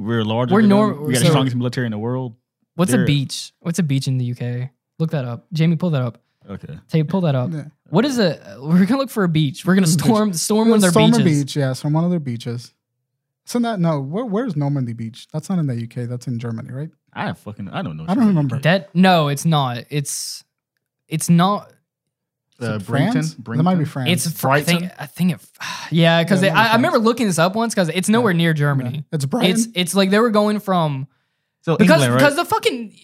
Speaker 3: We're larger.
Speaker 1: We're
Speaker 3: than them.
Speaker 1: nor-
Speaker 3: We got
Speaker 1: so-
Speaker 3: the strongest military in the world.
Speaker 1: What's a
Speaker 3: There.
Speaker 1: beach? What's a beach in the UK? Look that up. Jamie, pull that up.
Speaker 3: Okay.
Speaker 1: Tay, pull that up.
Speaker 2: Yeah.
Speaker 1: What is a? We're gonna look for a beach.
Speaker 2: (laughs)
Speaker 1: We're gonna storm storm one of their
Speaker 2: Storm a
Speaker 1: beaches.
Speaker 2: Beach, yes, from one of their beaches. Isn't that no? Where, where's Normandy Beach? That's not in the UK. That's in Germany, right?
Speaker 3: I don't fucking. I don't know. Uh,
Speaker 2: I don't remember.
Speaker 1: That no, it's not. It's it's not.
Speaker 2: Is
Speaker 3: Uh,
Speaker 2: it
Speaker 3: Brington.
Speaker 2: France? That might be
Speaker 3: Brington?
Speaker 2: France.
Speaker 1: It's fr- I think
Speaker 3: Brighton?
Speaker 1: I think it. (sighs) Yeah, because I,
Speaker 2: Yeah,
Speaker 1: I
Speaker 2: Northern
Speaker 1: remember looking this up once because it's nowhere near
Speaker 2: Yeah.
Speaker 1: Germany.
Speaker 2: It's Brighton.
Speaker 1: It's it's like they were going from
Speaker 3: So
Speaker 1: because
Speaker 3: England, right?
Speaker 1: because the fucking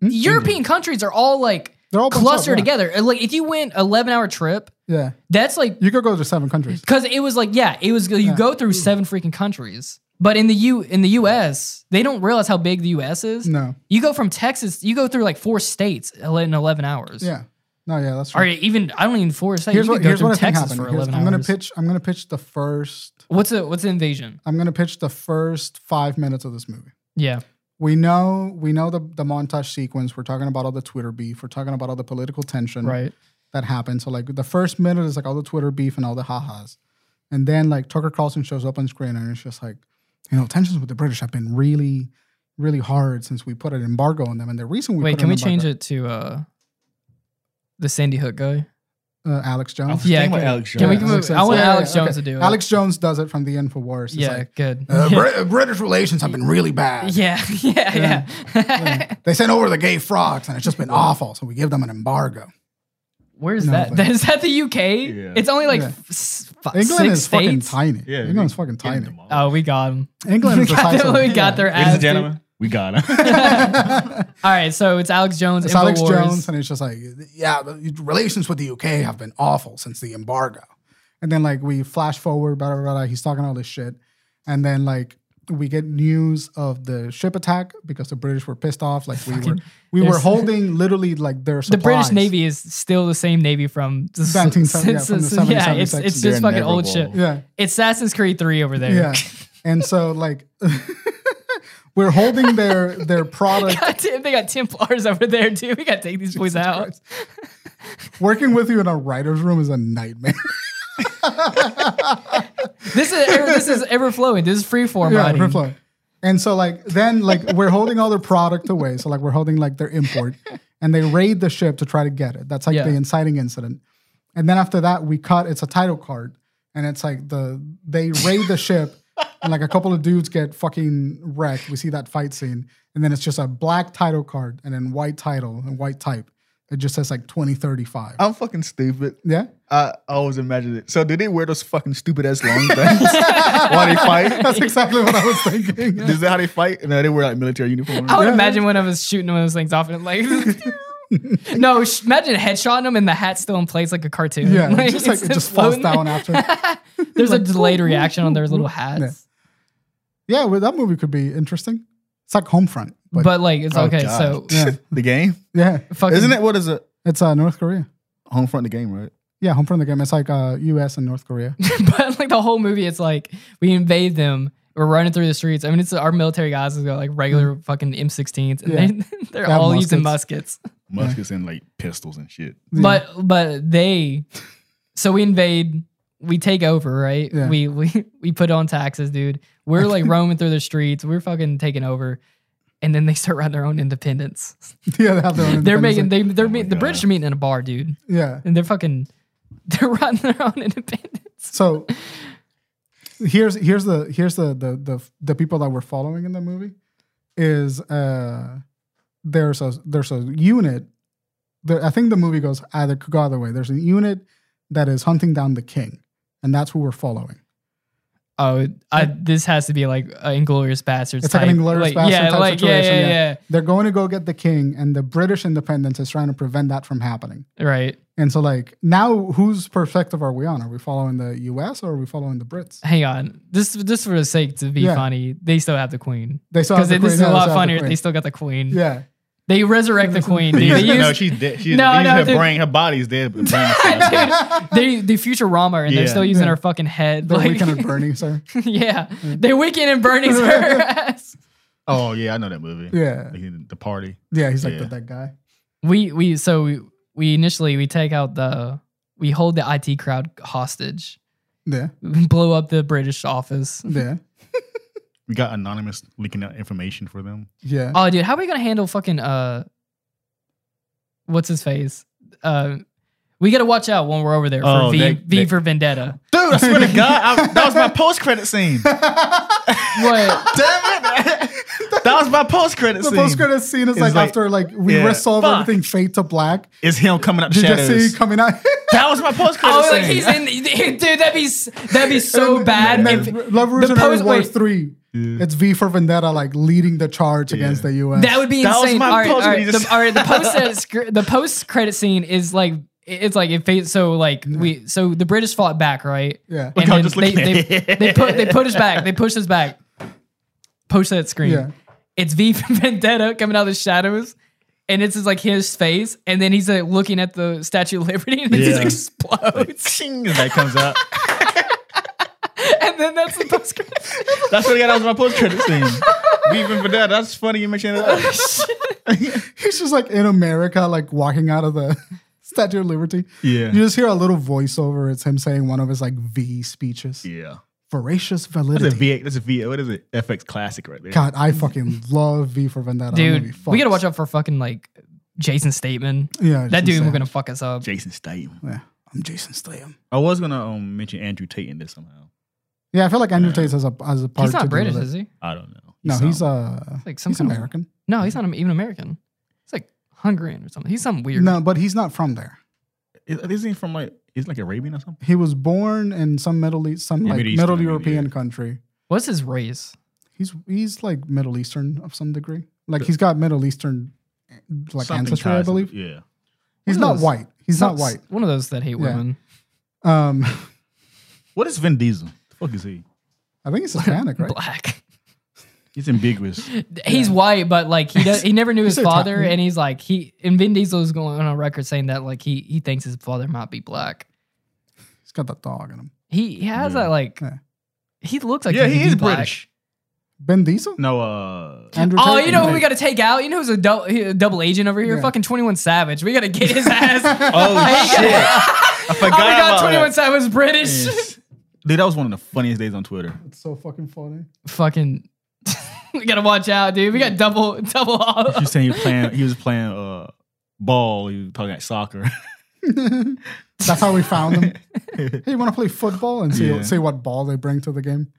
Speaker 2: Hmm?
Speaker 1: European countries are all like
Speaker 2: They're all bunched up,
Speaker 1: clustered
Speaker 2: yeah.
Speaker 1: together. And, Like if you went eleven hour trip,
Speaker 2: Yeah,
Speaker 1: that's like
Speaker 2: you could go to seven countries.
Speaker 1: because it was like yeah, it was you
Speaker 2: Yeah.
Speaker 1: go through seven freaking countries. But in the U in the U.S., they don't realize how big the U.S. is.
Speaker 2: No,
Speaker 1: You go from Texas, you go through like four states in eleven hours.
Speaker 2: yeah, no, yeah, that's
Speaker 1: Or
Speaker 2: right.
Speaker 1: even I don't even four states.
Speaker 2: Here's
Speaker 1: you
Speaker 2: what
Speaker 1: could go
Speaker 2: here's
Speaker 1: through
Speaker 2: what I think
Speaker 1: Texas
Speaker 2: happened.
Speaker 1: for
Speaker 2: Here's-
Speaker 1: eleven
Speaker 2: I'm gonna
Speaker 1: hours.
Speaker 2: pitch. I'm gonna pitch the first.
Speaker 1: What's a what's an invasion?
Speaker 2: I'm gonna pitch the first five minutes of this movie.
Speaker 1: Yeah.
Speaker 2: We know we know the the montage sequence. We're talking about all the Twitter beef. We're talking about all the political tension.
Speaker 1: Right.
Speaker 2: that happened. So like the first minute is like all the Twitter beef and all the ha-has. And then like Tucker Carlson shows up on screen and it's just like, you know, tensions with the British have been really, really hard since we put an embargo on them. And the reason we
Speaker 1: Wait,
Speaker 2: put
Speaker 1: can
Speaker 2: an
Speaker 1: we change
Speaker 2: embargo-
Speaker 1: it to uh the Sandy Hook guy?
Speaker 2: Uh, Alex Jones.
Speaker 1: Yeah,
Speaker 3: Think about
Speaker 1: can-
Speaker 3: Alex
Speaker 1: Can we?
Speaker 3: Jones.
Speaker 1: give him- I want Alex Jones to do it.
Speaker 2: Alex Jones does it from the Infowars. It's
Speaker 1: Yeah. (laughs)
Speaker 2: like,
Speaker 1: good.
Speaker 2: uh, Br- British relations have been really bad.
Speaker 1: yeah. (laughs) Yeah. Yeah.
Speaker 2: They sent over the gay frogs and it's just been awful. So we give them an embargo.
Speaker 1: Where's
Speaker 2: No,
Speaker 1: that? (laughs)
Speaker 2: but-
Speaker 1: Is that the UK?
Speaker 3: Yeah.
Speaker 1: It's only like
Speaker 2: Yeah.
Speaker 1: f- s- f-
Speaker 2: England
Speaker 1: six
Speaker 2: is fucking
Speaker 1: states.
Speaker 2: tiny.
Speaker 3: Yeah,
Speaker 2: England's
Speaker 3: they-
Speaker 2: fucking
Speaker 3: Getting
Speaker 2: tiny. Uh,
Speaker 3: demolished.
Speaker 1: Oh, we got them.
Speaker 2: England
Speaker 1: (laughs) we
Speaker 2: is the
Speaker 1: got,
Speaker 2: size
Speaker 1: them,
Speaker 2: of
Speaker 1: we got their
Speaker 3: Ladies
Speaker 1: ass.
Speaker 3: and
Speaker 1: dude.
Speaker 3: gentlemen, we got (laughs) him.
Speaker 2: (laughs)
Speaker 1: All right, so it's Alex Jones.
Speaker 2: It's Alex
Speaker 1: Infowars.
Speaker 2: Jones, and it's just like, yeah, the relations with the UK have been awful since the embargo. And then like we flash forward, blah blah blah. He's talking all this shit, and then like we get news of the ship attack because the British were pissed off. Like we were, we were
Speaker 1: there's-
Speaker 2: holding literally like their
Speaker 1: the British
Speaker 2: supplies.
Speaker 1: Navy is still the same Navy from the s-
Speaker 2: 19 yeah,
Speaker 1: since-
Speaker 2: from the
Speaker 1: since- yeah, it's,
Speaker 2: 1776.
Speaker 1: it's
Speaker 4: They're
Speaker 1: just fucking old
Speaker 4: never
Speaker 1: shit.
Speaker 4: wrong.
Speaker 2: Yeah,
Speaker 1: It's Assassin's Creed 3 over there.
Speaker 2: yeah. and so like (laughs) we're holding their
Speaker 1: (laughs)
Speaker 2: their
Speaker 1: (laughs)
Speaker 2: product.
Speaker 1: God damn, they got Templars over there too. We gotta take these boys out.
Speaker 2: Working with you in a writer's room is a nightmare.
Speaker 1: This is this
Speaker 2: (laughs)
Speaker 1: is ever flowing. This is free form
Speaker 2: yeah,
Speaker 1: writing.
Speaker 2: free flow. And so like then like we're holding all their product away. So like we're holding like their import, and they raid the ship to try to get it. That's like
Speaker 1: Yeah.
Speaker 2: the inciting incident. And then after that, we cut. It's a title card, and it's like the they raid the ship, and like a couple of dudes get fucking wrecked. We see that fight scene, and then it's just a black title card and then white title and white type. It just says like twenty thirty five.
Speaker 3: Oh.
Speaker 4: I'm fucking stupid.
Speaker 2: Yeah,
Speaker 4: I always imagine it. So do they wear those fucking stupid ass long things while they fight?
Speaker 2: (laughs) that's exactly what I was thinking. Yeah.
Speaker 4: Is that how they fight? No, they wear like military uniforms.
Speaker 1: I would imagine one of us shooting one of those things off and
Speaker 2: (laughs)
Speaker 1: like No, sh- imagine headshotting him and the hat's still in place like a cartoon. (laughs)
Speaker 2: Yeah, it's just like
Speaker 1: it's
Speaker 2: it just falls
Speaker 1: floating
Speaker 2: down after.
Speaker 1: there. (laughs) There's a
Speaker 2: (laughs)
Speaker 1: delayed reaction on their little hats.
Speaker 2: Yeah. Yeah, well, that movie could be interesting. It's like Homefront, but,
Speaker 1: But like it's
Speaker 4: Oh,
Speaker 1: okay,
Speaker 4: God.
Speaker 1: so
Speaker 2: yeah,
Speaker 4: (laughs) The game,
Speaker 2: yeah,
Speaker 1: fucking
Speaker 4: isn't it? What is it?
Speaker 2: it's uh, North Korea.
Speaker 4: Home front the game, right?
Speaker 2: Yeah, Homefront the game. It's like uh, U.S. and North
Speaker 1: (laughs)
Speaker 2: Korea. (laughs)
Speaker 1: but like the whole movie, it's like we invade them. We're running through the streets. I mean, it's our military guys has got like regular fucking M16s, and
Speaker 2: Yeah.
Speaker 1: they, (laughs) they're
Speaker 2: They have
Speaker 1: all using muskets.
Speaker 3: Muskets and like pistols and shit.
Speaker 1: But but they, so we invade. We take over, right?
Speaker 2: Yeah.
Speaker 1: We we we put on taxes, dude. We're like roaming through the streets. We're fucking taking over, and then they start running their own independence.
Speaker 2: yeah, they have their own.
Speaker 1: They're
Speaker 2: independence.
Speaker 1: making they they're
Speaker 3: Oh my
Speaker 1: meet, the
Speaker 3: God.
Speaker 1: British are meeting in a bar, dude,
Speaker 2: yeah.
Speaker 1: and they're fucking (laughs) they're running their own independence.
Speaker 2: So here's here's the here's the the the the people that we're following in the movie. is uh, there's a there's a unit. That I think the movie goes either could go either way. There's a unit that is hunting down the king, and that's who we're following.
Speaker 1: Oh, I, this has to be like an Inglorious Bastards.
Speaker 2: It's
Speaker 1: type.
Speaker 2: like an Inglourious
Speaker 1: like,
Speaker 2: Basterds
Speaker 1: yeah,
Speaker 2: type
Speaker 1: like,
Speaker 2: situation,
Speaker 1: Yeah, yeah,
Speaker 2: yeah.
Speaker 1: yeah,
Speaker 2: They're going to go get the king, and the British independence is trying to prevent that from happening.
Speaker 1: Right.
Speaker 2: And so, like, now whose perspective are we on? Are we following the U.S. or are we following the Brits?
Speaker 1: Hang on. This just for the sake to be
Speaker 2: Yeah.
Speaker 1: funny, they still have the queen
Speaker 2: They saw
Speaker 1: because
Speaker 2: the
Speaker 1: this is
Speaker 2: Queen,
Speaker 1: a
Speaker 2: yeah,
Speaker 1: lot
Speaker 2: they saw the
Speaker 1: funnier.
Speaker 2: Queen.
Speaker 1: They still got the queen. (laughs)
Speaker 2: yeah,
Speaker 1: They resurrect the queen. dude. They
Speaker 3: no,
Speaker 1: use
Speaker 3: she's dead. She's,
Speaker 1: No,
Speaker 3: they
Speaker 1: no,
Speaker 3: use her
Speaker 1: dude.
Speaker 3: brain. Her body's dead. But the brain is gone.
Speaker 1: (laughs) they the Futurama, and they're
Speaker 3: Yeah.
Speaker 1: still using
Speaker 2: Yeah.
Speaker 1: her fucking head.
Speaker 2: the
Speaker 1: like- (laughs)
Speaker 2: Weekend at Bernie's. Sir.
Speaker 1: yeah, they're Weekend and
Speaker 2: (laughs)
Speaker 1: Bernie's her ass.
Speaker 3: oh yeah, I know that movie.
Speaker 2: Yeah,
Speaker 3: Like, The, party.
Speaker 2: yeah, he's like
Speaker 3: Yeah.
Speaker 2: The, that guy.
Speaker 1: We we so we, we initially we take out the we hold the IT crowd hostage, (laughs)
Speaker 2: Yeah,
Speaker 1: We blow up the British office. (laughs)
Speaker 2: yeah,
Speaker 3: We got anonymous leaking out information for them.
Speaker 2: yeah.
Speaker 1: Oh, dude, how are we gonna handle fucking uh, what's his face? Uh, we gotta watch out when we're over there for
Speaker 3: Oh,
Speaker 1: V
Speaker 3: they-
Speaker 1: V
Speaker 3: they-
Speaker 1: for
Speaker 3: (laughs)
Speaker 1: Vendetta.
Speaker 3: Dude,
Speaker 2: (laughs)
Speaker 3: I swear to God, I, that was my post credit scene. (laughs) Damn
Speaker 1: What?
Speaker 3: it! That was my post credit
Speaker 2: the
Speaker 3: scene.
Speaker 2: post credit scene is
Speaker 3: It's
Speaker 2: like,
Speaker 3: like-
Speaker 2: after like we
Speaker 3: yeah.
Speaker 2: resolve
Speaker 3: Fuck.
Speaker 2: everything fade to black.
Speaker 3: It's him coming out the
Speaker 2: Did you
Speaker 3: shadows.
Speaker 2: see coming out? (laughs)
Speaker 3: That was my post credit
Speaker 1: oh, like
Speaker 3: scene.
Speaker 1: he's
Speaker 3: (laughs)
Speaker 1: in, dude. That'd be s- that'd be so bad.
Speaker 2: And then
Speaker 1: if-
Speaker 2: Love
Speaker 1: the
Speaker 2: Revolutionary
Speaker 1: post-
Speaker 2: War
Speaker 1: wait.
Speaker 2: three. It's V for Vendetta, like leading the charge against the U.S.
Speaker 1: That would be
Speaker 3: That was
Speaker 1: insane.
Speaker 3: my
Speaker 1: all right, all
Speaker 3: post-
Speaker 1: right,
Speaker 3: you
Speaker 1: the,
Speaker 3: just-
Speaker 1: all
Speaker 3: (laughs)
Speaker 1: right. The post credit scr- the post credit scene is like it's like it fades. So like we so the British fought back, right?
Speaker 2: yeah,
Speaker 1: And
Speaker 3: I'm
Speaker 1: then
Speaker 3: just
Speaker 1: they,
Speaker 3: looking
Speaker 1: they,
Speaker 3: at it.
Speaker 1: they put they put us back. They push us back. Post that screen.
Speaker 2: Yeah.
Speaker 1: It's V for (laughs) Vendetta coming out of the shadows, and it's just like his face, and then he's like looking at the Statue of Liberty, (laughs) and it just
Speaker 3: Yeah.
Speaker 1: explodes.
Speaker 3: Ching, and that comes out.
Speaker 1: and then that's the post credit.
Speaker 3: That's what I got. That was my post credit scene. Weaving for that. That's funny you mentioned
Speaker 1: Oh,
Speaker 3: that.
Speaker 2: he's just like in America, like walking out of the (laughs) Statue of Liberty.
Speaker 3: Yeah.
Speaker 2: You just hear a little voiceover. It's him saying one of his like V speeches.
Speaker 3: Yeah.
Speaker 2: Voracious
Speaker 3: That's a
Speaker 2: validity.
Speaker 3: V. That's a V. What is it? FX classic right there.
Speaker 2: God, I fucking love V for Vendetta. That movie
Speaker 1: Dude, we
Speaker 2: fucks.
Speaker 1: gotta watch out for fucking like Jason Statham.
Speaker 2: Yeah,
Speaker 1: That
Speaker 2: it's
Speaker 1: dude, we're
Speaker 2: insane.
Speaker 1: gonna fuck us up.
Speaker 3: Jason Statham.
Speaker 2: Yeah, I'm Jason Statham.
Speaker 3: I was gonna um, mention Andrew Tate in this somehow.
Speaker 2: Yeah, I feel like Andrew Tate has a as a part.
Speaker 1: He's
Speaker 2: to
Speaker 1: not
Speaker 2: do
Speaker 1: British,
Speaker 2: with it.
Speaker 1: is he?
Speaker 3: I don't know.
Speaker 2: No, he's uh,
Speaker 1: Like some
Speaker 2: he's
Speaker 1: kind of-
Speaker 2: American.
Speaker 1: No, he's not even American. He's like Hungarian or something. He's something weird.
Speaker 2: No, but he's not from there.
Speaker 3: Is, he from like? He's like Arabian or something.
Speaker 2: He was born in some Middle East, some
Speaker 3: Yeah,
Speaker 2: like
Speaker 3: Middle
Speaker 2: Middle
Speaker 3: Eastern, I mean,
Speaker 2: European
Speaker 3: yeah.
Speaker 2: country.
Speaker 1: What's his race?
Speaker 2: He's he's like Middle Eastern of some degree. Like he's got Middle Eastern like
Speaker 3: Something
Speaker 2: ancestry, I
Speaker 3: ties to-
Speaker 2: believe.
Speaker 3: Yeah.
Speaker 2: He's
Speaker 1: Who
Speaker 2: not
Speaker 1: knows?
Speaker 2: white. He's not white.
Speaker 1: One of those that hate women.
Speaker 2: Um, (laughs)
Speaker 3: What is Vin Diesel? The fuck is he?
Speaker 1: (laughs)
Speaker 2: I think he's Hispanic, right?
Speaker 1: Black.
Speaker 2: (laughs)
Speaker 3: He's ambiguous.
Speaker 1: (laughs) He's white, but like he does, he never knew his
Speaker 2: He's a top-
Speaker 1: father, and he's like he and Vin Diesel is going on record saying that like he he thinks his father might be black.
Speaker 2: He's got that dog in him.
Speaker 1: He, he has that like
Speaker 2: Yeah.
Speaker 1: he looks like
Speaker 3: yeah,
Speaker 1: could
Speaker 3: he
Speaker 1: be
Speaker 3: is
Speaker 1: black.
Speaker 3: British.
Speaker 1: (laughs)
Speaker 2: Ben Diesel. (laughs)
Speaker 3: No, uh,
Speaker 2: Andrew
Speaker 1: Oh,
Speaker 2: Tate?
Speaker 1: you know who we got to take out? You know who's a, dou- he- a double agent over here?
Speaker 2: Yeah.
Speaker 1: Fucking Twenty One Savage. We got to
Speaker 2: (laughs)
Speaker 1: get his ass.
Speaker 3: Oh shit!
Speaker 1: oh
Speaker 3: I
Speaker 1: my
Speaker 3: forgot
Speaker 1: god,
Speaker 3: about
Speaker 1: Twenty One
Speaker 3: that.
Speaker 1: Savage is British.
Speaker 3: Yes. Dude, that was one of the funniest days on Twitter.
Speaker 2: It's so fucking funny.
Speaker 1: (laughs) fucking (laughs) we gotta watch out, dude. We got double double
Speaker 3: He
Speaker 1: (laughs) all.
Speaker 3: was saying he was playing. He was playing uh, ball. He was talking like soccer. (laughs)
Speaker 2: That's how we
Speaker 1: (laughs)
Speaker 2: found him. hey, you want to play football and see
Speaker 3: Yeah.
Speaker 2: see what ball they bring to the game?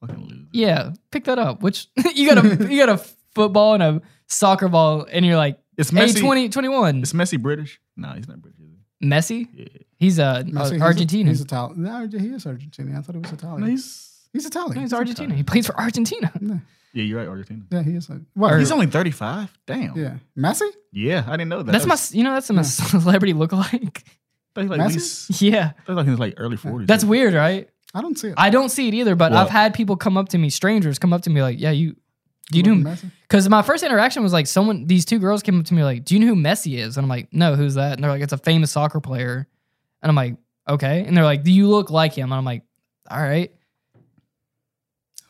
Speaker 3: Fucking loser.
Speaker 1: Yeah, pick that up. Which (laughs) you got a you got a football and a soccer ball, and you're like,
Speaker 3: It's
Speaker 1: hey,
Speaker 3: messy.
Speaker 1: 20, 21.
Speaker 3: It's messy British. No, he's not British. Is he?
Speaker 1: Messi.
Speaker 3: Yeah.
Speaker 1: He's uh,
Speaker 2: Messi, he's
Speaker 1: uh, Argentina.
Speaker 2: A, he's Italian. No, he is Argentinian. I thought he was Italian.
Speaker 3: No,
Speaker 2: he's,
Speaker 3: he's
Speaker 2: Italian.
Speaker 1: No, he's Argentina. He plays for Argentina.
Speaker 3: yeah. You're right, Argentina.
Speaker 2: yeah, he is. Well,
Speaker 3: He's only 35. Damn. Yeah,
Speaker 2: yeah, Messi.
Speaker 3: I didn't know that.
Speaker 1: That's
Speaker 3: That
Speaker 1: my,
Speaker 3: was-
Speaker 1: s- you know, that's my (laughs) celebrity lookalike.
Speaker 3: that was like
Speaker 2: Messi?
Speaker 1: (laughs)
Speaker 3: least-
Speaker 1: yeah,
Speaker 3: that was like in his like early 40s.
Speaker 1: that's weird, right?
Speaker 2: I don't see it.
Speaker 1: I don't see it either, but
Speaker 3: Well-
Speaker 1: I've had people come up to me, strangers come up to me, like, yeah, you, do you
Speaker 2: Look
Speaker 1: know
Speaker 2: at
Speaker 1: who
Speaker 2: Messi.
Speaker 1: Because my first interaction was like someone, these two girls came up to me like, "Do you know who Messi is?" And I'm like, "No, who's that?" And they're like, "It's a famous soccer player." And I'm like, "Okay." And they're like, "Do you look like him?" And I'm like, "All right."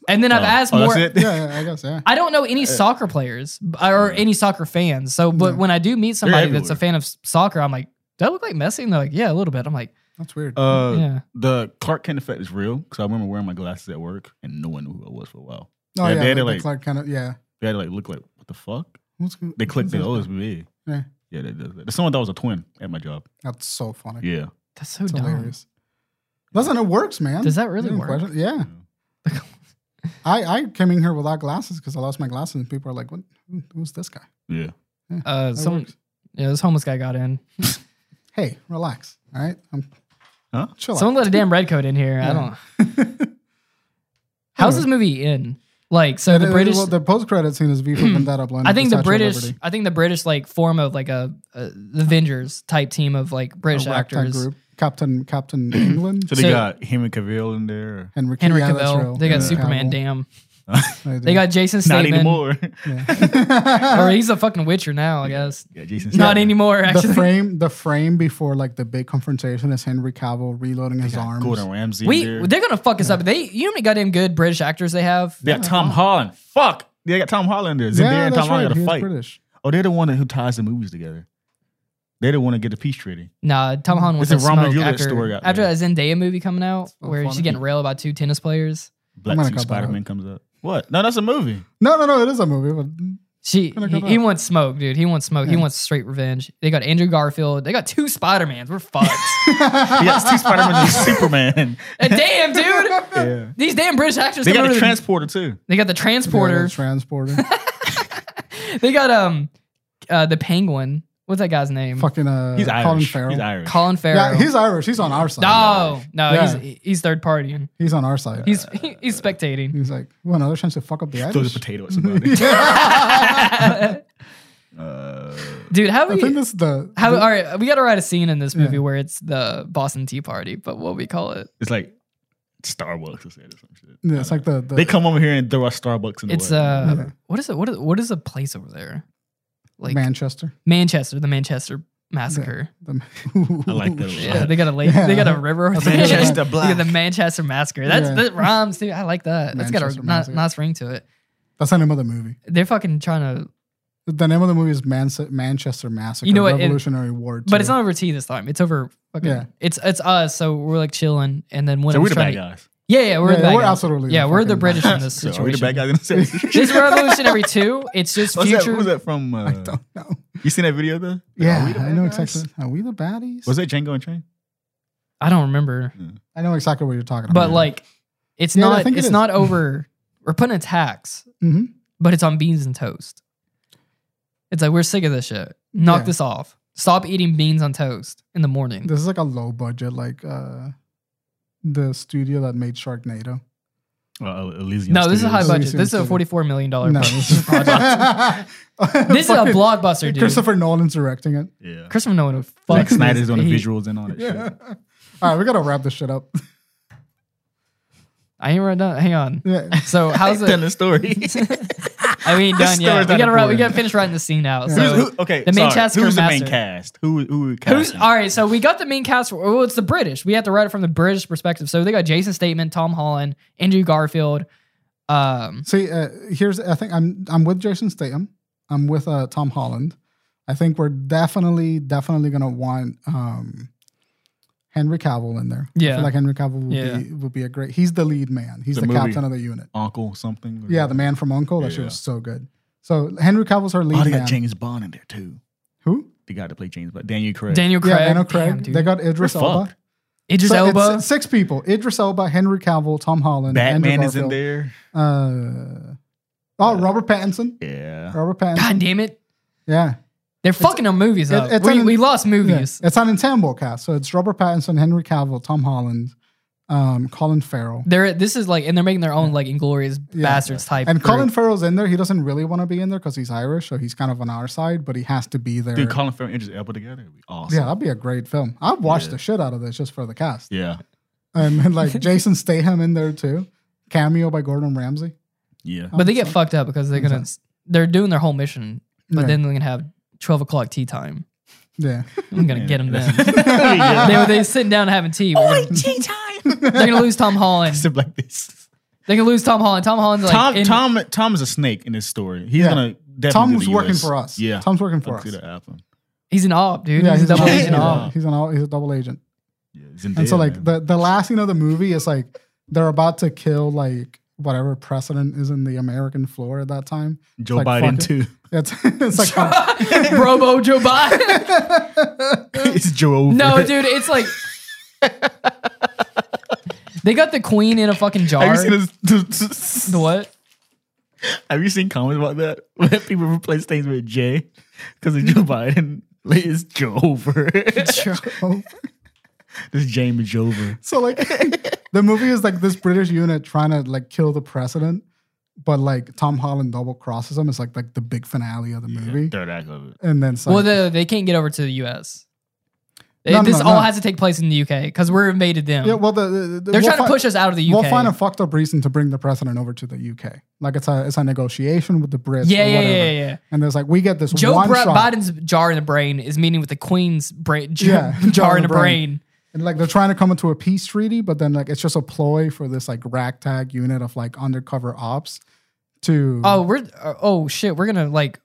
Speaker 1: And then I've
Speaker 3: Oh.
Speaker 1: asked
Speaker 3: Oh,
Speaker 1: more.
Speaker 3: That's it? Uh,
Speaker 2: Yeah, yeah, I guess. Yeah,
Speaker 1: I don't know any soccer players b- or any soccer fans. So, but
Speaker 2: No.
Speaker 1: when I do meet somebody that's a
Speaker 3: everywhere.
Speaker 1: fan of s- soccer, I'm like, "Do I look like Messi?" And they're like, "Yeah, a little bit." I'm like,
Speaker 2: that's weird.
Speaker 3: Uh,
Speaker 1: Yeah.
Speaker 3: The Clark Kent effect is real because I remember wearing my glasses at work and no one knew who I was for a while.
Speaker 2: oh
Speaker 3: yeah,
Speaker 2: yeah,
Speaker 3: they had
Speaker 2: the,
Speaker 3: it
Speaker 2: the
Speaker 3: like-
Speaker 2: Clark kind of. Yeah,
Speaker 3: They had to like look like, what the fuck?
Speaker 2: What's go-
Speaker 3: They clicked
Speaker 2: what's
Speaker 3: it.
Speaker 2: this
Speaker 3: Oh,
Speaker 2: guy?
Speaker 3: it's me.
Speaker 2: Yeah.
Speaker 3: Yeah, that does that. There's someone that was a twin at my job.
Speaker 2: That's so funny.
Speaker 3: Yeah.
Speaker 1: "That's so
Speaker 2: It's
Speaker 1: dumb."
Speaker 2: hilarious. Listen, it works, man.
Speaker 1: Does that really
Speaker 2: Yeah,
Speaker 1: work?
Speaker 2: question- Yeah. I, I came in here without glasses because I lost my glasses, and people are like, "What? Who- Who's this guy?"
Speaker 3: Yeah.
Speaker 1: Uh,
Speaker 2: That
Speaker 1: some
Speaker 2: works.
Speaker 1: yeah, this homeless guy got in.
Speaker 2: Hey, relax. All right, I'm
Speaker 3: Huh?
Speaker 2: chill.
Speaker 1: Someone let a damn redcoat in here. I
Speaker 2: Yeah.
Speaker 1: don't.
Speaker 2: (laughs)
Speaker 1: How's this movie in? Like, so the British.
Speaker 2: uh, the post credit scene is
Speaker 1: (clears throat)
Speaker 2: V for Vendetta. Blonde
Speaker 1: I think the British.
Speaker 2: British
Speaker 1: I think the British like form of like a, a the Avengers type team of like British actors.
Speaker 2: group, Captain
Speaker 1: (clears throat)
Speaker 2: Captain England,
Speaker 3: So they
Speaker 1: So-
Speaker 3: got Henry Cavill in there.
Speaker 2: Henry,
Speaker 1: Henry
Speaker 2: yeah, that's real.
Speaker 1: Cavill. They got
Speaker 2: Yeah.
Speaker 1: Superman.
Speaker 2: Cavill.
Speaker 1: Damn.
Speaker 2: They,
Speaker 1: They got Jason
Speaker 3: Not
Speaker 1: Statham.
Speaker 2: (laughs)
Speaker 3: anymore.
Speaker 1: Or (laughs)
Speaker 2: Yeah.
Speaker 1: he's a fucking Witcher now, I guess.
Speaker 3: yeah, Jason.
Speaker 1: Not
Speaker 3: Statham.
Speaker 1: anymore.
Speaker 2: the
Speaker 1: Actually,
Speaker 2: frame, the frame before like the big confrontation is Henry Cavill reloading his arms.
Speaker 3: Gordon Ramsay.
Speaker 1: we
Speaker 3: in there.
Speaker 1: they're gonna fuck us up. They you know how many goddamn good British actors they have.
Speaker 3: They got Tom Holland. Fuck. They got Tom Holland there. Zendaya
Speaker 2: Yeah,
Speaker 3: and
Speaker 2: that's
Speaker 3: Tom
Speaker 2: right.
Speaker 3: Holland
Speaker 2: He
Speaker 3: got to
Speaker 2: was
Speaker 3: fight.
Speaker 2: British.
Speaker 3: Oh, they're the one who ties the movies together. They're the one to get the peace treaty.
Speaker 1: Nah, Tom Holland was
Speaker 3: It's
Speaker 1: a
Speaker 3: a Roman
Speaker 1: smoke
Speaker 3: Mueller
Speaker 1: after,
Speaker 3: story out
Speaker 1: after
Speaker 3: there.
Speaker 1: that Zendaya movie coming out
Speaker 2: so
Speaker 1: where she's
Speaker 2: funny.
Speaker 1: getting railed by two tennis players.
Speaker 3: Black
Speaker 2: gonna
Speaker 3: Suit
Speaker 2: cut that
Speaker 3: Spider Man comes up. What? No, that's
Speaker 2: (laughs)
Speaker 3: a movie.
Speaker 2: No, no, no. It is a movie, but
Speaker 1: She
Speaker 2: Gonna
Speaker 1: he,
Speaker 2: come
Speaker 1: he
Speaker 2: up.
Speaker 1: wants smoke, dude. He wants smoke. He
Speaker 2: Yeah.
Speaker 1: wants straight revenge. They got Andrew Garfield. They got two Spider Mans. We're fucked.
Speaker 3: He got two Spider
Speaker 2: (laughs)
Speaker 3: Man and Superman.
Speaker 1: And damn, dude.
Speaker 3: Yeah.
Speaker 1: These damn British actors.
Speaker 3: They got
Speaker 1: come
Speaker 3: the
Speaker 1: over to-
Speaker 3: transporter too.
Speaker 1: they got the
Speaker 2: Yeah,
Speaker 1: transporter.
Speaker 2: the
Speaker 3: (laughs)
Speaker 2: transporter.
Speaker 1: they got um uh the penguin. What's that guy's name?
Speaker 2: Fucking uh,
Speaker 3: He's
Speaker 2: Colin
Speaker 3: Irish.
Speaker 2: Farrell.
Speaker 3: He's Irish.
Speaker 1: Colin Farrell.
Speaker 2: Yeah, he's Irish. He's on our side.
Speaker 1: no, no,
Speaker 2: Yeah.
Speaker 1: he's he's third partying.
Speaker 2: He's on our side.
Speaker 1: He's he, he's spectating.
Speaker 2: He's like, you want another chance to fuck up the
Speaker 3: Throw the
Speaker 2: Irish?
Speaker 3: potato at
Speaker 2: (laughs)
Speaker 3: somebody. uh,
Speaker 1: Dude, how
Speaker 2: I think
Speaker 1: we
Speaker 2: this is the.
Speaker 1: how
Speaker 2: the-
Speaker 1: all right? We got to write a scene in this
Speaker 2: Yeah.
Speaker 1: movie where it's the Boston Tea Party, but what we call it?
Speaker 3: it's like Starbucks or something. or some shit.
Speaker 2: yeah, it's like the. the
Speaker 3: They come over here and throw a Starbucks in the
Speaker 1: It's
Speaker 3: way.
Speaker 1: uh,
Speaker 2: Yeah.
Speaker 1: what is it? What is, what is a place over there? Like
Speaker 2: Manchester.
Speaker 1: Manchester, the Manchester massacre.
Speaker 2: The, (laughs)
Speaker 3: I like that a lot.
Speaker 1: Yeah, they got a lake. They got a river. over there.
Speaker 3: Manchester
Speaker 1: Yeah,
Speaker 3: Black.
Speaker 1: the Manchester massacre. That's
Speaker 2: Yeah.
Speaker 1: that rhymes too. I like that. That's got a
Speaker 2: Manchester
Speaker 1: ni-
Speaker 2: Massacre.
Speaker 1: nice ring to it.
Speaker 2: That's the name of the movie.
Speaker 1: They're fucking trying to,
Speaker 2: The name of the movie is Manse- Manchester Massacre.
Speaker 1: You know what, it-
Speaker 2: Revolutionary War.
Speaker 1: but
Speaker 2: II.
Speaker 1: it's not over tea this time. It's over. Fucking,
Speaker 2: Yeah.
Speaker 1: It's it's us. So we're like chilling, and then when
Speaker 3: so
Speaker 1: it
Speaker 3: we're
Speaker 1: was
Speaker 3: the
Speaker 1: trying
Speaker 3: bad
Speaker 1: to,
Speaker 3: guys.
Speaker 1: yeah, yeah, we're
Speaker 2: Yeah,
Speaker 1: the bad
Speaker 2: we're
Speaker 1: guys.
Speaker 2: absolutely
Speaker 1: yeah,
Speaker 2: the
Speaker 1: we're the
Speaker 2: fucking bad
Speaker 1: British in this
Speaker 3: (laughs) So are we the
Speaker 1: situation.
Speaker 3: bad guys in the situation?
Speaker 1: this is Revolutionary Two. It's just
Speaker 3: What's that,
Speaker 1: future.
Speaker 3: who was that from? Uh,
Speaker 2: I don't know.
Speaker 3: You seen that video though?
Speaker 2: Yeah, I know
Speaker 3: guys?
Speaker 2: exactly. Are we the baddies?
Speaker 3: Was it Django and Train?
Speaker 1: I don't remember,
Speaker 2: I know exactly what you're talking
Speaker 1: but
Speaker 2: about.
Speaker 1: like, it's
Speaker 2: Yeah, I
Speaker 1: not.
Speaker 2: think it
Speaker 1: It's
Speaker 2: is. (laughs)
Speaker 1: not over. We're putting a tax
Speaker 2: Mhm.
Speaker 1: but it's on beans and toast. It's like we're sick of this shit. Knock
Speaker 2: Yeah.
Speaker 1: this off. Stop eating beans on toast in the morning.
Speaker 2: this is like a low budget, like uh, the studio that made Sharknado.
Speaker 3: Uh, Elysium.
Speaker 1: no, this is a high
Speaker 3: Studios.
Speaker 1: budget. This is a
Speaker 2: Elysium
Speaker 1: forty-four million dollar. (laughs)
Speaker 2: No,
Speaker 1: budget.
Speaker 2: this is, (laughs)
Speaker 1: this is a
Speaker 2: Fucking
Speaker 1: blockbuster, dude. Christopher,
Speaker 2: Christopher Nolan's directing it.
Speaker 3: Yeah.
Speaker 1: Nolan. would
Speaker 3: Zack
Speaker 1: Fuck
Speaker 3: Snyder's on the
Speaker 1: He-
Speaker 3: visuals and all that shit.
Speaker 2: (laughs) All right, we gotta wrap this shit up. (laughs)
Speaker 1: I ain't right done. Hang on.
Speaker 2: Yeah.
Speaker 1: So
Speaker 2: (laughs)
Speaker 1: how's
Speaker 3: Telling
Speaker 1: it? (laughs)
Speaker 3: the story.
Speaker 1: I mean,
Speaker 3: This
Speaker 1: done yet.
Speaker 3: story's
Speaker 1: We
Speaker 3: not
Speaker 1: gotta wrap, we
Speaker 3: important.
Speaker 1: gotta finish writing the scene out.
Speaker 2: Yeah.
Speaker 1: So
Speaker 3: (laughs) Who's- who- okay,
Speaker 1: the main
Speaker 3: sorry.
Speaker 1: cast
Speaker 3: Who's the main
Speaker 1: master.
Speaker 3: cast? Who who?
Speaker 1: Who's
Speaker 3: casting?
Speaker 1: all right? So we got the main cast. Well, it's the British. We have to write it from the British perspective. So they got Jason Statham, Tom Holland, Andrew Garfield. Um,
Speaker 2: See, uh, here's I think I'm I'm with Jason Statham. I'm with uh, Tom Holland. I think we're definitely definitely gonna want um, Henry Cavill in there. I
Speaker 1: Yeah.
Speaker 2: feel like Henry Cavill would
Speaker 1: Yeah.
Speaker 2: be would be a great. He's the lead man. He's
Speaker 3: The
Speaker 2: the,
Speaker 3: movie.
Speaker 2: captain of the unit.
Speaker 3: Uncle something? or-
Speaker 2: Yeah, the man from Uncle. That shit
Speaker 3: Yeah.
Speaker 2: was so good. So Henry Cavill's our lead
Speaker 3: Oh, they
Speaker 2: man.
Speaker 3: got James Bond in there too.
Speaker 2: Who?
Speaker 3: The guy that played James Bond, Daniel Craig.
Speaker 1: Daniel Craig.
Speaker 2: Yeah, Daniel Craig.
Speaker 1: Damn, dude.
Speaker 2: they got Idris
Speaker 3: We're
Speaker 2: Elba.
Speaker 3: fucked.
Speaker 1: Idris
Speaker 2: So it's
Speaker 1: Elba.
Speaker 2: si- six people: Idris Elba, Henry Cavill, Tom Holland,
Speaker 3: Batman
Speaker 2: Andrew
Speaker 3: is in
Speaker 2: Garfield.
Speaker 3: there.
Speaker 2: Uh, oh, Robert Pattinson.
Speaker 3: Yeah.
Speaker 2: Robert Pattinson.
Speaker 1: God damn it.
Speaker 2: Yeah,
Speaker 1: They're fucking our movies up.
Speaker 2: it's
Speaker 1: we,
Speaker 2: an-
Speaker 1: we lost
Speaker 2: yeah.
Speaker 1: movies.
Speaker 2: It's an ensemble cast, so it's Robert Pattinson, Henry Cavill, Tom Holland, um, Colin Farrell.
Speaker 1: They're this is like and they're making their own like inglorious bastards type.
Speaker 2: And Colin
Speaker 1: group.
Speaker 2: Farrell's in there. He doesn't really want to be in there because he's Irish, so he's kind of on our side, but he has to be there.
Speaker 3: Dude, Colin Farrell and Idris Elba together. It'd be awesome.
Speaker 2: yeah, that'd be a great film. I'd watch
Speaker 3: Yeah.
Speaker 2: the shit out of this just for the cast.
Speaker 3: Yeah.
Speaker 2: And,
Speaker 1: (laughs)
Speaker 2: and like Jason Statham in there too. Cameo by Gordon Ramsay.
Speaker 3: Yeah.
Speaker 1: but they get fucked up because they're gonna they're doing their whole mission, but
Speaker 2: Yeah.
Speaker 1: then they're gonna have twelve o'clock tea time.
Speaker 2: Yeah.
Speaker 1: I'm gonna
Speaker 3: (laughs)
Speaker 1: get them then.
Speaker 3: yeah.
Speaker 1: they they sitting down having tea. We're gonna-
Speaker 3: tea
Speaker 1: (laughs)
Speaker 3: time.
Speaker 1: they're gonna lose Tom
Speaker 2: (laughs)
Speaker 1: Holland.
Speaker 3: Except like this.
Speaker 1: They're gonna lose Tom Holland. Tom Holland's like
Speaker 3: Tom
Speaker 1: in-
Speaker 3: Tom Tom is a snake in this story. He's
Speaker 2: Yeah.
Speaker 3: gonna definitely
Speaker 2: Tom's
Speaker 3: do the
Speaker 2: working
Speaker 3: US.
Speaker 2: for us.
Speaker 3: Yeah.
Speaker 2: Tom's working
Speaker 3: I'll
Speaker 2: for us.
Speaker 3: see that happen.
Speaker 1: he's an op, dude.
Speaker 2: Yeah,
Speaker 1: he's, a
Speaker 2: he's,
Speaker 1: double
Speaker 2: an-
Speaker 1: agent
Speaker 2: he's
Speaker 4: (laughs)
Speaker 1: op.
Speaker 2: an- he's an all, he's a double agent.
Speaker 3: Yeah,
Speaker 2: And
Speaker 3: Zendaya,
Speaker 2: so like
Speaker 3: man.
Speaker 2: the, the last scene of the movie is like they're about to kill like whatever precedent is in the American floor at that time.
Speaker 3: Joe
Speaker 2: like,
Speaker 3: Biden
Speaker 2: fuck
Speaker 3: too.
Speaker 2: (laughs) It's it's like a-
Speaker 1: Robo Joe Biden. (laughs)
Speaker 3: (laughs) it's Joe.
Speaker 1: No,
Speaker 2: (laughs)
Speaker 3: over.
Speaker 1: dude, it's like They got the queen in a fucking jar.
Speaker 4: Have you seen this?
Speaker 1: the what?
Speaker 3: (laughs) Have you seen comments about that? (laughs) Where people replace things with J because
Speaker 2: (laughs)
Speaker 3: of Joe Biden. (laughs) Like, It's (laughs) Jover.
Speaker 2: Oh.
Speaker 3: this James Jover.
Speaker 2: So like (laughs) the movie is like this British unit trying to like kill the president, but like Tom Holland double crosses him. It's like like the big finale of the movie.
Speaker 3: Third act of it.
Speaker 2: And then it's
Speaker 1: Well,
Speaker 2: like,
Speaker 1: the, they can't get over to the U.S. They-
Speaker 2: No, no,
Speaker 1: this
Speaker 2: no,
Speaker 1: all
Speaker 2: no.
Speaker 1: has to take place in the U.K. because we're invaded them.
Speaker 2: yeah, well the, the- the-
Speaker 1: They're
Speaker 2: we'll
Speaker 1: trying
Speaker 2: fi-
Speaker 1: to push us out of the U.K.
Speaker 2: We'll find a fucked up reason to bring the president over to the UK. Like it's a it's a negotiation with the Brits.
Speaker 1: yeah,
Speaker 2: or
Speaker 1: yeah, yeah,
Speaker 2: whatever.
Speaker 1: yeah, yeah.
Speaker 2: And there's like we get this
Speaker 1: Joe
Speaker 2: one
Speaker 1: Bra-
Speaker 2: shot,
Speaker 1: Biden's jar in the brain is meeting with the Queen's (laughs) brain
Speaker 2: Yeah,
Speaker 1: jar, in the brain.
Speaker 2: and like they're trying to come into a peace treaty, but then like it's just a ploy for this like ragtag unit of like undercover ops to
Speaker 1: Oh, we're uh, oh shit, we're gonna like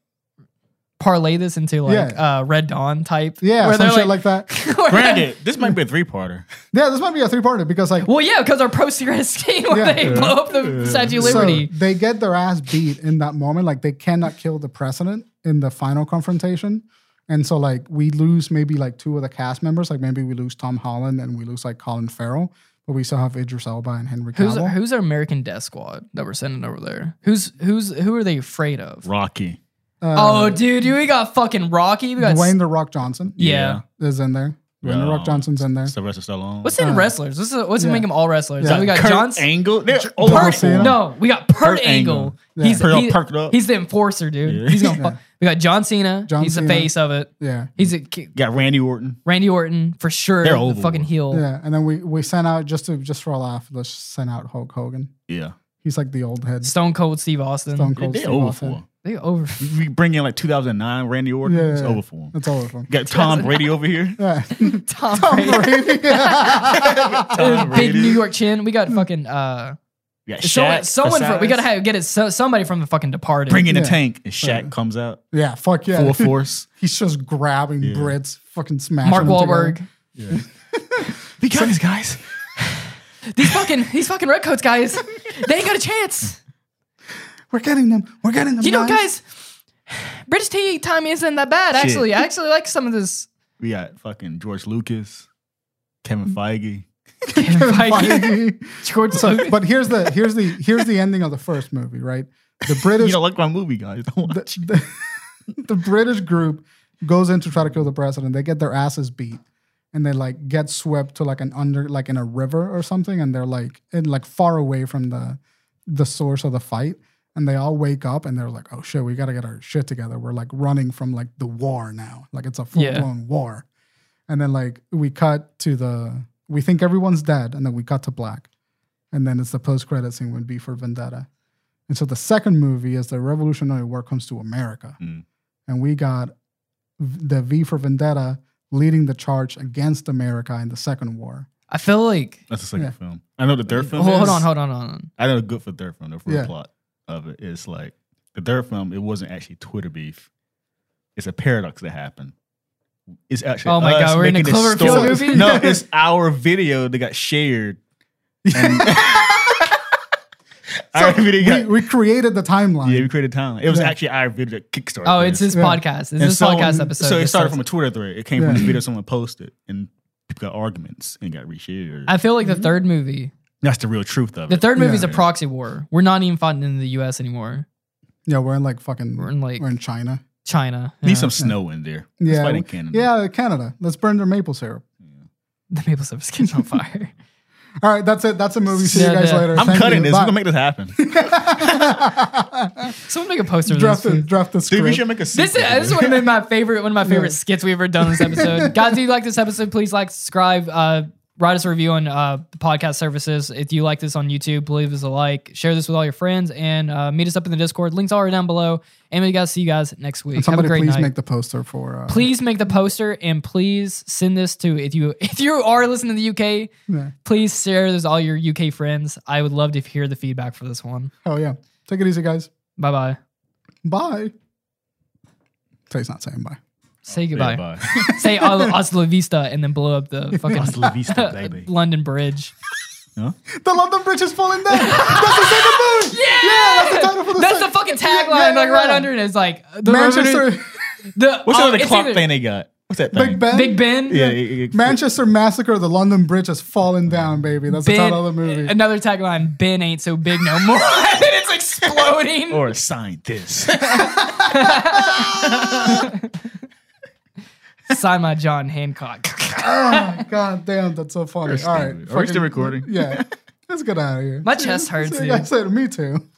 Speaker 1: parlay this into like uh, Red Dawn type.
Speaker 2: yeah
Speaker 1: where
Speaker 2: some
Speaker 1: they're
Speaker 2: shit
Speaker 1: like,
Speaker 2: like that.
Speaker 1: (laughs)
Speaker 3: Granted, this might be a three parter.
Speaker 2: Yeah, this might be a three parter because like
Speaker 1: Well, yeah, because our pro-cigarette (laughs) scheme where
Speaker 2: Yeah.
Speaker 1: they blow up the Statue of Liberty.
Speaker 2: So they get their ass beat in that moment. Like they cannot kill the president in the final confrontation. And so like we lose maybe like two of the cast members. Like maybe we lose Tom Holland and we lose like Colin Farrell, but we still have Idris Elba and Henry
Speaker 1: Who's
Speaker 2: Cavill.
Speaker 1: who's our American death squad that we're sending over there? Who's who's who are they afraid of?
Speaker 3: Rocky.
Speaker 1: Oh, dude, you- we got fucking Rocky. We got
Speaker 2: Dwayne the Rock Johnson
Speaker 1: yeah.
Speaker 2: is in there. Dwayne the
Speaker 3: No.
Speaker 2: Rock Johnson's in there.
Speaker 3: Sylvester Stallone.
Speaker 1: What's in wrestlers? Let's let's
Speaker 2: uh, yeah.
Speaker 1: make them all wrestlers.
Speaker 2: Yeah.
Speaker 1: We got
Speaker 3: Kurt
Speaker 1: Johnson.
Speaker 3: Angle? They're
Speaker 2: Kurt-
Speaker 3: overfull.
Speaker 2: Cena?
Speaker 1: No, we got Pert,
Speaker 3: Kurt
Speaker 1: Angle.
Speaker 3: Angle.
Speaker 2: Yeah.
Speaker 1: He's
Speaker 3: Pert all
Speaker 1: he-
Speaker 3: perked up.
Speaker 1: He's the enforcer, dude.
Speaker 3: Yeah.
Speaker 1: He's gonna. Fuck. We got John Cena.
Speaker 2: John
Speaker 1: he's the
Speaker 2: Cena.
Speaker 1: face of it.
Speaker 2: Yeah.
Speaker 1: He's a ki-
Speaker 3: Got Randy Orton.
Speaker 1: Randy Orton for sure.
Speaker 3: They're
Speaker 1: the
Speaker 3: over
Speaker 1: fucking
Speaker 3: with.
Speaker 1: heel.
Speaker 2: Yeah. And then we we sent out just to just for a laugh, let's send out Hulk Hogan.
Speaker 3: Yeah.
Speaker 2: He's like the old head.
Speaker 1: Stone Cold Steve Austin.
Speaker 2: Stone
Speaker 3: They,
Speaker 2: Cold
Speaker 3: they
Speaker 2: Steve
Speaker 3: over
Speaker 2: Austin.
Speaker 3: for.
Speaker 1: They over. (laughs)
Speaker 3: We bring in like 2009 Randy Orton.
Speaker 2: Yeah.
Speaker 3: It's over for him.
Speaker 2: That's all of them.
Speaker 3: Got Tom Brady
Speaker 1: (laughs)
Speaker 3: over here.
Speaker 2: (laughs) Yeah. (laughs)
Speaker 1: Tom,
Speaker 2: Tom
Speaker 1: Brady.
Speaker 2: Brady.
Speaker 3: Tom
Speaker 1: Big New
Speaker 3: Brady.
Speaker 1: York chin. We got fucking uh.
Speaker 3: We got
Speaker 1: So,
Speaker 3: Shaq.
Speaker 1: someone from, we gotta
Speaker 3: Cassius.
Speaker 1: have, get it. So, somebody from the fucking Departed.
Speaker 3: Bring in
Speaker 2: Yeah.
Speaker 3: the tank. And Shaq comes out.
Speaker 2: yeah. Fuck yeah.
Speaker 3: Full force.
Speaker 2: He's just grabbing
Speaker 3: Yeah.
Speaker 2: Brits, fucking smashing.
Speaker 1: Mark
Speaker 2: them together.
Speaker 1: Wahlberg.
Speaker 3: We got these guys.
Speaker 1: These fucking these fucking redcoats guys. They ain't got a chance.
Speaker 2: We're getting them. We're getting them.
Speaker 1: You know, guys. British tea time isn't that bad.
Speaker 3: Shit.
Speaker 1: Actually, I actually like some of this.
Speaker 3: We got fucking George Lucas, Kevin Feige.
Speaker 2: (laughs)
Speaker 1: Viking.
Speaker 3: (laughs)
Speaker 1: George
Speaker 2: so,
Speaker 1: Lucas.
Speaker 2: but here's the here's the here's the ending of the first movie, right?
Speaker 1: (laughs)
Speaker 2: The British
Speaker 3: You don't like my movie, guys. Don't watch it.
Speaker 2: the, (laughs) the British group goes in to try to kill the president. They get their asses beat, and they like get swept to like an under like in a river or something, and they're like in like far away from the the source of the fight. And they all wake up and they're like, "Oh shit, we gotta get our shit together. We're like running from like the war now. Like it's a full
Speaker 1: Yeah.
Speaker 2: blown war." And then like we cut to the we think everyone's dead, and then we cut to black, and then it's the post credit scene would be for Vendetta. And so the second movie is the Revolutionary War comes to America,
Speaker 3: Mm.
Speaker 2: and we got v- the V for Vendetta leading the charge against America in the second war.
Speaker 1: I feel like.
Speaker 3: That's the second
Speaker 2: Yeah.
Speaker 3: film. I know the third film.
Speaker 1: Hold, hold
Speaker 3: is-
Speaker 1: on, hold on, hold on.
Speaker 3: I know the good for the third film. The real
Speaker 2: Yeah.
Speaker 3: plot of it is like the third film. It wasn't actually Twitter beef. It's a paradox that happened. It's actually
Speaker 1: Oh my
Speaker 3: us
Speaker 1: God, we're in a
Speaker 3: making this
Speaker 1: Cloverfield
Speaker 3: story-
Speaker 1: movie? (laughs)
Speaker 3: No, it's our video that got shared. And
Speaker 2: (laughs)
Speaker 3: our video got,
Speaker 2: We, we created the timeline.
Speaker 3: yeah, we created time. It was
Speaker 2: Yeah.
Speaker 3: actually our video that Kickstarted.
Speaker 1: Oh,
Speaker 3: this.
Speaker 1: it's his
Speaker 2: Yeah.
Speaker 1: podcast. It's
Speaker 3: And
Speaker 1: this
Speaker 3: so-
Speaker 1: podcast episode.
Speaker 3: So it
Speaker 1: that
Speaker 3: started from a
Speaker 1: starts-
Speaker 3: Twitter thread. It came
Speaker 2: Yeah.
Speaker 3: from this video someone posted, and people got arguments and got reshared.
Speaker 1: I feel like the third movie.
Speaker 3: That's the real truth of
Speaker 1: The
Speaker 3: it.
Speaker 1: third movie is a
Speaker 3: Hmm? Yeah.
Speaker 1: proxy war. We're not even fighting in the U.S. anymore.
Speaker 2: yeah, we're in like fucking
Speaker 1: We're
Speaker 2: we're
Speaker 1: in
Speaker 2: in,
Speaker 1: like
Speaker 2: China.
Speaker 1: China. Uh,
Speaker 3: Need
Speaker 1: Yeah.
Speaker 3: some snow in there. Let's
Speaker 2: Yeah,
Speaker 3: fight in
Speaker 2: we-
Speaker 3: Canada.
Speaker 2: yeah, Canada. Let's burn their maple syrup.
Speaker 1: the maple syrup skin's on
Speaker 3: (laughs)
Speaker 1: fire.
Speaker 2: All right, that's it. That's a movie. See
Speaker 1: Yeah,
Speaker 2: you guys
Speaker 1: yeah.
Speaker 2: later.
Speaker 3: I'm
Speaker 2: Thank
Speaker 3: cutting
Speaker 2: you.
Speaker 3: this.
Speaker 2: Bye.
Speaker 3: We're gonna make this
Speaker 2: (laughs)
Speaker 3: happen.
Speaker 1: Someone make a poster. of
Speaker 2: draft
Speaker 1: this.
Speaker 2: the draft the
Speaker 3: Dude, we
Speaker 2: script.
Speaker 3: should make a
Speaker 1: This is, this is one of my favorite one of my favorite skits we've ever done in this
Speaker 2: (laughs)
Speaker 1: episode. Guys, if you like this episode, please like, subscribe, uh, write us a review on uh, the podcast services. If you like this on YouTube, leave us a like, share this with all your friends, and uh, meet us up in the Discord. Links all are down below. And we guys see you guys next week.
Speaker 2: And
Speaker 1: Have a
Speaker 2: somebody
Speaker 1: great
Speaker 2: please
Speaker 1: night.
Speaker 2: make the poster for. Uh,
Speaker 1: please make the poster and please send this to if you if you are listening to the UK,
Speaker 2: Yeah.
Speaker 1: please share this with all your UK friends. I would love to hear the feedback for this one.
Speaker 2: Oh yeah. Take it easy, guys.
Speaker 1: Bye bye.
Speaker 2: Bye. So he's not saying bye.
Speaker 1: Say goodbye.
Speaker 3: Yeah, bye.
Speaker 1: (laughs) Say hasta la vista and then blow up
Speaker 2: (laughs)
Speaker 1: the fucking
Speaker 3: Hasta la vista,
Speaker 1: (laughs)
Speaker 3: baby.
Speaker 1: London Bridge.
Speaker 3: Huh?
Speaker 2: The London Bridge is
Speaker 1: (laughs)
Speaker 2: falling down. That's the second move. Yeah, that's the title for the
Speaker 1: That's the
Speaker 2: second.
Speaker 1: fucking
Speaker 2: Yeah,
Speaker 1: tagline,
Speaker 2: yeah,
Speaker 1: like right
Speaker 2: yeah.
Speaker 1: under it. It's like the
Speaker 2: Manchester.
Speaker 1: The,
Speaker 3: What's
Speaker 1: oh,
Speaker 3: the other
Speaker 1: it's
Speaker 3: clock
Speaker 1: either-
Speaker 3: thing they got?
Speaker 4: What's that thing?
Speaker 2: Big Ben.
Speaker 1: Big Ben.
Speaker 4: Yeah, it- it-
Speaker 2: Manchester Massacre, the London Bridge has fallen down, baby. That's the
Speaker 1: Ben,
Speaker 2: title of the movie.
Speaker 1: another tagline: Ben ain't so big no
Speaker 3: (laughs)
Speaker 1: more. and (laughs) it's exploding.
Speaker 3: or sign this.
Speaker 1: Sign my John Hancock.
Speaker 2: (laughs)
Speaker 1: (laughs)
Speaker 2: oh, God damn, that's so funny.
Speaker 3: We're
Speaker 2: All right.
Speaker 3: stupid. Are we still
Speaker 2: fucking-
Speaker 3: recording?
Speaker 2: Yeah. (laughs) Let's get out of here. (laughs)
Speaker 1: My chest hurts,
Speaker 2: See you guys later. Me too.